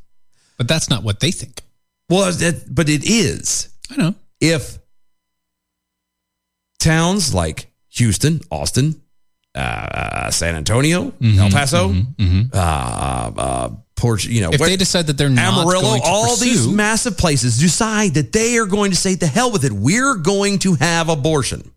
S2: But that's not what they think.
S1: Well, that, but it is.
S2: I know.
S1: If towns like Houston, Austin, uh, San Antonio,
S2: Mm-hmm.
S1: El Paso, Uh, uh, Port, you know,
S2: if
S1: where-
S2: they decide that they're not
S1: Amarillo,
S2: going to
S1: all these
S2: pursue-
S1: massive places decide that they are going to say, "The hell with it, we're going to have abortion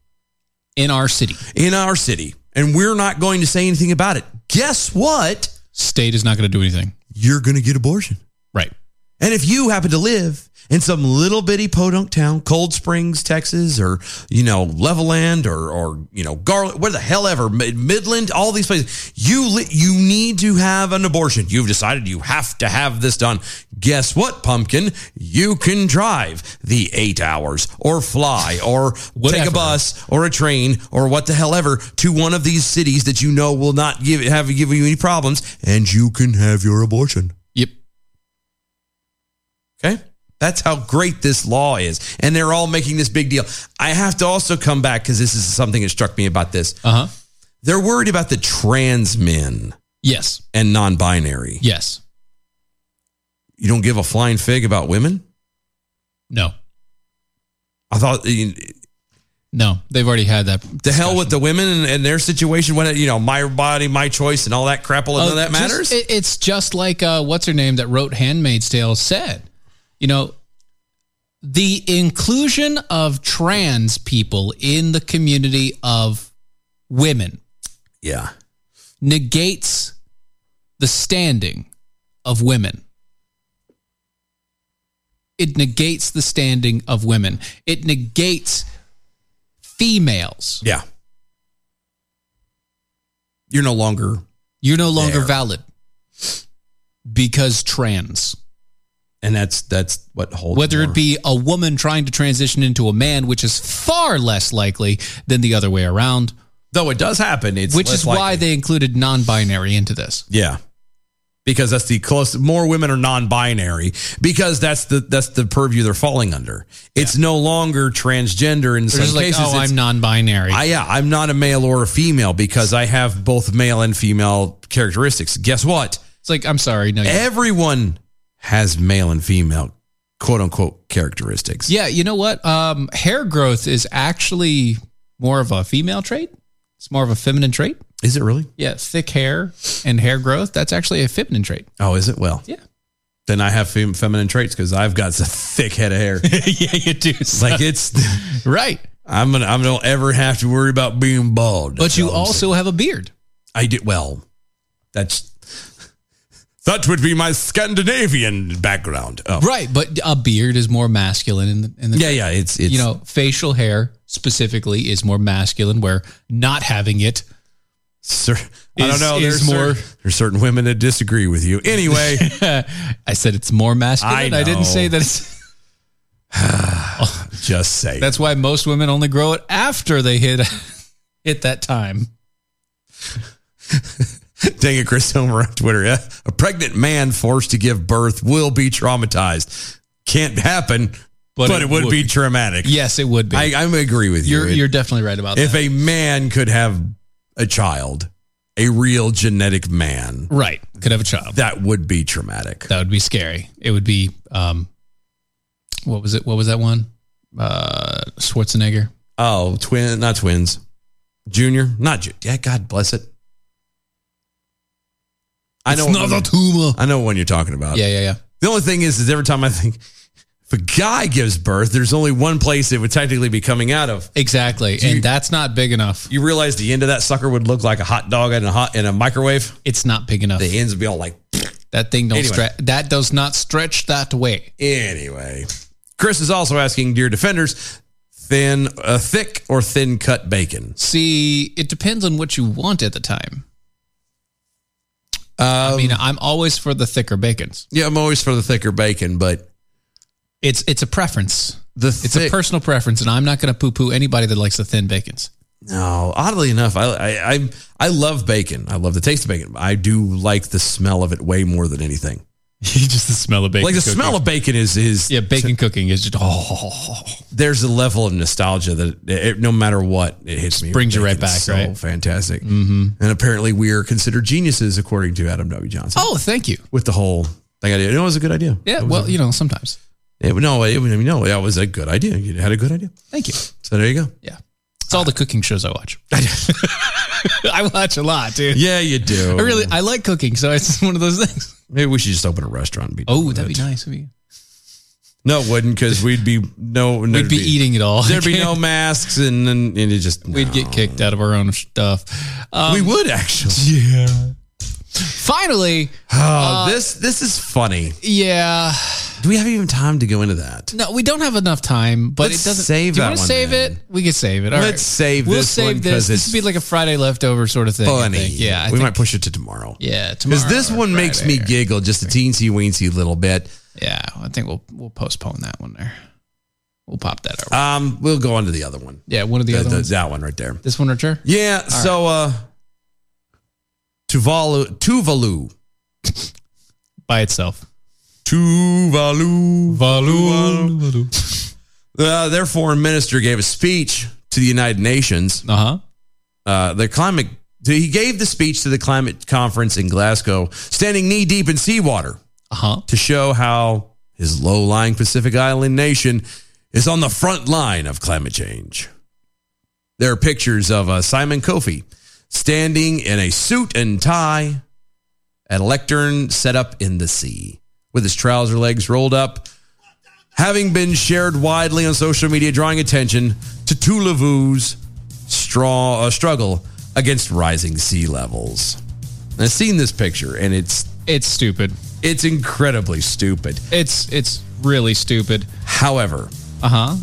S2: in our city,
S1: in our city, and we're not going to say anything about it." Guess what?
S2: state is not going to do anything.
S1: You're going to get abortion,
S2: right?
S1: And if you happen to live in some little bitty podunk town, Cold Springs, Texas, or you know Leveland, or or you know Garland, where the hell ever Mid- Midland, all these places, you li- you need to have an abortion. You've decided you have to have this done. Guess what, pumpkin? You can drive the eight hours, or fly, or take
S2: Whatever.
S1: a bus, or a train, or what the hell ever to one of these cities that you know will not give have give you any problems, and you can have your abortion.
S2: Yep.
S1: Okay. That's how great this law is. And they're all making this big deal. I have to also come back because this is something that struck me about this.
S2: Uh huh.
S1: They're worried about the trans men
S2: Yes.
S1: and non binary.
S2: Yes.
S1: You don't give a flying fig about women?
S2: No.
S1: I thought eh,
S2: No, they've already had that.
S1: the hell with the women and, and their situation when it, you know my body, my choice, and all that crap. Well, none of
S2: Uh,
S1: that
S2: just-
S1: matters.
S2: it- it's just like uh, what's her name that wrote Handmaid's Tale said. You know, the inclusion of trans people in the community of women,
S1: yeah,
S2: negates the standing of women. It negates the standing of women. It negates females.
S1: Yeah. You're no longer
S2: You're no longer valid because trans.
S1: And that's that's what holds
S2: Whether
S1: more-
S2: it be a woman trying to transition into a man, which is far less likely than the other way around.
S1: Though it does happen, it's
S2: which
S1: less
S2: is why they included non-binary into this.
S1: Yeah. Because that's the close more women are non-binary because that's the that's the purview they're falling under. It's no longer transgender in
S2: They're
S1: some
S2: just like,
S1: cases.
S2: "Oh,
S1: it's-
S2: I'm non-binary."
S1: I, yeah, I'm not a male or a female because I have both male and female characteristics. Guess what?
S2: It's like I'm sorry, no. you don't.
S1: Everyone has male and female quote unquote characteristics.
S2: Yeah, you know what? Um, hair growth is actually more of a female trait. It's more of a feminine trait.
S1: Is it really?
S2: Yeah, thick hair and hair growth. That's actually a feminine trait.
S1: Oh, is it? Well, yeah. Then I have fem- feminine traits because I've got a [LAUGHS] thick head of
S2: [LAUGHS]
S1: hair.
S2: [LAUGHS] yeah, you do.
S1: Like it's
S2: right.
S1: I'm gonna. I don't ever have to worry about being bald.
S2: But you also have a beard.
S1: I do. Well, that's that would be my Scandinavian background. Oh.
S2: Right, but a beard is more masculine in the, in the
S1: Yeah, yeah, it's- it's-
S2: you know facial hair specifically is more masculine, where not having it, [LAUGHS]
S1: sir, I don't know. There's more. there's certain women that disagree with you. [LAUGHS] Anyway,
S2: I said it's more masculine. I, didn't say that. It's,
S1: Just say
S2: that's why most women only grow it after they hit [LAUGHS] hit that time.
S1: Dang it, Chris Homer on Twitter. Yeah. A pregnant man forced to give birth will be traumatized. Can't happen,
S2: But
S1: but,
S2: it
S1: it, would,
S2: would
S1: be
S2: be.
S1: traumatic.
S2: Yes, it would be.
S1: I, I agree with you.
S2: You're
S1: It-
S2: you're definitely right about
S1: if
S2: that.
S1: a man could have a child, a real genetic man,
S2: right, could have a child.
S1: that would be traumatic.
S2: That would be scary. It would be um, what was it? What was that one? Uh, Schwarzenegger.
S1: Oh, twin, not twins. Junior, not ju- yeah. God bless it. I
S2: It's
S1: know
S2: not a
S1: tumor. I know what you're talking about.
S2: Yeah, yeah, yeah.
S1: The only thing is, is every time I think if a guy gives birth, there's only one place it would technically be coming out of.
S2: Exactly, and that's not big enough.
S1: You realize the end of that sucker would look like a hot dog in a hot in a microwave.
S2: It's not big enough.
S1: The ends would be all like
S2: That thing don't
S1: Anyway.
S2: stretch. That does not stretch that way.
S1: Anyway, Chris is also asking, dear defenders, thin, uh, thick or thin cut bacon.
S2: See, it depends on what you want at the time. I mean, I'm always for the thicker bacons.
S1: Yeah, I'm always for the thicker bacon, but
S2: It's it's a preference.
S1: The
S2: it's a
S1: thick-
S2: personal preference, and I'm not going to poo poo anybody that likes the thin [LAUGHS] bacons.
S1: No, oddly enough, I, I I I love bacon. I love the taste of bacon. I do like the smell of it way more than anything.
S2: Just the smell of bacon.
S1: like the smell of bacon is is
S2: yeah, bacon cooking is just oh,
S1: there's a level of nostalgia that it, no matter what it hits me.
S2: brings you right
S1: Bacon's
S2: back,
S1: so
S2: right?
S1: Fantastic. Mm-hmm. And apparently we are considered geniuses according to Adam W. Johnson.
S2: Oh, thank you.
S1: with the whole thing I did, it was a good idea.
S2: Yeah, well, you know, sometimes.
S1: It, no, it, no, that was a good idea. You had a good idea.
S2: Thank you.
S1: So there you go.
S2: Yeah, it's all the cooking shows I [LAUGHS] watch. I watch a lot, dude.
S1: Yeah, you do. [LAUGHS]
S2: I really I like cooking, so it's [LAUGHS] one of those things.
S1: Oh. Maybe we should just open a restaurant. And be done
S2: Oh,
S1: with
S2: that'd
S1: it.
S2: be nice. That'd be-
S1: No, it wouldn't because we'd be no.
S2: We'd
S1: there'd
S2: be eating it
S1: [LAUGHS]
S2: all.
S1: There'd be no masks, and then and it just
S2: [LAUGHS] We'd get kicked out of our own stuff. Um,
S1: we would actually.
S2: Yeah. Finally,
S1: Oh, this this is funny.
S2: yeah.
S1: Do we have even time to go into that?
S2: No, we don't have enough time, but
S1: Let's
S2: it doesn't.
S1: save
S2: do you
S1: that
S2: want to
S1: one,
S2: save
S1: then.
S2: it? We can save it. All
S1: Let's
S2: right.
S1: save
S2: We'll
S1: this
S2: save
S1: one 'cause
S2: this.
S1: it's
S2: This would be like a Friday leftover sort of thing. I
S1: Funny.
S2: think. Yeah. I
S1: we
S2: think-
S1: might push it to tomorrow.
S2: Yeah,
S1: Because this
S2: tomorrow or
S1: one makes me
S2: Friday
S1: giggle just a teensy weensy little bit.
S2: Yeah, I think we'll we'll postpone that one there. We'll pop that over.
S1: Um, we'll go on to the other one.
S2: Yeah, one of the other ones.
S1: That one right there.
S2: This one right here.
S1: Yeah. so, uh, Tuvalu, Tuvalu,
S2: by itself.
S1: Tuvalu,
S2: Valu.
S1: Uh, their foreign minister gave a speech to the United Nations.
S2: Uh-huh.
S1: Uh The climate. He gave the speech to the climate conference in Glasgow, standing knee deep in seawater.
S2: uh-huh.
S1: to show how his low lying Pacific Island nation is on the front line of climate change. There are pictures of uh, Simon Kofi standing in a suit and tie at a lectern set up in the sea with his trouser legs rolled up, having been shared widely on social media, drawing attention to Tulavu's straw, uh, struggle against rising sea levels. And I've seen this picture and it's
S2: it's stupid.
S1: It's incredibly stupid.
S2: It's it's really stupid.
S1: However,
S2: uh huh.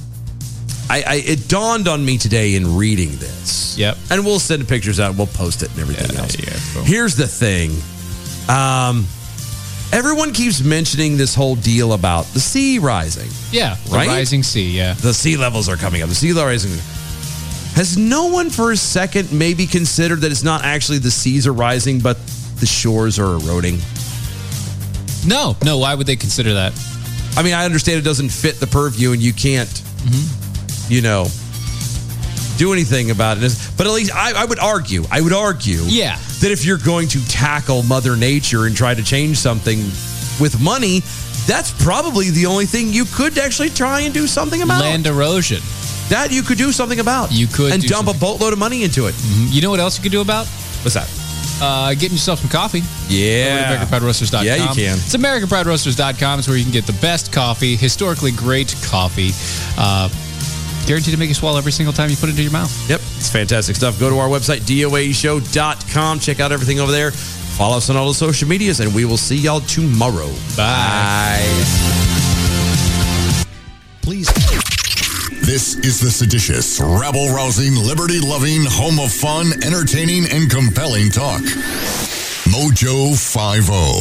S1: I, I it dawned on me today in reading this.
S2: Yep.
S1: And we'll send the pictures out. We'll post it and everything else. Here's the thing. Um, everyone keeps mentioning this whole deal about the sea rising.
S2: Yeah, the
S1: Right?
S2: rising sea. Yeah,
S1: The sea levels are coming up. The sea level rising. Has no one for a second maybe considered that it's not actually the seas are rising, but the shores are eroding?
S2: No, no. Why would they consider that?
S1: I mean, I understand it doesn't fit the purview, and you can't, you know, do anything about it. But at least I, I would argue, I would argue,
S2: Yeah.
S1: that if you're going to tackle Mother Nature and try to change something with money, that's probably the only thing you could actually try and do something about.
S2: land erosion.
S1: That you could do something about.
S2: You could
S1: and
S2: do Mm-hmm.
S1: dump a boatload of money into it.
S2: You know what else you could do about?
S1: What's that?
S2: Uh, getting yourself some coffee.
S1: Yeah.
S2: AmericanPrideRoasters.com.
S1: Yeah, you can.
S2: It's AmericanPrideRoasters.com. It's where you can get the best coffee, historically great coffee. Uh, guaranteed to make you swallow every single time you put it into your mouth.
S1: Yep, it's fantastic stuff. Go to our website, doashow.com. Check out everything over there. Follow us on all the social medias, and we will see y'all tomorrow. Bye.
S2: Please.
S21: This is the seditious, rabble rousing, liberty loving, home of fun, entertaining, and compelling talk. Mojo oh. 5